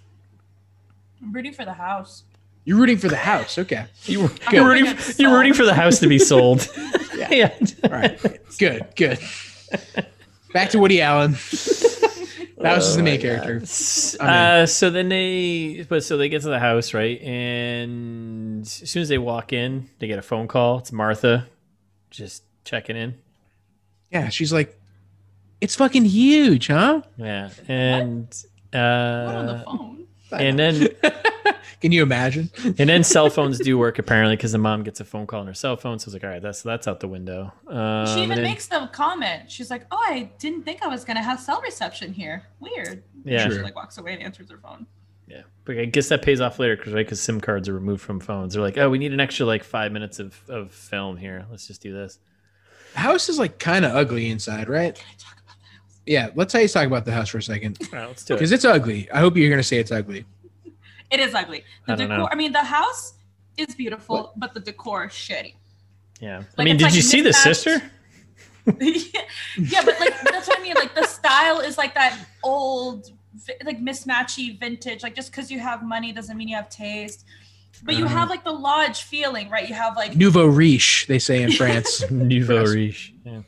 S3: I'm rooting for the house.
S1: You're rooting for the house. Okay.
S2: You were, you're,
S6: hoping
S2: rooting,
S6: it's
S2: you're
S6: sold.
S2: rooting for the house to be sold. yeah.
S1: All right. Good. Good. Back to Woody Allen. That was
S2: Oh
S1: the main character.
S2: S-
S1: I
S2: Uh, so then they, but so they get to the house, right? And as soon as they walk in, they get a phone call. It's Martha, just checking in.
S1: Yeah. She's like, it's fucking huge, huh?
S2: Yeah, and
S6: What on the
S2: uh,
S6: phone?
S2: and then
S1: Can you imagine?
S2: and then cell phones do work apparently because the mom gets a phone call on her cell phone. So it's like, all right, that's that's out the window. Um,
S3: she
S2: and
S3: even
S2: then-
S3: makes the comment. She's like, "Oh, I didn't think I was gonna have cell reception here. Weird."
S2: yeah,
S3: She
S1: True.
S3: like walks away and answers her phone.
S2: yeah. But I guess that pays off later because right because SIM cards are removed from phones. They're like, oh, we need an extra like five minutes of of film here. Let's just do this.
S1: The house is like kind of ugly inside, right? Yeah. Let's how you talk about the house for a second
S2: All right, let's do it.
S1: because it's ugly. I hope you're going to say it's ugly.
S3: It is ugly. The
S2: I don't
S3: decor.
S2: know.
S3: I mean, the house is beautiful, but the decor is shitty.
S2: Yeah. I
S3: Like,
S2: mean,
S3: it's,
S2: did
S3: like,
S2: you see the
S3: mismatched.
S2: sister?
S3: yeah, yeah, but like that's what I mean. Like the style is like that old, vi- like mismatchy vintage. Like just because you have money doesn't mean you have taste. But you
S2: Uh-huh.
S3: have like the lodge feeling, right? You have like
S1: Nouveau riche, they say in France.
S2: Nouveau
S1: Yes.
S2: Riche. Yeah.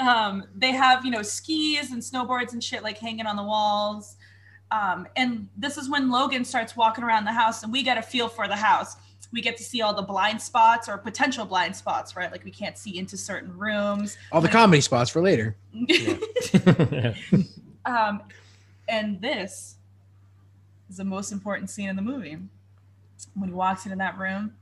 S3: um, they have you know skis and snowboards and shit like hanging on the walls. Um, and this is when Logan starts walking around the house, and we get a feel for the house. We get to see all the blind spots or potential blind spots, right? Like we can't see into certain rooms.
S1: All the comedy spots for later.
S3: Um, and this is the most important scene in the movie. When he walks into that room,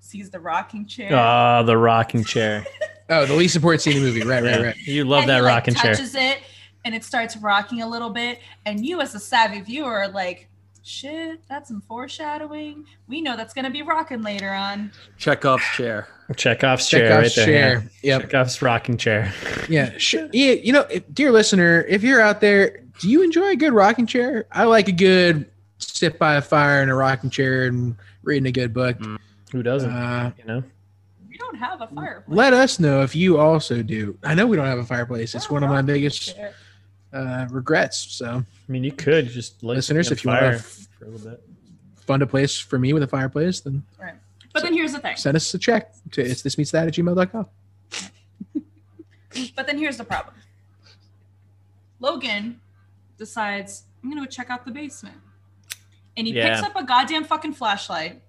S3: sees the rocking chair.
S2: Ah, the rocking chair.
S1: Oh, the least important scene in the movie. Right,
S2: Yeah.
S1: right, right.
S2: You love
S3: and
S2: that
S3: he, like,
S2: rocking chair.
S3: touches it, and it starts rocking a little bit. And you, as a savvy viewer, are like, shit, that's some foreshadowing. We know that's gonna be rocking later on.
S4: Chekhov's chair.
S2: Chekhov's chair
S1: Chekhov's
S2: right there.
S1: chair.
S2: Yeah.
S1: Yep.
S2: Chekhov's rocking chair.
S1: Yeah, sure. Yeah, you know, if, dear listener, if you're out there, do you enjoy a good rocking chair? I like a good sit by a fire in a rocking chair and reading a good book.
S4: Mm.
S2: Who doesn't?
S1: Uh,
S2: you know?
S3: We don't have a fireplace.
S1: Let us know if you also do. I know we don't have a fireplace. It's one of my biggest
S5: Sure.
S1: uh, regrets. So
S2: I mean, you could just light
S1: Listeners,
S2: something on
S1: if you wanna
S2: fire for a little bit.
S1: fund a place for me with a fireplace, then
S3: But then here's the thing.
S1: send us a check to it's this meets that at gmail.com.
S5: But then here's the problem.
S3: Logan decides, I'm going to go check out the basement.
S5: And he
S2: Yeah.
S5: picks up a goddamn fucking flashlight.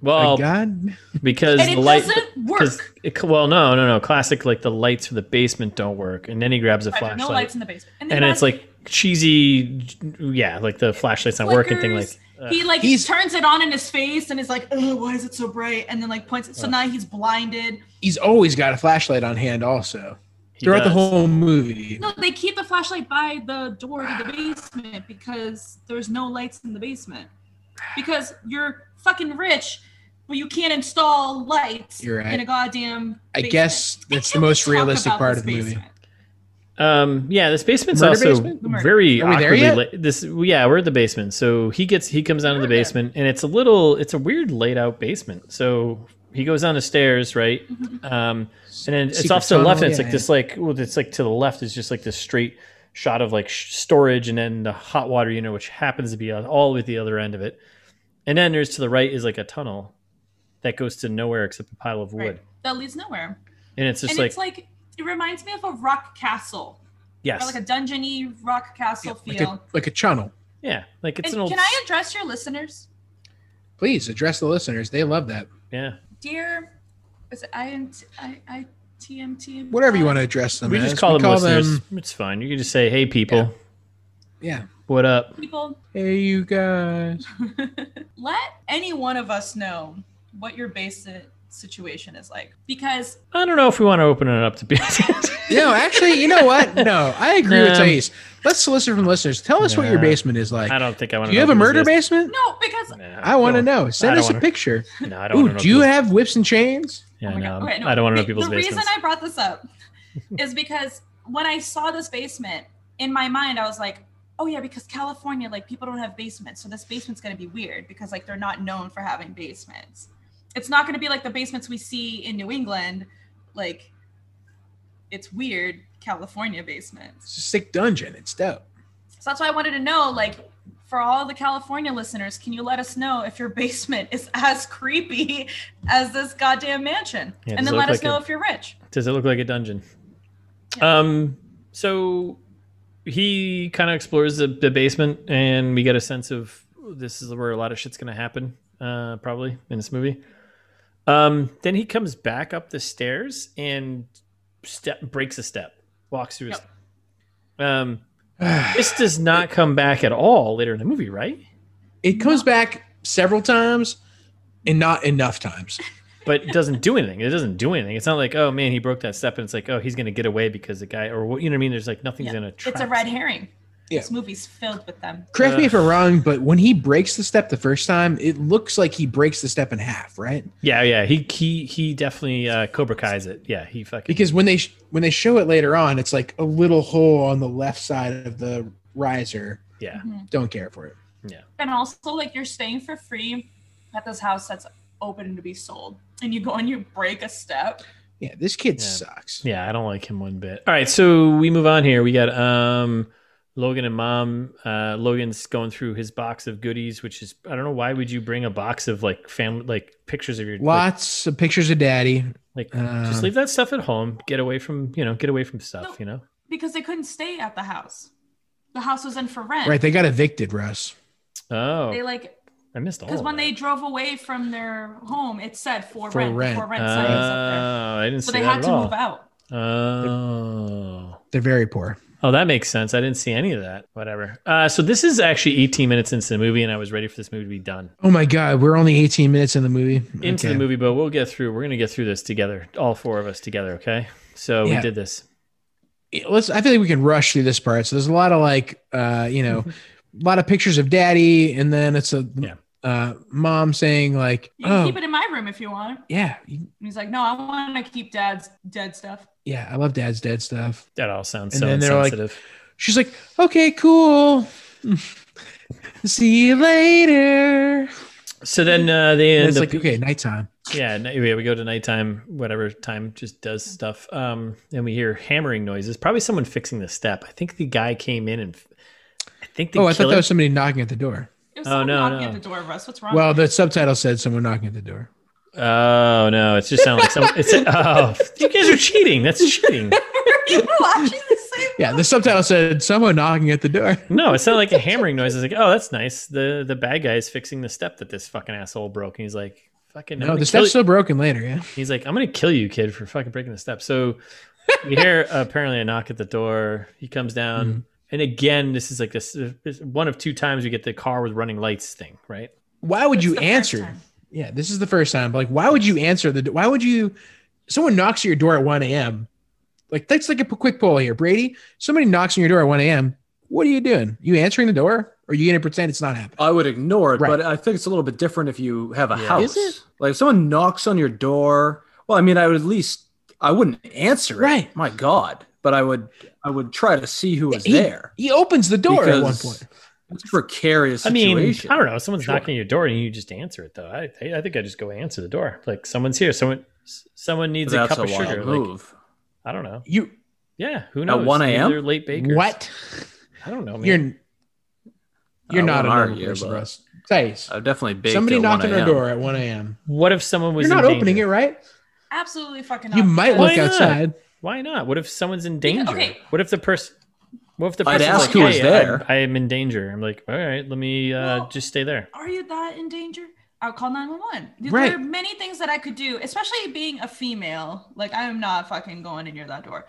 S2: Well,
S1: God,
S2: because
S3: and it
S2: the light
S3: doesn't work.
S2: because it c- well, no, no, no. Classic like the lights for the basement don't work, and then he grabs a
S5: Right, there are
S2: flashlight,
S5: no lights in the basement.
S3: And, then
S2: and
S3: he
S2: it's like cheesy, yeah, like the flashlight's not working thing. Like uh,
S3: flickers. he like
S1: He's-
S3: turns it on in his face and
S5: And
S3: is
S5: it's like, oh, why is it so bright? And then like points. It, so now he's blinded.
S1: he's always got a flashlight on hand, also
S2: he
S1: throughout the
S2: does.
S1: whole movie.
S3: no, they keep the flashlight by the door to the basement because there's no lights in the basement. Because you're fucking rich, but you can't install lights
S1: You're right.
S3: in a goddamn
S1: I
S3: basement.
S1: guess that's the
S3: Can we
S1: most
S3: talk
S1: realistic
S3: about
S1: part
S3: this
S1: of the movie.
S3: basement?
S2: Um, yeah, this basement's
S1: Murder
S2: also
S1: basement?
S3: The murder-
S2: very
S1: Are we there
S2: awkwardly
S1: yet?
S2: la- this yeah, we're at the basement. So he gets he comes down to the
S5: Murder.
S2: basement and it's a little it's a weird laid out basement. So he goes down the stairs, right? Um and then it's
S1: Secret
S2: off to the
S1: tunnel,
S2: left and it's
S1: yeah,
S2: like this like well it's like to the left is just like this straight shot of like sh- storage and then the hot water unit which happens to be on all at the other end of it. And then there's to the right is like a tunnel that goes to nowhere except a pile of wood.
S5: Right.
S3: That leads nowhere.
S2: And it's just
S3: and
S2: like,
S3: it's like it reminds me of a rock castle.
S2: yes.
S3: Or like a dungeony rock castle
S1: Like
S3: feel.
S1: a, like a channel.
S2: yeah, like it's
S5: And
S2: an old
S5: can I address your listeners?
S1: Please address the listeners. They love that.
S2: yeah.
S5: Dear, is it IMT, I, I, TMT?
S1: Whatever
S3: Uh,
S1: you want to address them.
S2: we
S1: as.
S2: just call them listeners. It's fine. You can just say, "Hey, people,
S1: Yeah. Yeah.
S2: what up?"
S5: People,
S1: Hey, you guys.
S5: let any one of us know what your basic situation is like.
S3: Because
S2: I don't know if we want to open it up to be.
S1: No, actually, you know what? No, I agree with
S2: No.
S1: Thais. Let's solicit from listeners. Tell us what your
S2: Nah.
S1: basement is like.
S2: I don't think I want
S1: Do
S2: to.
S1: you have a murder basement?
S3: no, because
S1: I want to know. Send
S2: don't
S1: us a
S2: wanna-
S1: picture.
S2: No, I don't
S1: Ooh,
S2: want to.
S1: do you have whips and chains?
S2: Yeah,
S3: Oh my
S2: no,
S3: God. Okay, no,
S2: I don't want to know
S3: the-
S2: people's
S3: The
S2: basements.
S3: reason I brought this up is because when I saw this basement in my mind, I was like, "Oh yeah, because California, like people don't have basements, so this basement's gonna be weird because like they're not known for having basements. It's not gonna be like the basements we see in New England, like it's weird California basements.
S1: It's a sick dungeon. It's dope.
S3: So that's why I wanted to know, like, for all the California listeners, can you let us know if your basement is as creepy as this goddamn mansion?
S2: Yeah,
S3: and
S2: does
S3: then
S2: it look
S3: let us
S2: like
S3: know
S2: a-
S3: if you're rich.
S2: Does it look like a dungeon? Um. So he kind of explores the, the basement, and we get a sense of this is where a lot of shit's gonna happen, uh, probably in this movie. Um. Then he comes back up the stairs and step breaks a step, walks through. a
S3: Yep.
S2: step. Um. This does not come back at all later in the movie, right?
S1: It comes back several times and not enough times.
S2: But it doesn't do anything. It doesn't do anything. It's not like, oh man, he broke that step, and it's like, oh, he's gonna get away because the guy, or what you know what I mean? There's like nothing's
S3: Yeah.
S2: gonna.
S3: It's a
S2: trap-
S3: red herring.
S1: Yeah.
S3: This movie's filled with them.
S1: Correct me
S2: Uh.
S1: if I'm wrong, but when he breaks the step the first time, it looks like he breaks the step in half, right?
S2: Yeah, yeah. He he he definitely uh, Cobra Kai's it. Yeah, he fucking.
S1: Because when they sh- when they show it later on, it's like a little hole on the left side of the riser.
S2: Yeah.
S1: Don't care for it.
S3: Mm-hmm. And also, like, you're staying for free at this house that's open to be sold. And you go and you break a step.
S1: Yeah, this kid
S2: Yeah.
S1: sucks.
S2: Yeah, I don't like him one bit. All right, so we move on here. We got um Logan and mom. Uh Logan's going through his box of goodies, which is I don't know why would you bring a box of like family like pictures of your
S1: Lots of pictures of daddy.
S2: like, like
S1: Uh,
S2: just leave that stuff at home. Get away from, you know, get away from stuff,
S3: No.
S2: you know.
S3: Because they couldn't stay at the house. The house was in for rent.
S1: Right, they got evicted, Russ.
S2: Oh.
S3: They, like,
S2: I missed all.
S3: because
S2: Cuz
S3: when they drove away from their home, it said for,
S1: For
S3: rent. the
S1: rent.
S3: For rent
S2: Oh,
S3: signs up
S2: I didn't
S3: there. So
S2: see
S3: they
S2: that
S3: had
S2: at
S3: to
S2: all.
S3: move out.
S2: Oh.
S1: They're very poor.
S2: Oh, that makes sense. I didn't see any of that. Whatever. Uh, so this is actually 18 minutes into the movie, and I was ready for this movie to be done.
S1: Oh my god, we're only 18 minutes in the movie.
S2: Into
S1: Okay.
S2: the movie, but we'll get through. We're gonna get through this together, all four of us together. Okay. So we
S1: Yeah.
S2: did this.
S1: Yeah, Let's. I feel like we can rush through this part. So there's a lot of like, uh, you know, a lot of pictures of daddy, and then it's a
S2: Yeah.
S1: uh, mom saying like,
S3: You can
S1: "Oh,
S3: keep it in my room if you want.
S1: yeah, you-
S3: And he's like, no, I want to keep dad's dead stuff.
S1: yeah, I love dad's dead stuff."
S2: That all sounds
S1: And
S2: so
S1: then they're like-
S2: insensitive.
S1: She's like, "Okay, cool. See you later."
S2: so then uh, they
S1: And
S2: end
S1: it's
S2: up. uh,
S1: like, "Okay, nighttime."
S2: yeah, n- yeah, we go to nighttime, whatever time just does stuff. Um, and we hear hammering noises. Probably someone fixing the step. I think the guy came in and f- I think the
S1: oh, I thought
S2: killer.
S1: that was somebody knocking at the door.
S3: It was
S2: Oh,
S3: someone
S2: no,
S3: knocking
S2: no.
S3: at the door, Russ. What's wrong?
S1: Well, the subtitle said someone knocking at the door.
S2: oh no, it's just sounded like someone. It's oh, you guys are cheating. That's cheating.
S3: You're watching the same.
S1: Yeah, the subtitle said someone knocking at the door.
S2: No, it sounded like a hammering noise. It's like, oh, that's nice. The the bad guy is fixing the step that this fucking asshole broke, and he's like, fucking. I'm
S1: No,
S2: gonna
S1: the
S2: kill
S1: step's still broken later. Yeah.
S2: He's like, I'm gonna kill you, kid, for fucking breaking the step. So we hear apparently a knock at the door. He comes down, and again, this is like this, this one of two times we get the car with running lights thing, right?
S1: Why would
S3: It's
S1: you
S3: the first
S1: answer?
S3: time.
S1: Yeah, this is the first time. Like, why would you answer the? Why would you? Someone knocks at your door at 1 a.m. Like that's like a p- quick poll here, Brady. Somebody knocks on your door at 1 a.m. What are you doing? You answering the door, or are you gonna pretend it's not happening?
S4: I would ignore it,
S1: Right.
S4: but I think it's a little bit different if you have a
S2: Yeah.
S4: house.
S1: Is it?
S4: Like if someone knocks on your door, well, I mean, I would at least I wouldn't answer it.
S1: Right.
S4: My God. But I would I would try to see who was
S1: He-
S4: there.
S1: He opens the door at one
S4: because
S1: point.
S4: It's a precarious
S2: I mean,
S4: situation.
S2: I don't know. Someone's
S4: Sure.
S2: knocking on your door, and you just answer it though. I I, I think I just go answer the door. Like someone's here. Someone s- someone needs
S4: That's
S2: a cup of
S4: wild
S2: sugar. Like
S4: move.
S2: I don't know.
S1: You
S2: Yeah, who knows?
S4: 1
S2: Maybe
S4: a.m.?
S2: They're late bakers.
S1: what?
S2: I don't know. Man.
S1: You're you're
S4: I
S1: not a
S4: won't
S1: normal
S4: argue,
S1: person,
S4: but
S1: Russ. Thais,
S4: I've definitely baked
S1: somebody
S4: at
S1: knocked on
S4: 1
S1: our
S4: a.m.
S1: door at 1 a.m.
S2: what if someone was
S1: You're not
S2: in
S1: opening
S2: danger?
S1: it, right?
S3: Absolutely fucking not.
S1: You might
S3: because-
S1: look
S2: Why not?
S1: outside.
S2: Why not? What if someone's in danger?
S3: okay.
S2: What if the person? What if the
S4: I'd
S2: person's
S4: ask
S2: like,
S4: who was
S2: "Hey,
S4: there."
S2: I, I am in danger. I'm like, all right, let me uh,
S3: Well-
S2: just stay there.
S3: Are you that in danger? I'll call 911. There
S1: Right.
S3: are many things that I could do, especially being a female. Like, I am not fucking going in near that door.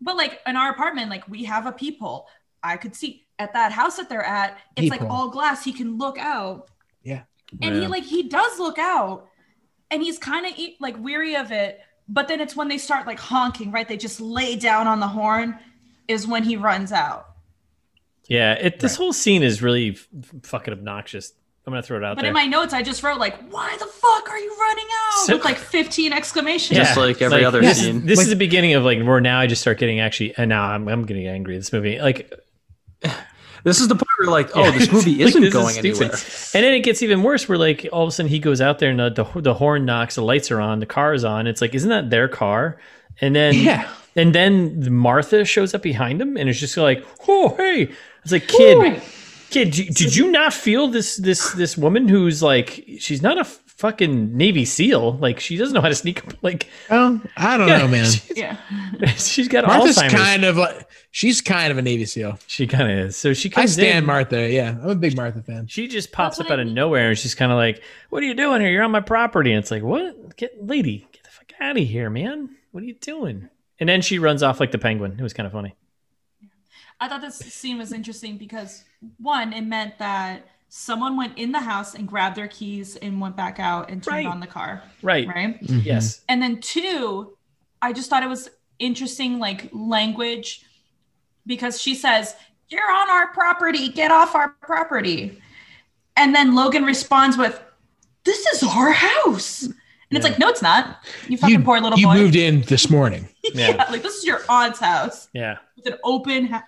S3: But, like, in our apartment, like, we have a peephole. I could see at that house that they're at, it's like
S1: Peephole.
S3: all glass. He can look out.
S1: Yeah.
S3: And he,
S4: Yeah.
S3: like, he does look out and he's kind of e- like weary of it. But then it's when they start like honking, right? They just lay down on the horn, is when he runs out.
S2: Yeah, it, this
S1: Right.
S2: whole scene is really f- fucking obnoxious. I'm gonna throw it out
S3: But
S2: there.
S3: in my notes, I just wrote like, "Why the fuck are you running out?"
S2: So-
S3: with like 15 exclamation.
S2: Yeah,
S4: Just like every other
S2: this Is,
S4: scene.
S2: this
S1: Like-
S2: is the beginning of like where now I just start getting actually, and now I'm I'm getting angry. at This movie, like,
S4: This is the part where like, oh,
S2: yeah,
S4: this movie
S2: like,
S4: isn't
S2: this is
S4: going
S2: stupid.
S4: anywhere.
S2: And then it gets even worse. Where like all of a sudden he goes out there and the the, the horn knocks, the lights are on, the car is on. It's like, isn't that their car? And then
S1: Yeah.
S2: And then Martha shows up behind him and is just like, "Oh, hey!" It's like, kid, kid, d- did you not feel this this this woman who's like, she's not a fucking Navy SEAL. Like, she doesn't know how to sneak. up. Like,
S1: Oh, I don't know, man.
S3: Yeah.
S2: she's got
S1: Martha's
S2: Alzheimer's.
S1: kind of like she's kind of a Navy SEAL.
S2: she kind of is. So she
S1: I
S2: comes
S1: stand
S2: in.
S1: Martha. Yeah, I'm a big Martha fan.
S2: She just pops
S3: That's
S2: up
S3: what
S2: out
S3: I
S2: of
S3: mean.
S2: nowhere and she's kind of like, "What are you doing here? You're on my property." And it's like, "What? Get lady, get the fuck out of here, man! What are you doing?" And then she runs off like the penguin. It was kind of funny.
S3: I thought this scene was interesting because one, it meant that someone went in the house and grabbed their keys and went back out and
S2: Right.
S3: turned on the car,
S2: Right?
S3: right?
S1: Mm-hmm.
S2: Yes.
S3: And then two, I just thought it was interesting, like language, because she says, "You're on our property. Get off our property," and then Logan responds with, "This is our house." And it's
S2: Yeah.
S3: like, no, it's not. You
S1: You,
S3: fucking poor little
S1: you
S3: boy.
S1: moved in this morning.
S2: Yeah.
S3: yeah, like this is your aunt's house
S2: Yeah.
S3: with an open house.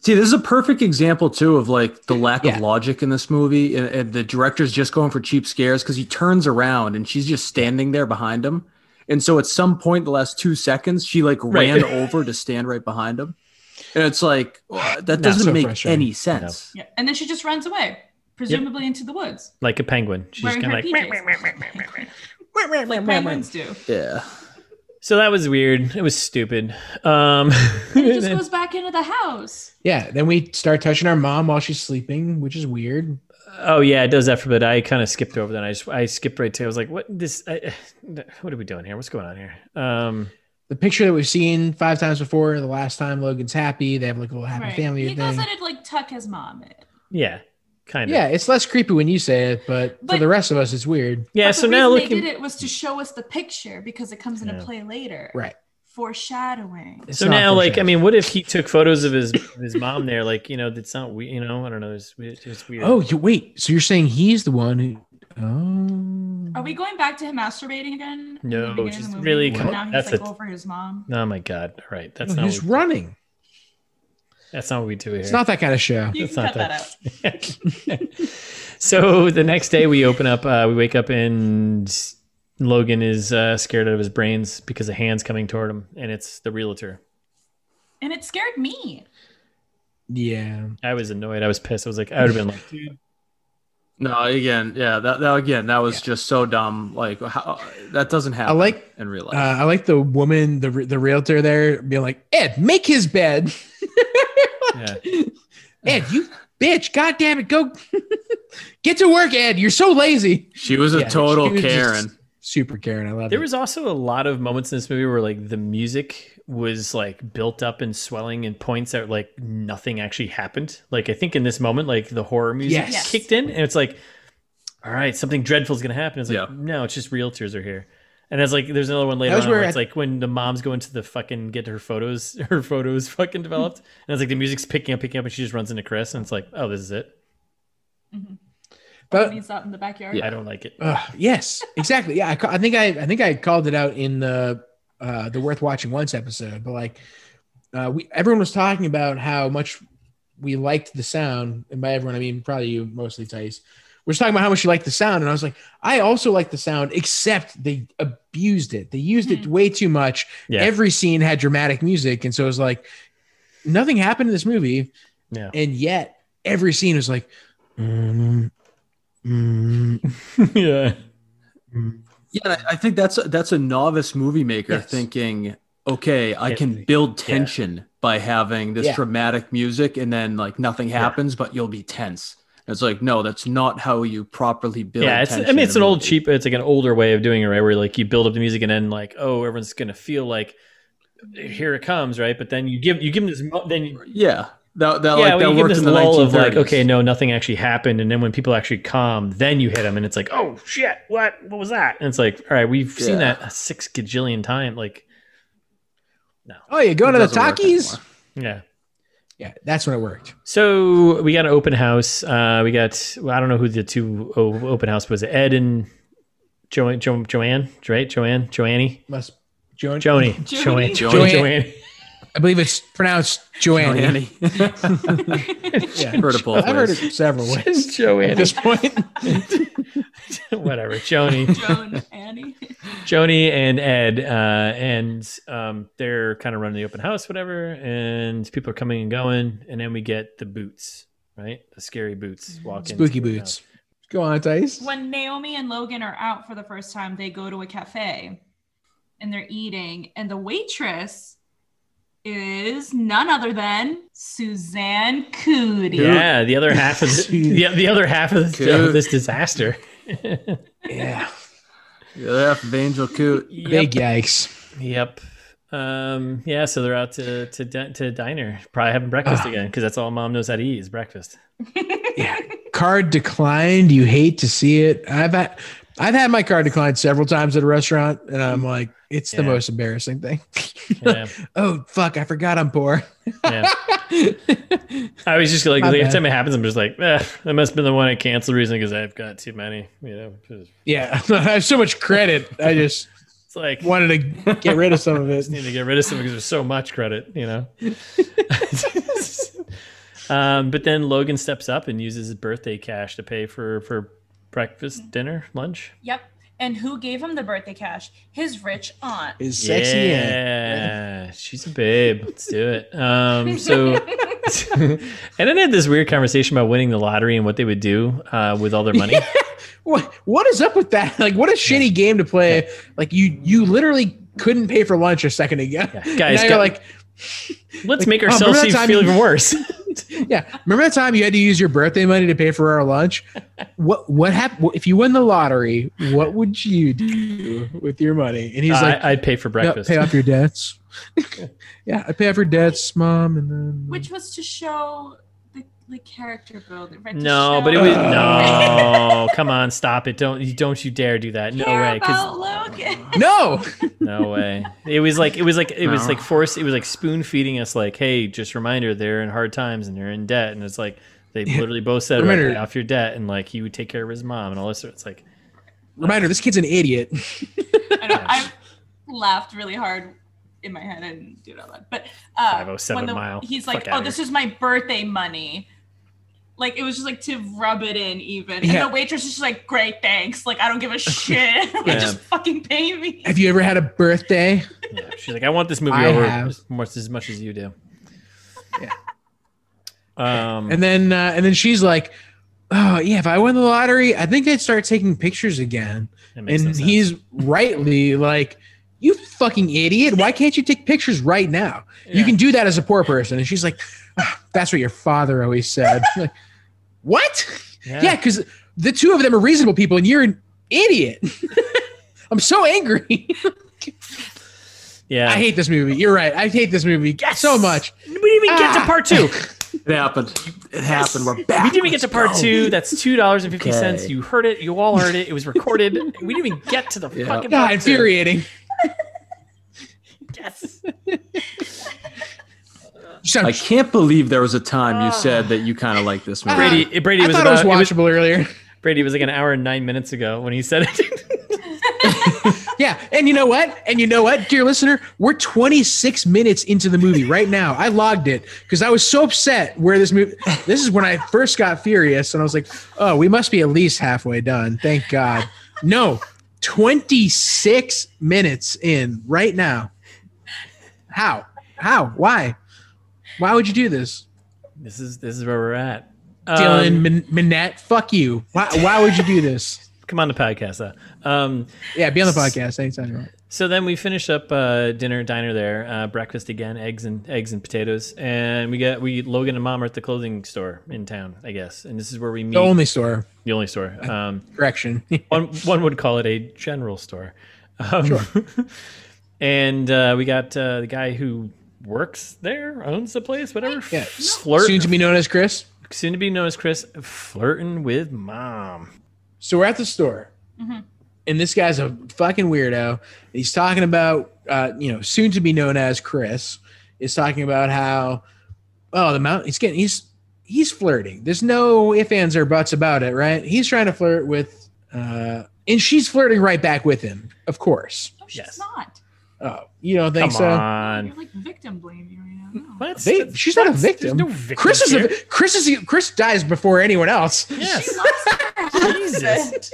S4: See, this is a perfect example too of like the lack
S1: Yeah.
S4: of logic in this movie, and, and the director's just going for cheap scares because he turns around and she's just standing there behind him, and so at some point, the last two seconds, she like
S2: Right.
S4: ran over to stand right behind him, and it's like well, that
S1: No, so
S4: doesn't make
S1: frustrating.
S4: any sense.
S3: Yeah, and then she just runs away, presumably into the woods,
S2: like a penguin. She's
S3: wearing
S2: kind of
S3: her
S2: like.
S3: PJs. like penguins do.
S4: Yeah,
S2: So that was weird. It was stupid. Um,
S3: And it just goes back into the house.
S1: Yeah. Then we start touching our mom while she's sleeping, which is weird.
S2: oh yeah, it does that for. But I kind of skipped over that. I just I skipped right to. I was like, what this? I, what are we doing here? What's going on here? Um,
S1: The picture that we've seen five times before. The last time Logan's happy, they have like a little happy
S3: Right.
S1: family
S3: He
S1: thing.
S3: goes in and like tuck his mom in.
S2: yeah, kind of.
S1: Yeah, it's less creepy when you say it, but, for
S3: But-
S1: the rest of us, it's weird.
S2: Yeah.
S3: But
S2: So
S3: the
S2: now
S3: reason
S2: looking.
S3: they did it was to show us the picture because it comes into
S2: Yeah.
S3: play later.
S1: Right.
S3: Foreshadowing.
S1: It's
S2: so
S1: not
S2: now, like, I
S1: foreshadowing.
S2: mean, what if he took photos of his of his mom there? Like, you know, that's not we. You know, I don't know. It's, it's weird.
S1: oh, you, wait. So you're saying he's the one who? Oh.
S3: Are we going back to him masturbating again? in the
S2: No,
S3: beginning of the
S2: just
S3: movie?
S2: really
S3: And
S1: come-
S3: now he's
S2: that's
S3: like
S2: a-
S3: over his mom.
S2: Oh my god! All right, that's
S1: No,
S2: not.
S1: Oh, he's
S2: What we,
S1: running.
S2: that's not what we do here.
S1: It's not that kind of show.
S3: You
S2: That's
S3: can
S2: not
S3: cut that.
S2: that.
S3: out.
S2: so the next day we open up uh, we wake up in Logan is uh, scared out of his brains because a hand's coming toward him, and it's the realtor.
S3: and it scared me.
S1: Yeah.
S2: I was annoyed. I was pissed. I was like, I would have been like, dude,
S4: No, again, yeah, that, that again, that was just so dumb. Like how, that doesn't happen.
S1: like-
S4: in real
S1: Uh,
S4: life.
S1: I like the woman, the re- the realtor there, being like, "Ed, make his bed."
S2: yeah.
S1: Ed, you bitch! God damn it, go get to work, Ed. You're so lazy.
S4: she was a
S1: yeah,
S4: total
S1: she was just-
S4: Karen.
S1: Super Karen, I love
S2: There
S1: it.
S2: was also a lot of moments in this movie where like the music was like built up and swelling and points that like nothing actually happened. Like I think in this moment, like the horror music
S1: Yes. Yes.
S2: kicked in and it's like, all right, something dreadful is gonna happen. It's like,
S4: Yeah.
S2: no, it's just realtors are here. And it's like there's another one later
S1: That was
S2: on where
S1: where
S2: it's
S1: I-
S2: like when the mom's going to the fucking get her photos, her photos fucking developed. and it's like the music's picking up, picking up, and she just runs into Chris and it's like, oh, this is it.
S1: but
S3: He's out in the backyard.
S4: Yeah.
S2: I don't like it.
S1: uh, yes, exactly. Yeah, I, ca- I think I I think I called it out in the uh, the worth watching once episode. But like, uh, we everyone was talking about how much we liked the sound, and by everyone I mean probably you mostly, Tice. We're just talking about how much you liked the sound, and I was like, I also like the sound, except they abused it. They used it way too much.
S2: Yeah.
S1: Every scene had dramatic music, and so it was like nothing happened in this movie,
S2: Yeah.
S1: and yet every scene was like. mm, mm,
S2: yeah.
S1: mm.
S4: Yeah, and I- I think that's a, that's a novice movie maker
S1: Yes.
S4: thinking, okay, I
S2: Yeah.
S4: can build tension by having this
S1: Yeah.
S4: dramatic music, and then like nothing happens, but you'll be tense. And it's like, no, that's not how you properly build.
S2: yeah, it's, I
S4: tension
S2: mean,
S4: in
S2: it's
S4: a
S2: an old
S4: movie.
S2: cheap, it's like an older way of doing it, right? Where like you build up the music and then like, oh, everyone's gonna feel like here it comes, right? But then you give you give them this, mo- then you,
S4: Yeah, that that
S2: yeah,
S4: like
S2: well,
S4: that
S2: you give them
S4: worked
S2: this
S4: in the
S2: lull
S4: 1930s.
S2: of like, okay, no, nothing actually happened, and then when people actually calm, then you hit them, and it's like, oh shit, what, what was that? And it's like, all right, we've seen
S4: Yeah.
S2: that six gajillion time, like,
S1: Oh, you going
S4: It
S1: to the
S4: doesn't work
S1: Takis?
S4: anymore.
S2: yeah.
S1: Yeah, that's when it worked.
S2: So we got an open house. Uh, we got well, I don't know who the two o- open house was. Ed and jo- jo- Joanne, right? Joanne, Joannie,
S1: Must Joan.
S2: Joni, Joanne,
S3: Joanie.
S2: Joanne,
S1: Joanne. I believe it's pronounced Joanne.
S4: Annie.
S1: Yeah.
S4: Heard it both
S1: I've heard
S4: ways.
S1: it several ways
S2: Just
S1: at
S2: Joanne.
S1: this point.
S2: Whatever. Joni,
S3: Joan, Annie.
S2: Joni, and Ed, uh, and um, they're kind of running the open house, whatever. And people are coming and going, and then we get the boots, right? The scary boots walking.
S1: Spooky boots. Go on, Tice.
S5: when Naomi and Logan are out for the first time, they go to a cafe and they're eating, and the waitress
S3: Is none other than
S5: Suzanne Cootie.
S2: Yeah, the other half of the, the, the other half of, the,
S4: Dude.
S2: of this disaster.
S1: Yeah.
S4: Yeah, that from Angel Coot.
S1: Big yikes.
S2: Yep. Um, yeah, so they're out to to di- to diner, probably having breakfast
S1: Ah.
S2: again because that's all mom knows how to eat is breakfast.
S1: Yeah. Card declined. You hate to see it. I've had I've had my card declined several times at a restaurant, and I'm like, it's the
S2: Yeah.
S1: most embarrassing thing.
S2: Yeah,
S1: oh fuck, I forgot I'm poor.
S2: yeah. I was just like
S1: My
S2: every
S1: bad.
S2: time it happens, I'm just like, eh, that must have been the one I canceled recently because I've got too many. You know, just-
S1: yeah. I have so much credit. I just
S2: it's like I
S1: wanted to get rid of some of it.
S2: just need to get rid of some because there's so much credit. You know. um, but then Logan steps up and uses his birthday cash to pay for for breakfast, dinner, lunch.
S5: Yep. And who gave him the birthday cash? His rich aunt.
S1: Is sexy and
S2: Yeah, she's a babe. Let's do it. Um, so, and then they had this weird conversation about winning the lottery and what they would do uh, with all their money.
S1: what what is up with that? Like, what a shitty game to play. Like, you you literally couldn't pay for lunch a second ago.
S2: Yeah. Guys,
S1: now
S2: go-
S1: you're like,
S2: Let's
S1: Like,
S2: make
S1: oh,
S2: ourselves
S1: remember that
S2: seem-
S1: time
S2: feel
S1: you-
S2: even worse.
S1: yeah. Remember that time you had to use your birthday money to pay for our lunch? What what happened if you won the lottery? What would you do with your money? And he's
S2: Uh,
S1: like,
S2: I, I'd pay for
S1: "No,
S2: breakfast.
S1: pay off your debts. yeah, I pay off your debts, mom, and then
S3: which was to show the, the character building. Right? To
S2: No,
S3: show-
S2: but it was no. Come on, stop it! Don't you don't you dare do that. No
S3: Care
S2: way,
S3: about
S2: because
S3: Logan.
S1: no.
S2: no way. It was like it was like it was
S4: No.
S2: like force. It was like spoon feeding us. Like, hey, just reminder, they're in hard times and they're in debt, and it's like they literally both said, right,
S1: Reminder.
S2: pay off your debt, and like he would take care of his mom and all this. sort- It's like
S1: Reminder: This kid's an idiot.
S3: I, know, I laughed really hard in my head. I didn't do it out loud. But uh,
S2: 507
S3: when the,
S2: mile.
S3: he's like,
S2: Fuck
S3: oh,
S2: outta
S3: this
S2: here."
S3: is my birthday money. Like it was just like to rub it in even.
S1: Yeah.
S3: And the waitress is just like, great, thanks. Like I don't give a shit. like
S2: Yeah.
S3: just fucking pay me.
S1: Have you ever had a birthday?
S2: Yeah. She's like, I want this movie
S1: I
S2: over
S1: have.
S2: as much, as much as you do.
S1: Yeah.
S2: Um,
S1: And then uh, and then she's like, "Oh yeah, if I won the lottery, I think I'd start taking pictures again."
S2: that makes no
S1: And
S2: sense.
S1: he's rightly like, "You fucking idiot! Why can't you take pictures right now? You
S2: Yeah.
S1: can do that as a poor person." And she's like, "Ah, "That's what your father always said." I'm like, what? Yeah, because the two of them are reasonable people, and you're an idiot. I'm so angry.
S2: Yeah.
S1: I hate this movie. You're right. I hate this movie so much.
S2: We didn't even get
S1: Ah.
S2: to part two.
S4: It happened. It happened. We're back.
S2: We didn't even get to part two. That's two dollars and fifty cents.
S4: Okay.
S2: You heard it. You all heard it. It was recorded. we didn't even get to the
S4: Yeah.
S2: fucking.
S1: God,
S2: part two.
S1: infuriating.
S2: Yes.
S1: You sound
S4: I can't believe there was a
S2: Ah.
S4: time you said that you kind of like this movie.
S2: Brady. Brady
S1: I
S2: was
S1: thought
S2: about.
S1: it was watchable earlier.
S2: Brady was like an hour and nine minutes ago when he said it.
S1: Yeah, and you know what? And you know what, dear listener, we're 26 minutes into the movie right now. I logged it because I was so upset where this movie. This is when I first got furious, and I was like, "Oh, we must be at least halfway done." Thank God. No, 26 minutes in right now. How? How? Why? Why would you do this,
S2: this is this is where we're at.
S1: Dylan
S2: Um,
S1: Min- Minette? Fuck you. Why? Why would you do this?
S2: come on the podcast. Uh. Um,
S1: Yeah, be on the podcast anytime you want.
S2: So then we finish up uh, dinner diner there, uh, breakfast again, eggs and eggs and potatoes, and we get we Logan and mom are at the clothing store in town, I guess, and this is where we meet
S1: The only store
S2: the only store. Um,
S1: correction.
S2: one one would call it a general store. Um, and uh, we got uh, the guy who works there, owns the place, whatever.
S1: Yeah.
S2: flirt
S1: Soon to be known as Chris.
S2: soon to be known as Chris, flirting with mom.
S1: So we're at the store, and this guy's a fucking weirdo. And he's talking about, uh, you know, soon to be known as Chris, is talking about how, oh, the mount. He's getting he's he's flirting. There's no ifs, ands, or buts about it, right? He's trying to flirt with, uh, and she's flirting right back with him, of course.
S3: No, she's
S2: Yes.
S3: not.
S1: Oh, you don't think
S2: Come
S1: so?
S2: on,
S3: You're like victim blaming right now. No.
S2: What?
S1: They, she's not a
S2: What? There's
S1: victim.
S2: no victim
S1: Chris is
S2: here.
S1: a, Chris is Chris dies before anyone else.
S2: Yes.
S3: She lost her husband.
S2: Jesus.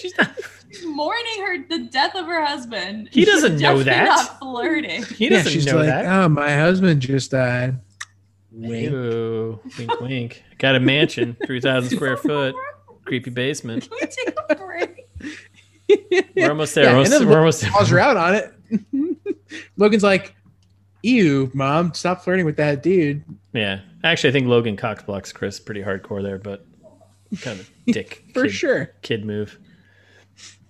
S2: She's not.
S3: She's mourning her the death of her husband.
S2: He doesn't
S3: She's
S2: know
S3: definitely
S2: that.
S3: Not flirting.
S2: He doesn't
S1: she's
S2: know
S1: like,
S2: that.
S1: oh, my husband just died. Wink.
S2: Ew. wink, wink. Got a mansion, 3,000 square foot, creepy basement.
S3: Can we take a break?
S2: We're almost there.
S1: Yeah,
S2: we're,
S1: and
S2: almost,
S1: then
S2: we're almost there.
S1: calls her out on it. Logan's like, "Ew, mom, stop flirting with that dude."
S2: Yeah. Actually, I think Logan Cox blocks Chris pretty hardcore there, but kind of a dick.
S1: For
S2: kid,
S1: sure.
S2: Kid move.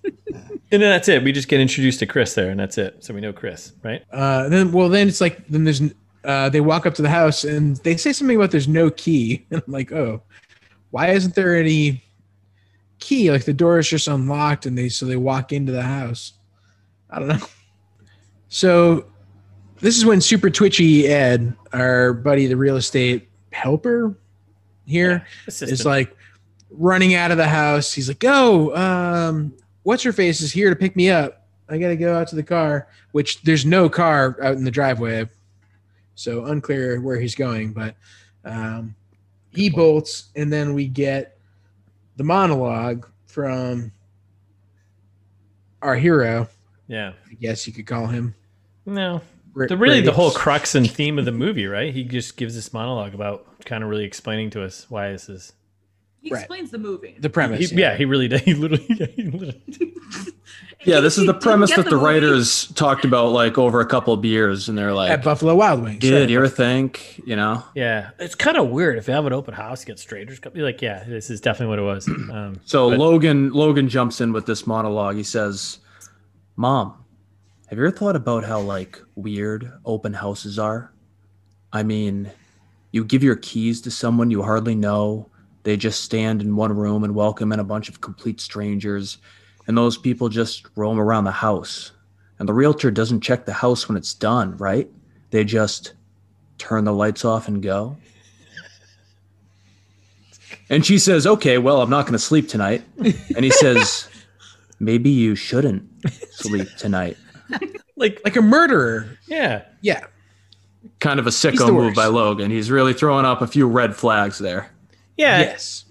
S2: and then that's it. We just get introduced to Chris there, and that's it. So we know Chris, right?
S1: Uh, then, well, then it's like, then there's, uh, they walk up to the house and they say something about there's no key, and I'm like, oh, why isn't there any key? Like the door is just unlocked, and they so they walk into the house. I don't know. So, this is when Super Twitchy Ed, our buddy, the real estate helper here,
S2: Assistant.
S1: is like running out of the house. He's like, "Oh, um, what's her face is here to pick me up. I gotta go out to the car." Which there's no car out in the driveway, so unclear where he's going. But um, he bolts, and then we get the monologue from our hero.
S2: yeah.
S1: I guess you could call him.
S2: No.
S1: Br-
S2: The, really, the
S1: Brady.
S2: whole crux and theme of the movie, right? He just gives this monologue about kind of really explaining to us why this is
S3: He
S1: Right.
S3: explains the movie.
S1: the
S2: He-
S1: premise.
S2: yeah, he really did. He literally, yeah, he literally
S4: Yeah, this is the
S3: Didn't
S4: premise
S3: get
S4: that the
S3: movie.
S4: writers talked about like over a couple of years, and they're
S1: at
S4: like,
S1: Buffalo Wild Wings.
S4: "Dude, you ever think?" You know,
S2: yeah. It's kind of weird if you have an open house, get strangers come. You're like, yeah, this is definitely what it was. Um,
S4: So
S2: But-
S4: Logan Logan jumps in with this monologue. He says, "Mom, have you ever thought about how like weird open houses are? I mean, you give your keys to someone you hardly know. They just stand in one room and welcome in a bunch of complete strangers, and those people just roam around the house. And the realtor doesn't check the house when it's done, right? They just turn the lights off and go." And she says, "Okay, well, I'm not going to sleep tonight." And he says, "Maybe you shouldn't sleep tonight."
S2: like,
S1: like a murderer.
S2: yeah,
S1: Yeah,
S4: Kind of a
S1: He's the
S4: sicko
S1: worst.
S4: move by Logan. He's really throwing up a few red flags there.
S2: Yeah.
S1: Yes.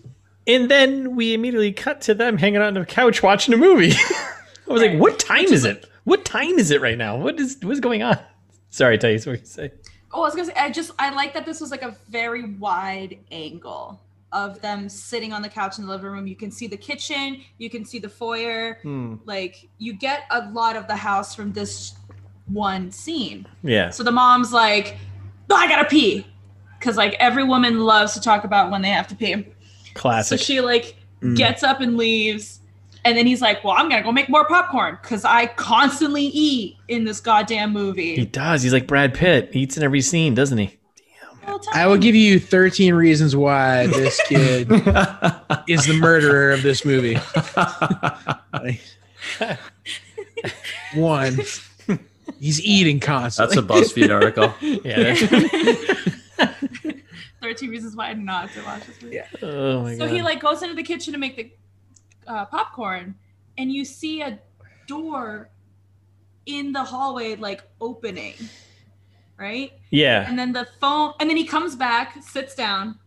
S2: And then we immediately cut to them hanging out on a couch watching a movie. I was like, what time is it? What time is it right now? What is what's going on? Sorry, Thais, what you say?
S3: Oh, I was gonna say, I just I like that this was like a very wide angle of them sitting on the couch in the living room. You can see the kitchen, you can see the foyer. Like you get a lot of the house from this one scene.
S2: Yeah.
S3: So the mom's like, "Oh, I gotta pee. Cause like every woman loves to talk about when they have to pee. So
S2: Classic.
S3: she like
S1: Mm.
S3: gets up and leaves. And then he's like, Well, I'm gonna go make more popcorn because I constantly eat in this goddamn
S2: he
S3: movie.
S2: does. He's like Brad Pitt. He eats in every scene, doesn't he?
S1: I will give you 13 reasons why this kid is the murderer of this movie. One, he's eating
S4: That's
S1: constantly.
S4: a BuzzFeed article.
S2: Yeah.
S3: Thirteen Reasons Why I Did Not Have to Watch This Movie.
S1: Yeah.
S2: oh my
S3: So
S2: god.
S3: he like goes into the kitchen to make the uh, popcorn, and you see a door in the hallway like opening, right?
S2: yeah.
S3: And then the phone, and then he comes back, sits down,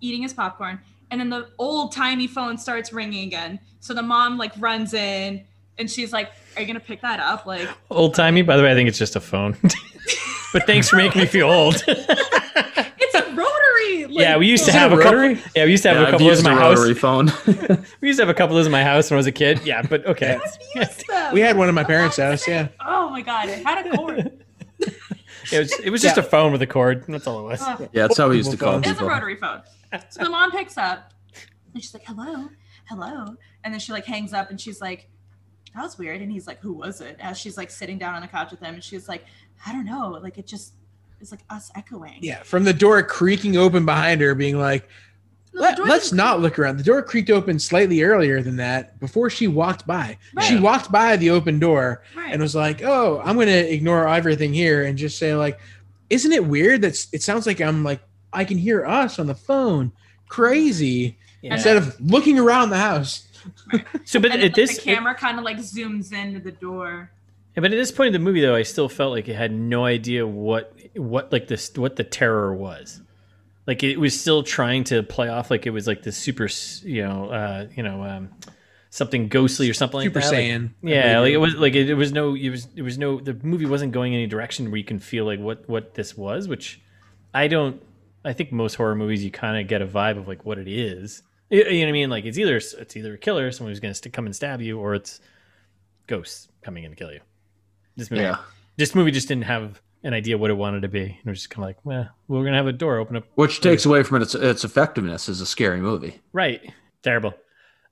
S3: eating his popcorn, and then the old tiny phone starts ringing again. So the mom like runs in, and she's like, "Are you gonna pick that up?" Like,
S2: Old timey. By the way, I think it's just a phone. but thanks for making me feel old.
S3: it's a rotary. Like,
S2: yeah, we used to
S1: Is it
S2: have
S1: a
S2: a couple.
S1: rotary?
S2: Yeah, we used to have
S4: Yeah,
S2: a
S4: I've
S2: couple of those
S4: used
S2: in
S4: a
S2: my house.
S4: rotary phone.
S2: We used to have a couple of those in my house when I was a kid. Yeah, but okay.
S3: used them.
S1: we had one in my parents' house. Yeah.
S3: Oh my god, it had a cord.
S2: It was it was just
S1: Yeah.
S2: a phone with a cord. That's all it was.
S3: Ugh.
S4: Yeah, that's how we used to call
S1: It's
S3: It's a
S4: people.
S3: rotary phone. So the mom picks up and she's like, hello, hello. And then she like hangs up and she's like, that was weird. And he's like, who was it? As she's like sitting down on the couch with him and she's like, I don't know. Like it just, it's like us echoing.
S1: Yeah. From the door creaking open behind her, being like,
S3: No, the
S1: Let,
S3: door
S1: us
S3: didn't-
S1: not look around. The door creaked open slightly earlier than that before she walked by. She
S3: Right.
S1: walked by the open door
S3: Right.
S1: and was like, "Oh, I'm going to ignore everything here and just say like, isn't it weird that s- it sounds like I'm like I can hear us on the phone? Crazy."
S2: Yeah.
S1: Instead of looking around the house.
S2: So, but
S3: and
S2: at
S3: then,
S2: this
S3: the camera kind of like zooms into the door.
S2: Yeah, but at this point in the movie, though, I still felt like it had no idea what what like this what the terror was. Like it was still trying to play off like it was like this super, s- you know, uh, you know, um, something ghostly or something
S1: Super
S2: like that. Like,
S1: Saiyan.
S2: yeah, like it was like it, it was no, it was it was no. The movie wasn't going any direction where you can feel like what what this was, which I don't. I think most horror movies you kind of get a vibe of like what it is. You, you know what I mean? Like it's either it's either a killer, someone who's going to come and stab you, or it's ghosts coming in to kill you. This movie,
S4: Yeah.
S2: this movie just didn't have an idea what it wanted to be, and it was just kind of like, well, we're going to have a door open up,
S4: Which takes away from its its effectiveness as a scary movie.
S2: right? Terrible.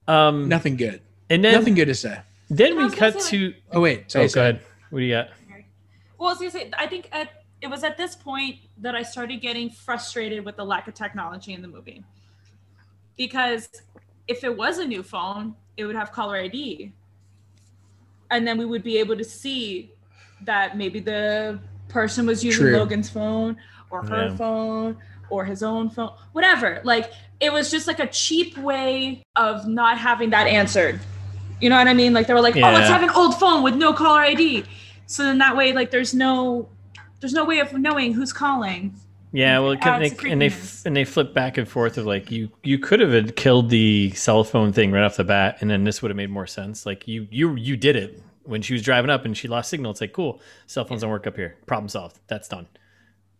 S2: Um,
S1: Nothing good.
S2: and then
S1: Nothing good to say.
S2: then
S3: I
S2: we
S3: was gonna
S2: cut
S3: say,
S2: to.
S1: Oh wait,
S2: Oh,
S1: sorry,
S2: go ahead. What do you got?
S3: Well, I was gonna say, I think at, it was at this point that I started getting frustrated with the lack of technology in the movie. Because if it was a new phone, it would have caller ID. And then we would be able to see that maybe the person was using
S1: True.
S3: Logan's phone or her
S2: Yeah.
S3: phone or his own phone, whatever. Like it was just like a cheap way of not having that answered. You know what I mean? Like they were like, oh, let's
S2: Yeah.
S3: have an old phone with no caller ID. So then that way, like there's no there's no way of knowing who's calling.
S2: Yeah, well,
S3: adds
S2: and
S3: to
S2: they, and they
S3: Oh, creepiness.
S2: and they flip back and forth of like you you could have killed the cell phone thing right off the bat, and then this would have made more sense. Like you you you did it when she was driving up and she lost signal. It's like cool, cell phones don't work up here. Problem solved. That's done.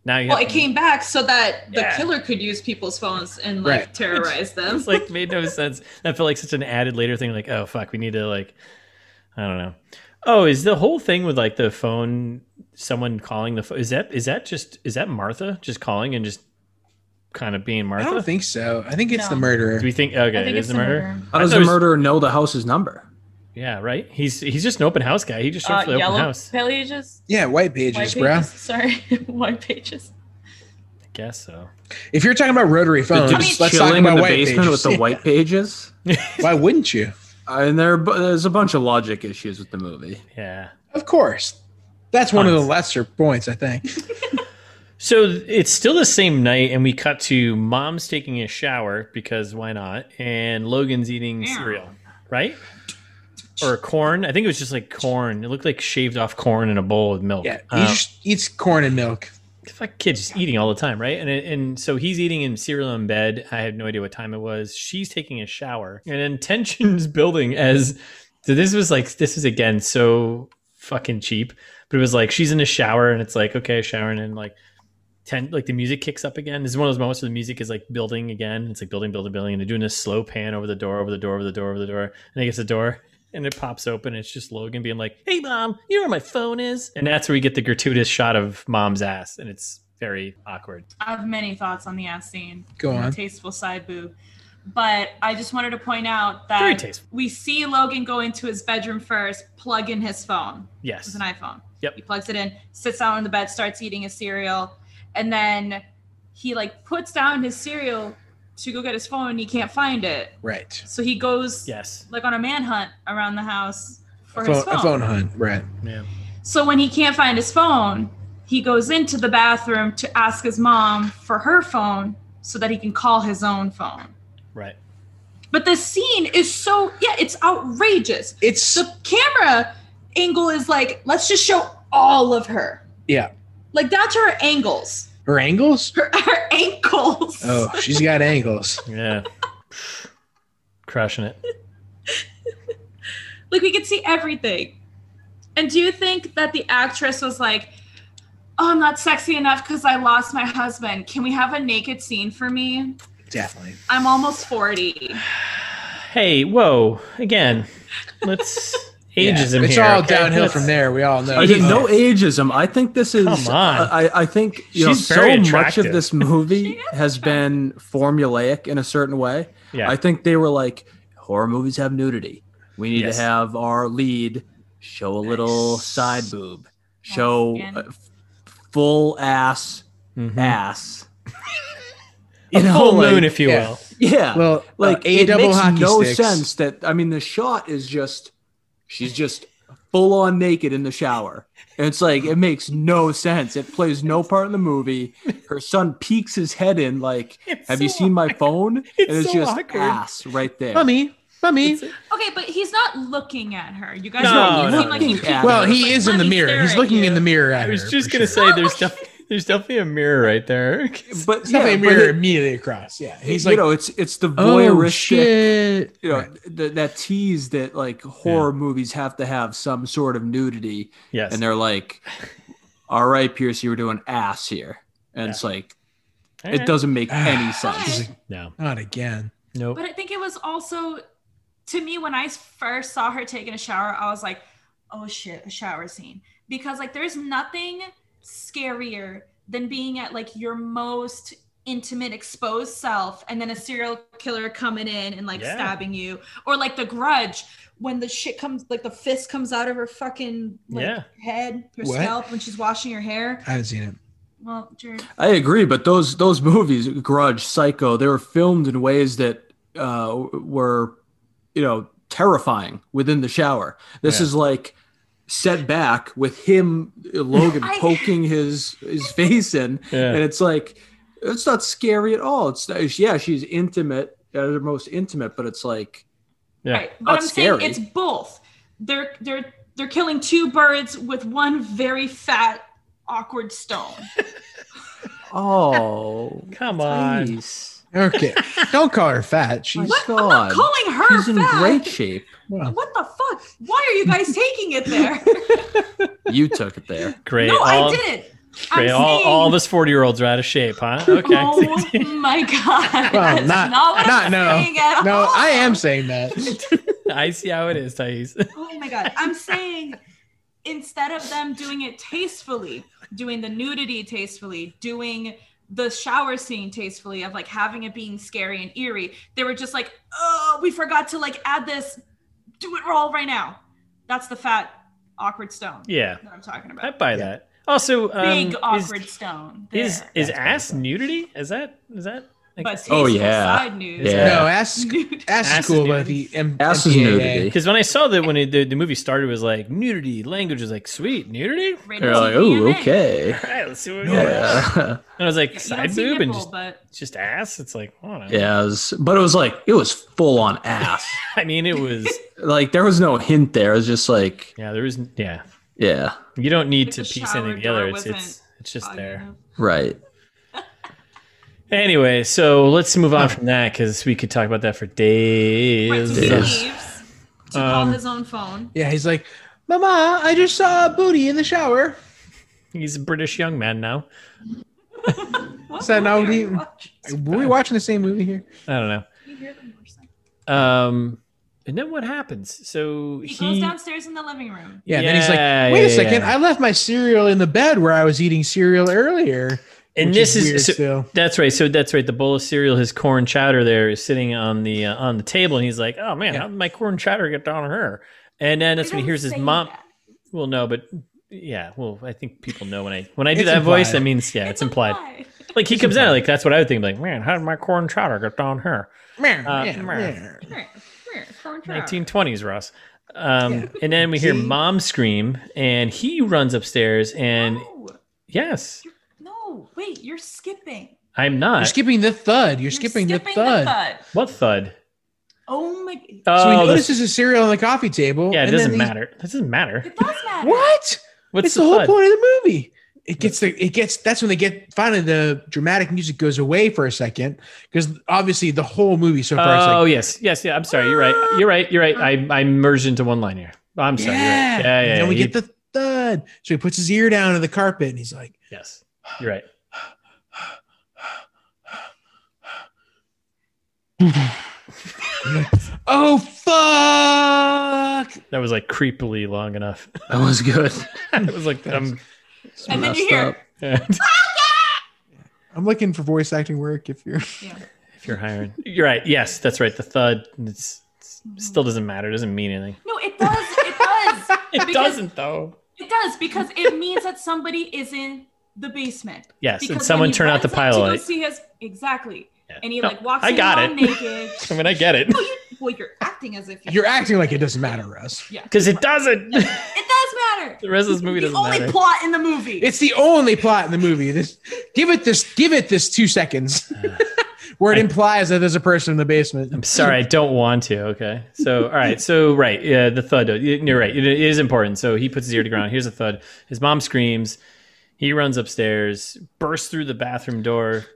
S2: Now you
S3: Well,
S2: have
S3: it came back so that the
S2: Yeah.
S3: killer could use people's phones and like
S1: Right.
S3: terrorize them.
S2: it's like made no sense. That felt like such an added later thing. Like oh fuck, we need to like I don't know. Oh, is the whole thing with like the phone someone calling the phone is that is that just is that Martha just calling and just kind of being
S1: I
S2: Martha?
S1: don't think so. I think it's
S3: No.
S1: the
S2: Do
S1: murderer.
S2: we think okay?
S3: I think
S2: it
S3: it's
S2: is
S3: the
S2: a murder. I
S4: How does
S2: thought
S4: the
S2: it was-
S4: murderer know the house's number?
S2: Yeah, right. He's he's just an open house guy. He just showed up
S5: Uh,
S2: for the
S5: yellow
S2: open house. I
S5: pages.
S1: Yeah, white pages,
S5: White
S1: bro.
S5: pages. Sorry, white pages.
S2: guess so.
S1: If you're talking about rotary
S4: The
S1: phones, let's
S4: dude's
S1: talk
S4: chilling in
S1: about
S4: the
S1: white
S4: basement
S1: pages.
S4: with the white pages.
S1: Why wouldn't you?
S4: And there, bu- there's a bunch of logic issues with the movie.
S2: Yeah.
S1: Of course. That's one of the
S2: Tons.
S1: lesser points, I think.
S2: So it's still the same night, and we cut to mom's taking a shower because why not? And Logan's eating
S3: Yeah.
S2: cereal, right? Or corn. I think it was just like corn. It looked like shaved off corn in a bowl with milk.
S1: Yeah, he
S2: Um,
S1: just eats corn and milk.
S2: fuck kid's just eating all the time, right? And and so he's eating in cereal in bed. I had no idea what time it was. She's taking a shower, and then tensions building as so this was like this is again so fucking cheap, but it was like she's in a shower and it's like okay, showering and like. Ten, like the music kicks up again. This is one of those moments where the music is like building again. It's like building, building, building, and they're doing this slow pan over the door, over the door, over the door, over the door, and it gets the door, and it pops open. And it's just Logan being like, "Hey, mom, you know where my phone is?" And that's where we get the gratuitous shot of mom's ass, and it's very awkward.
S3: I have many thoughts on the ass scene.
S1: Go on.
S3: Tasteful side boob. But I just wanted to point out that
S2: Very tasteful.
S3: we see Logan go into his bedroom first, plug in his phone. It's
S2: Yes,
S3: an iPhone.
S2: Yep.
S3: He plugs it in, sits down on the bed, starts eating his cereal, and then he like puts down his cereal to go get his phone and he can't find it.
S1: Right.
S3: So he goes
S2: yes,
S3: like on a manhunt around the house for
S1: Phone,
S3: his
S1: a phone hunt. Right.
S2: yeah.
S3: So when he can't find his phone, he goes into the bathroom to ask his mom for her phone so that he can call his own phone.
S2: Right.
S3: But the scene is so yeah, it's outrageous.
S1: It's
S3: The camera angle is like, let's just show all of her.
S1: yeah.
S3: Like that's her angles.
S1: Her angles?
S3: Her, her ankles.
S1: Oh, she's got angles.
S2: Yeah. Crushing it.
S3: Like we could see everything. And do you think that the actress was like, Oh, I'm not sexy enough because I lost my husband. Can we have a naked scene for me?
S1: Definitely.
S3: I'm almost 40.
S2: Hey, whoa. Again, let's ages
S1: Yeah.
S2: in
S1: It's
S2: here.
S1: all
S2: okay?
S1: downhill
S2: Let's-
S1: from there. We all know. Uh,
S4: I did
S2: Jesus.
S4: no ageism. I think this is.
S2: Come on.
S4: I, I think you
S2: She's
S4: know
S2: very
S4: so much
S2: attractive.
S4: of this movie has been formulaic in a certain way.
S2: Yeah.
S4: I think they were like horror movies have nudity. We need
S2: Yes.
S4: to have our lead show a little
S2: Nice.
S4: side boob, show
S3: skin.
S4: a f- full ass
S2: Mhm.
S4: ass.
S2: A
S4: You know,
S2: full
S4: like-
S2: moon, if you
S1: yeah.
S2: will.
S4: yeah,
S1: Well,
S4: like
S1: uh,
S4: it makes no
S1: sticks.
S4: sense that I mean the shot is just she's just full on naked in the shower. And it's like it makes no sense. It plays no part in the movie. Her son peeks his head in like,
S2: It's
S4: "Have you
S2: so
S4: seen my phone?" and it's
S2: so
S4: just
S2: awkward.
S4: ass right there.
S1: Mummy, mummy.
S3: Okay, but he's not looking at her. You guys
S2: No,
S3: don't
S2: no,
S3: seem like he
S4: looking at
S3: peeked.
S1: Well,
S4: her.
S1: he
S3: Like,
S1: is in the
S3: let me
S1: mirror.
S3: stare
S1: He's
S3: at
S1: looking
S3: you.
S1: in the mirror. At
S2: I was
S1: her,
S2: just
S1: for
S2: gonna
S1: sure.
S2: say there's def- there's definitely a mirror right there.
S4: but
S1: There's
S4: yeah,
S1: definitely a
S4: but
S1: mirror
S4: it-
S1: immediately across. Yeah, he's
S4: you
S1: like,
S4: know, it's it's the
S1: oh
S4: voyeuristic,
S1: shit.
S4: you know,
S1: Right.
S4: th- that tease that like horror movies have to have some sort of nudity.
S2: Yes.
S4: and they're like, "All right, Pierce, you were doing ass here," and it's like
S2: All
S4: it
S2: right.
S4: doesn't make any
S1: He's
S4: sense.
S1: like,
S2: No.
S1: Not again.
S2: Nope.
S3: But I think it was also, to me, when I first saw her taking a shower, I was like, oh shit, a shower scene. Because, like, there's nothing scarier than being at, like, your most intimate, exposed self and then a serial killer coming in and, like,
S2: Yeah.
S3: stabbing you. Or, like, the grudge when the shit comes, like, the fist comes out of her fucking like,
S2: Yeah.
S3: head, her
S1: What?
S3: scalp when she's washing her hair.
S1: I haven't seen it.
S3: Well, Jared,
S4: I agree, but those those movies, Grudge, Psycho, they were filmed in ways that uh, were, you know, terrifying within the shower. This
S2: Yeah.
S4: is like set back with him, uh, Logan
S3: I-
S4: poking his his face in,
S2: Yeah.
S4: and it's like it's not scary at all. It's, it's yeah, she's intimate at her most intimate, but it's like
S2: Yeah.
S3: Right. But
S4: Not
S3: I'm
S4: scary.
S3: saying it's both. They're they're they're killing two birds with one very fat awkward stone.
S4: oh,
S2: Come on.
S4: please.
S1: Okay, don't call her fat. She's
S4: My
S3: What? I'm not
S4: God.
S3: calling her
S4: He's in
S3: fat.
S4: great shape.
S1: well,
S3: What the fuck? Why are you guys taking it there?
S4: You took it there.
S2: Great.
S3: no,
S2: all,
S3: I didn't.
S2: Great.
S3: I'm
S2: All,
S3: saying,
S2: all of us 40 year olds are out of shape, huh? Okay.
S3: Oh my god.
S1: Well,
S3: That's
S1: not-
S3: what
S1: not-
S3: I'm
S1: no.
S3: saying at
S1: no,
S3: all.
S1: I am saying that.
S2: I see how it is, Thais.
S3: Oh my god. I'm saying instead of them doing it tastefully, doing the nudity tastefully, doing the shower scene tastefully of like having it being scary and eerie, they were just like, "Oh, we forgot to like add this. Do it all right now." That's the fat awkward stone
S2: Yeah.
S3: that I'm talking
S2: I
S3: about.
S2: buy that. Also, um,
S3: Big
S2: is-
S3: awkward stone. There.
S2: is is
S1: That's
S2: ass nudity? Is that is that?
S3: but
S4: Oh,
S3: tasteful
S4: yeah.
S3: side news.
S4: Yeah.
S1: No, ass,
S3: Nude.
S1: ass
S2: Ass
S1: is cool,
S2: is
S1: but
S2: nudity.
S1: the M-
S4: Ass is
S1: MPAA.
S4: nudity.
S2: Because when I saw that when it, the, the movie started it was like nudity language was like sweet nudity.
S3: Rated
S4: They're like,
S3: TVMA.
S4: oh, okay.
S2: All right, let's see what we got.
S4: Yeah.
S2: And I was like
S3: Yeah, you
S2: side
S3: don't see
S2: boob and
S3: nipple,
S2: just
S3: but
S2: just ass. It's like I don't know.
S4: Yeah. it was- but it was like, it was full on ass.
S2: I mean, it was
S4: Like, there was no hint there. It was just like,
S2: yeah. There was yeah.
S4: yeah.
S2: You don't need
S3: Like
S2: to
S3: the
S2: piece
S3: shower
S2: anything together.
S3: door
S2: It's it's
S3: wasn't
S2: it's just
S3: foggy
S2: there.
S3: enough.
S4: Right.
S2: Anyway, so let's move on from that because we could talk about that for days.
S5: Right, so he
S4: Yes.
S5: leaves
S3: to call
S2: Um,
S3: his own phone.
S1: Yeah, he's like, Mama, I just saw a booty in the shower.
S2: He's a British young man now.
S3: What
S1: So now
S3: movie
S1: he-
S3: are you watching?
S1: Were we watching the same movie here?
S2: I don't know.
S3: Can you hear the motorcycle?
S2: Um, and then what happens? So
S3: He
S2: he,
S3: goes downstairs in the living room.
S1: Yeah, and then he's like,
S2: Yeah,
S1: wait a
S2: yeah,
S1: second,
S2: yeah.
S1: I left my cereal in the bed where I was eating cereal earlier.
S2: and
S1: which
S2: this is,
S1: weird
S2: so-
S1: still.
S2: that's right. So that's right. The bowl of cereal, his corn chowder, there is sitting on the uh, on the table, and he's like, "Oh man,
S1: Yeah.
S2: how did my corn chowder get down here?" And then that's
S3: They
S2: when he
S3: don't
S2: hears his
S3: say
S2: mom.
S3: that.
S2: Well, no, but yeah. Well, I think people know when I when I do
S1: It's
S2: that voice,
S1: implied.
S2: that means yeah, it's, implied.
S3: implied.
S2: Like he comes out, like that's what I would think. Like, man, how did my corn chowder get down here?
S1: Meh,
S2: Uh,
S1: meh,
S2: meh.
S1: meh.
S3: Here, here, phone trial.
S2: 1920s, Ross. Um,
S1: Yeah.
S2: And then we hear
S1: See?
S2: mom scream, and he runs upstairs. And
S3: No,
S2: yes,
S3: no, wait, you're skipping.
S2: I'm not.
S1: You're skipping the thud. You're,
S3: You're
S1: skipping, the thud.
S2: what thud?
S3: Oh my! It
S1: So he
S2: Oh, the-
S1: notices his cereal on the coffee table.
S2: yeah, it
S1: and then
S2: doesn't
S1: he's-
S2: matter. That doesn't matter.
S3: does matter.
S1: What?
S2: What's
S1: it's the, whole
S2: thud?
S1: point of the movie. It gets the it gets that's when they get finally the dramatic music goes away for a second because obviously the whole movie so far is
S2: Oh
S1: like
S2: yes, yes, yeah. I'm sorry. You're right. You're right. You're right. I I merged into one line here. I'm sorry. you're
S1: yeah,
S2: right. yeah, yeah.
S1: And then we
S2: you-
S1: get the thud. So he puts his ear down to the carpet and he's like,
S2: yes. You're right.
S1: "Oh fuck!"
S2: That was like creepily long enough.
S4: That was good.
S2: it was like um,
S4: It's
S3: And then you
S4: messed
S3: hear-
S4: up.
S1: I'm looking for voice acting work. If you're
S2: if you're hiring. You're right. Yes, that's right. The thud. It's, it's still doesn't matter. It doesn't mean anything.
S3: No, it does. It does.
S2: It
S3: Because-
S2: doesn't though.
S3: it does because it means that somebody is in the basement.
S2: Yes,
S3: Because
S2: and
S3: when
S2: someone
S3: he
S2: turn out
S3: runs
S2: the
S3: up to go
S2: pilot.
S3: see his exactly,
S2: Yeah.
S3: and he
S2: No,
S3: like walks
S2: I
S3: in
S2: got
S3: all
S2: it.
S3: naked.
S2: I mean, I get it
S5: Well, you're acting as if
S1: you're acting like it doesn't matter, Russ.
S2: because it doesn't. the
S3: It does matter.
S2: rest of this movie
S3: the
S2: doesn't
S3: only
S2: matter.
S3: plot in the movie.
S1: It's the only plot in the movie. This give it this give it this two seconds where it implies that there's a person in the basement.
S2: I'm sorry, I don't want to. Okay, so all right, so right, yeah, the thud. You're right. It is important. So he puts his ear to ground. Here's a thud. His mom screams. He runs upstairs, bursts through the bathroom door.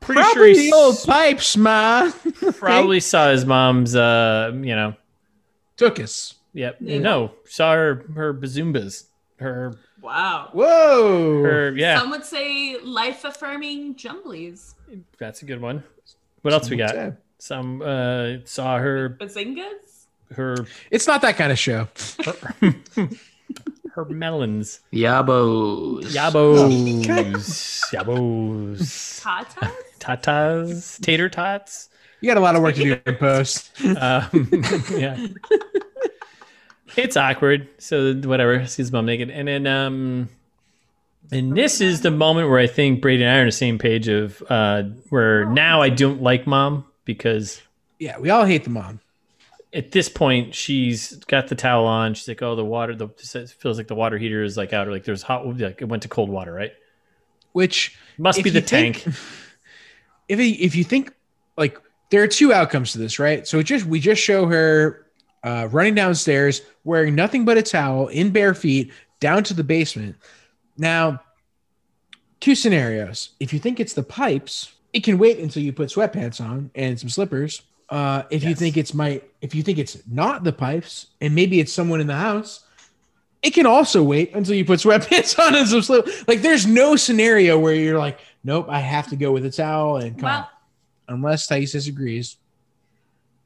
S2: Pretty
S1: Probably
S2: sure he
S1: the old
S2: s-
S1: pipes, ma.
S2: probably saw his mom's. Uh, you know,
S1: Took us.
S2: yep. No, saw her her bazoombas. Her
S3: wow.
S1: Whoa.
S2: her yeah.
S3: Some would say life affirming jumblies.
S2: That's a good one. What else we got? Some uh saw her
S3: Bazingas?
S2: her
S1: It's not that kind of show.
S2: her, her melons.
S4: Yabos.
S2: Yabos. Yabos.
S3: Tatas?
S2: Tatas. Tater tots.
S1: You got a lot of work to do in post.
S2: Um, yeah. It's awkward. So whatever. Sees mom naked. And then um and this is the moment where I think Brady and I are on the same page of uh where now I don't like mom because
S1: Yeah, we all hate the mom.
S2: at this point she's got the towel on she's like oh the water the it feels like the water heater is like out or like there's hot like it went to cold water right
S1: Which
S2: must
S1: If
S2: be the
S1: you think-
S2: tank
S1: if you- if you think like there are two outcomes to this, right? So it just we just show her uh, running downstairs wearing nothing but a towel in bare feet down to the basement. Now, two scenarios. If you think it's the pipes, it can wait until you put sweatpants on and some slippers. Uh, if you
S2: Yes.
S1: think it's my if you think it's not the pipes and maybe it's someone in the house, it can also wait until you put sweatpants on and some slippers. Like there's no scenario where you're like, nope, I have to go with a towel and come
S3: Well,
S1: unless Thais disagrees.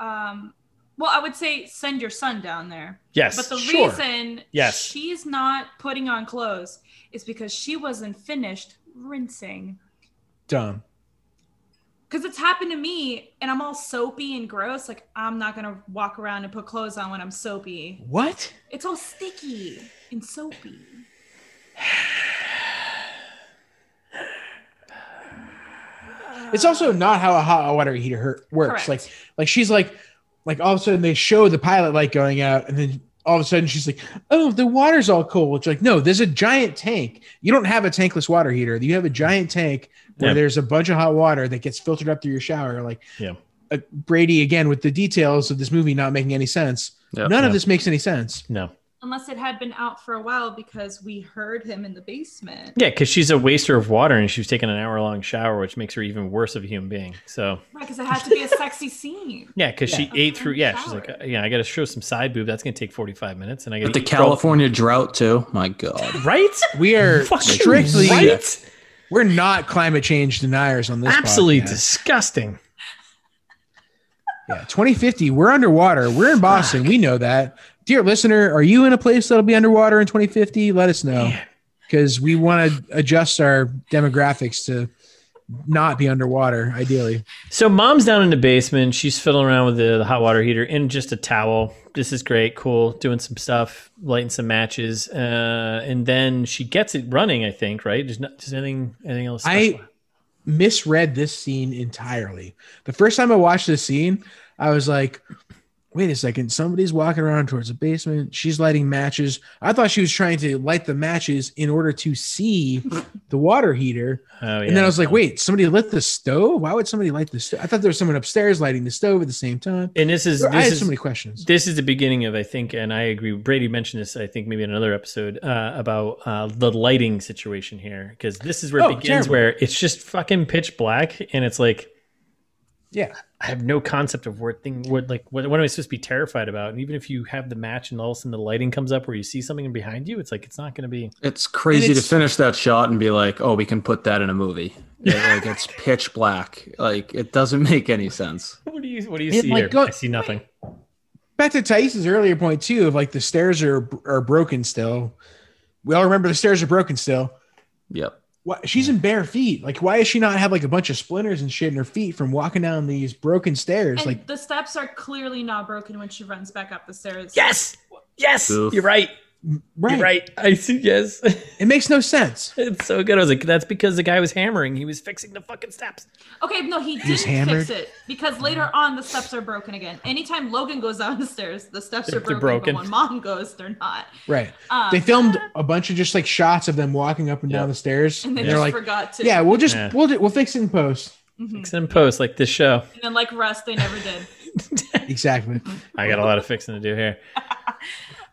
S3: um, well, I would say send your son down there.
S2: yes
S3: But the
S1: Sure.
S3: reason
S2: Yes.
S3: she's not putting on clothes is because she wasn't finished rinsing.
S1: Dumb.
S3: Because it's happened to me and I'm all soapy and gross. Like, I'm not going to walk around and put clothes on when I'm soapy.
S1: What?
S3: It's all sticky and soapy.
S1: It's also not how a hot water heater her- works.
S3: Uh, Correct.
S1: Like, like she's like, like all of a sudden they show the pilot light going out, and then all of a sudden she's like, "Oh, the water's all cold." It's like, no, there's a giant tank. You don't have a tankless water heater. You have a giant tank where
S2: Yeah.
S1: there's a bunch of hot water that gets filtered up through your shower. Like,
S2: Yeah.
S1: uh, Brady again with the details of this movie not making any sense.
S4: Yep.
S1: None
S2: Yeah.
S1: of this makes any sense.
S2: no
S3: unless it had been out for a while because we heard him in the basement.
S2: Yeah, because she's a waster of water and she was taking an hour long shower, which makes her even worse of a human being. So,
S3: Right, because it had to be a sexy scene.
S2: yeah, because she
S3: Yeah.
S2: ate through. Yeah, she's
S3: Shower.
S2: like, uh, yeah, I got to show some side boob. That's going to take 45 minutes. And I got
S4: But the California drought too. My God.
S2: Right?
S1: We are
S2: Fucking
S1: strictly
S2: right?
S1: we're not climate change deniers on this.
S2: Absolutely
S1: podcast.
S2: disgusting.
S1: Yeah, 2050, we're underwater. We're in Boston. We know that. Dear listener, are you in a place that'll be underwater in 2050? Let us know
S2: Man.
S1: because we want to adjust our demographics to not be underwater, ideally.
S2: So mom's down in the basement. She's fiddling around with the, the hot water heater in just a towel. This is great, cool. Doing some stuff, lighting some matches, uh, and then she gets it running. I think right. There's not just anything anything else.
S1: I-
S2: special.
S1: Misread this scene entirely. The first time I watched this scene, I was like, wait a second, somebody's walking around towards the basement. She's lighting matches. I thought she was trying to light the matches in order to see the water heater.
S2: oh, yeah.
S1: And then I was like, wait, somebody lit the stove? Why would somebody light the stove? I thought there was someone upstairs lighting the stove at the same time.
S2: And this is
S1: I had
S2: this
S1: so many
S2: is
S1: questions.
S2: this is the beginning of I think, and I agree. Brady mentioned this. I think maybe in another episode uh, about uh, the lighting situation here because this is where it
S1: Oh,
S2: begins,
S1: terrible.
S2: where it's just fucking pitch black, and it's like
S1: Yeah.
S2: I have no concept of what thing what like what, what am I supposed to be terrified about? And even if you have the match and all of a sudden the lighting comes up where you see something behind you, it's like it's not going to be.
S4: It's crazy
S1: it's-
S4: to finish that shot and be like, "Oh, we can put that in a movie." Yeah, like it's pitch black. Like it doesn't make any sense.
S2: What do you what do you
S1: It,
S2: see
S1: like,
S2: here?
S1: go-
S2: I see nothing.
S1: Back to Tyson's earlier point, too, of like the stairs are are broken still. We all remember the stairs are broken still.
S4: Yep.
S1: Why, she's in bare feet. Like, why does she not have like a bunch of splinters and shit in her feet from walking down these broken stairs?
S3: And
S1: like,
S3: the steps are clearly not broken when she runs back up the stairs.
S2: Yes, yes,
S4: Oof.
S2: you're right.
S1: right.
S2: You're right. I see. Yes,
S1: It makes no sense.
S2: it's so good. I was like, that's because the guy was hammering. He was fixing the fucking steps.
S3: Okay, no, he
S1: He was
S3: didn't
S1: hammered. Uh-huh.
S3: fix it because later on the steps are broken again. Anytime Logan goes down the stairs, the steps
S2: They're-
S3: are broken,
S2: they're broken.
S3: But when Mom goes, they're not.
S1: Right.
S3: Um,
S1: They filmed a bunch of just like shots of them walking up and
S2: Yeah.
S1: down the stairs.
S3: and
S1: And
S3: they
S1: they're
S3: just
S1: like,
S3: forgot to.
S1: yeah, we'll just,
S2: Yeah.
S1: we'll, do, we'll fix it in post.
S3: Mhm.
S2: Fixing in post like this show.
S3: And then like Russ, they never did.
S1: Exactly.
S2: I got a lot of fixing to do here.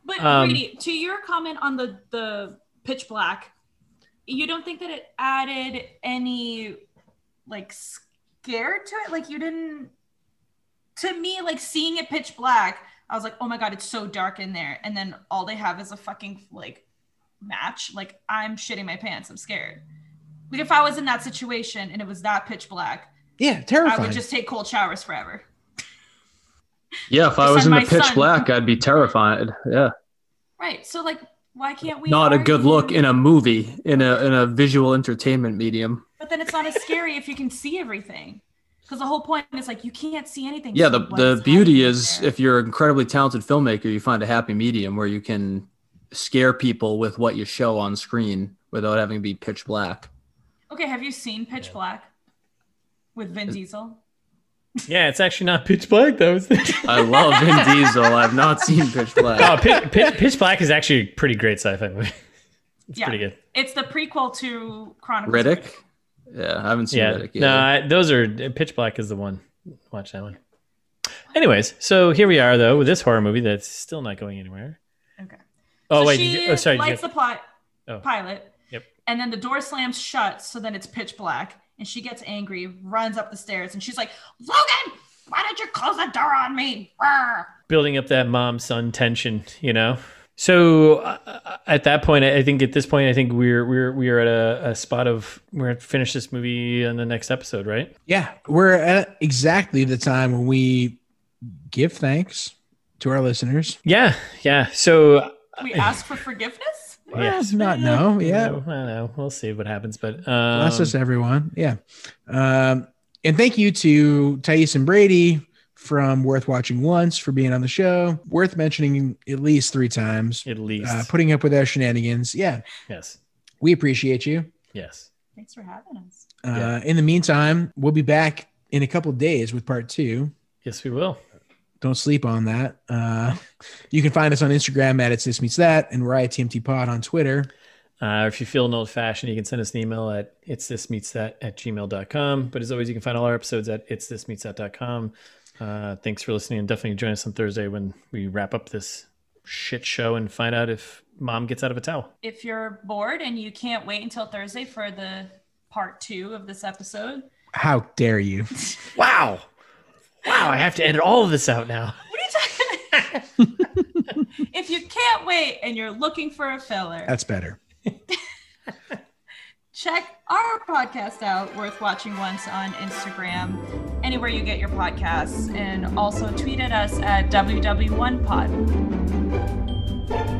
S3: But
S2: Um,
S3: Brady, to your comment on the the pitch black, you don't think that it added any like scare to it? Like you didn't. To me, like seeing it pitch black, I was like, oh my god, it's so dark in there. And then all they have is a fucking like match. Like I'm shitting my pants. I'm scared. Like if I was in that situation and it was that pitch black,
S1: Yeah.
S3: I
S1: Terrifying.
S3: would just take cold showers forever.
S4: Yeah, if I
S3: Just
S4: was in
S3: like
S4: the
S3: my
S4: pitch
S3: son.
S4: black, I'd be terrified. Yeah.
S3: Right. So like, why can't we?
S4: Not a good
S3: argue-
S4: look in a movie in a in a visual entertainment medium.
S3: But then it's not as scary if you can see everything. Because the whole point is like you can't see anything.
S4: Yeah,
S3: so
S4: the
S3: what
S4: the beauty
S3: happening
S4: is
S3: there?
S4: if you're an incredibly talented filmmaker, you find a happy medium where you can scare people with what you show on screen without having to be pitch black.
S3: okay, have you seen Pitch Black with Vin Diesel?
S2: Yeah, it's actually not pitch black though. is it?
S4: I love Vin Diesel. I've not seen Pitch Black.
S2: oh, pitch, pitch, pitch black is actually a pretty great sci-fi movie. It's
S3: Yeah.
S2: pretty good.
S3: It's the prequel to Chronicles. of
S4: Riddick. Yeah, I haven't seen
S2: yeah.
S4: Riddick. Either.
S2: No, I, those are Pitch Black is the one. Watch that one. Anyways, so here we are though with this horror movie that's still not going anywhere.
S3: Okay.
S2: Oh
S3: so
S2: wait,
S3: she
S2: did you- oh sorry. did you-
S3: lights the plot
S2: Oh.
S3: pilot.
S2: Yep.
S3: And then the door slams shut, so then it's pitch black, and she gets angry, runs up the stairs, and she's like, "Logan, why did you close the door on me?" Brr."
S2: building up that mom son tension, you know. So uh, at that point, I I think at this point, I think we're we're we are at a, a spot of we're gonna finish this movie in the next episode, right?
S1: Yeah, we're at exactly the time when we give thanks to our listeners.
S2: Yeah, yeah. So
S3: We ask for forgiveness.
S2: Yes.
S1: Well, not no,
S2: I
S1: yeah.
S2: don't know. We'll see what happens, but um,
S1: Bless us, everyone. Yeah, um, and thank you to Thais and Brady from Worth Watching Once for being on the show. Worth mentioning at least three times.
S2: at least
S1: Uh, putting up with our shenanigans. Yeah,
S2: yes,
S1: we appreciate you.
S2: yes.
S3: Thanks for having us.
S1: Uh,
S2: Yeah.
S1: In the meantime, we'll be back in a couple of days with part two.
S2: Yes, we will.
S1: Don't sleep on that. Uh, you can find us on Instagram at It's This Meets That, and we're ITMT Pod on Twitter.
S2: Uh, if you feel an old fashioned, you can send us an email at it's this meets that at gmail.com. But as always, you can find all our episodes at it's this meets that.com. Uh, thanks for listening and definitely join us on Thursday when we wrap up this shit show and find out if mom gets out of a towel.
S3: If you're bored and you can't wait until Thursday for the part two of this episode,
S1: How dare you?
S2: Wow. Wow, I have to edit all of this out now.
S3: what are you talking about? if you can't wait and you're looking for a filler,
S1: That's better.
S3: check our podcast out, Worth Watching Once, on Instagram, anywhere you get your podcasts, and also tweet at us at WW1Pod.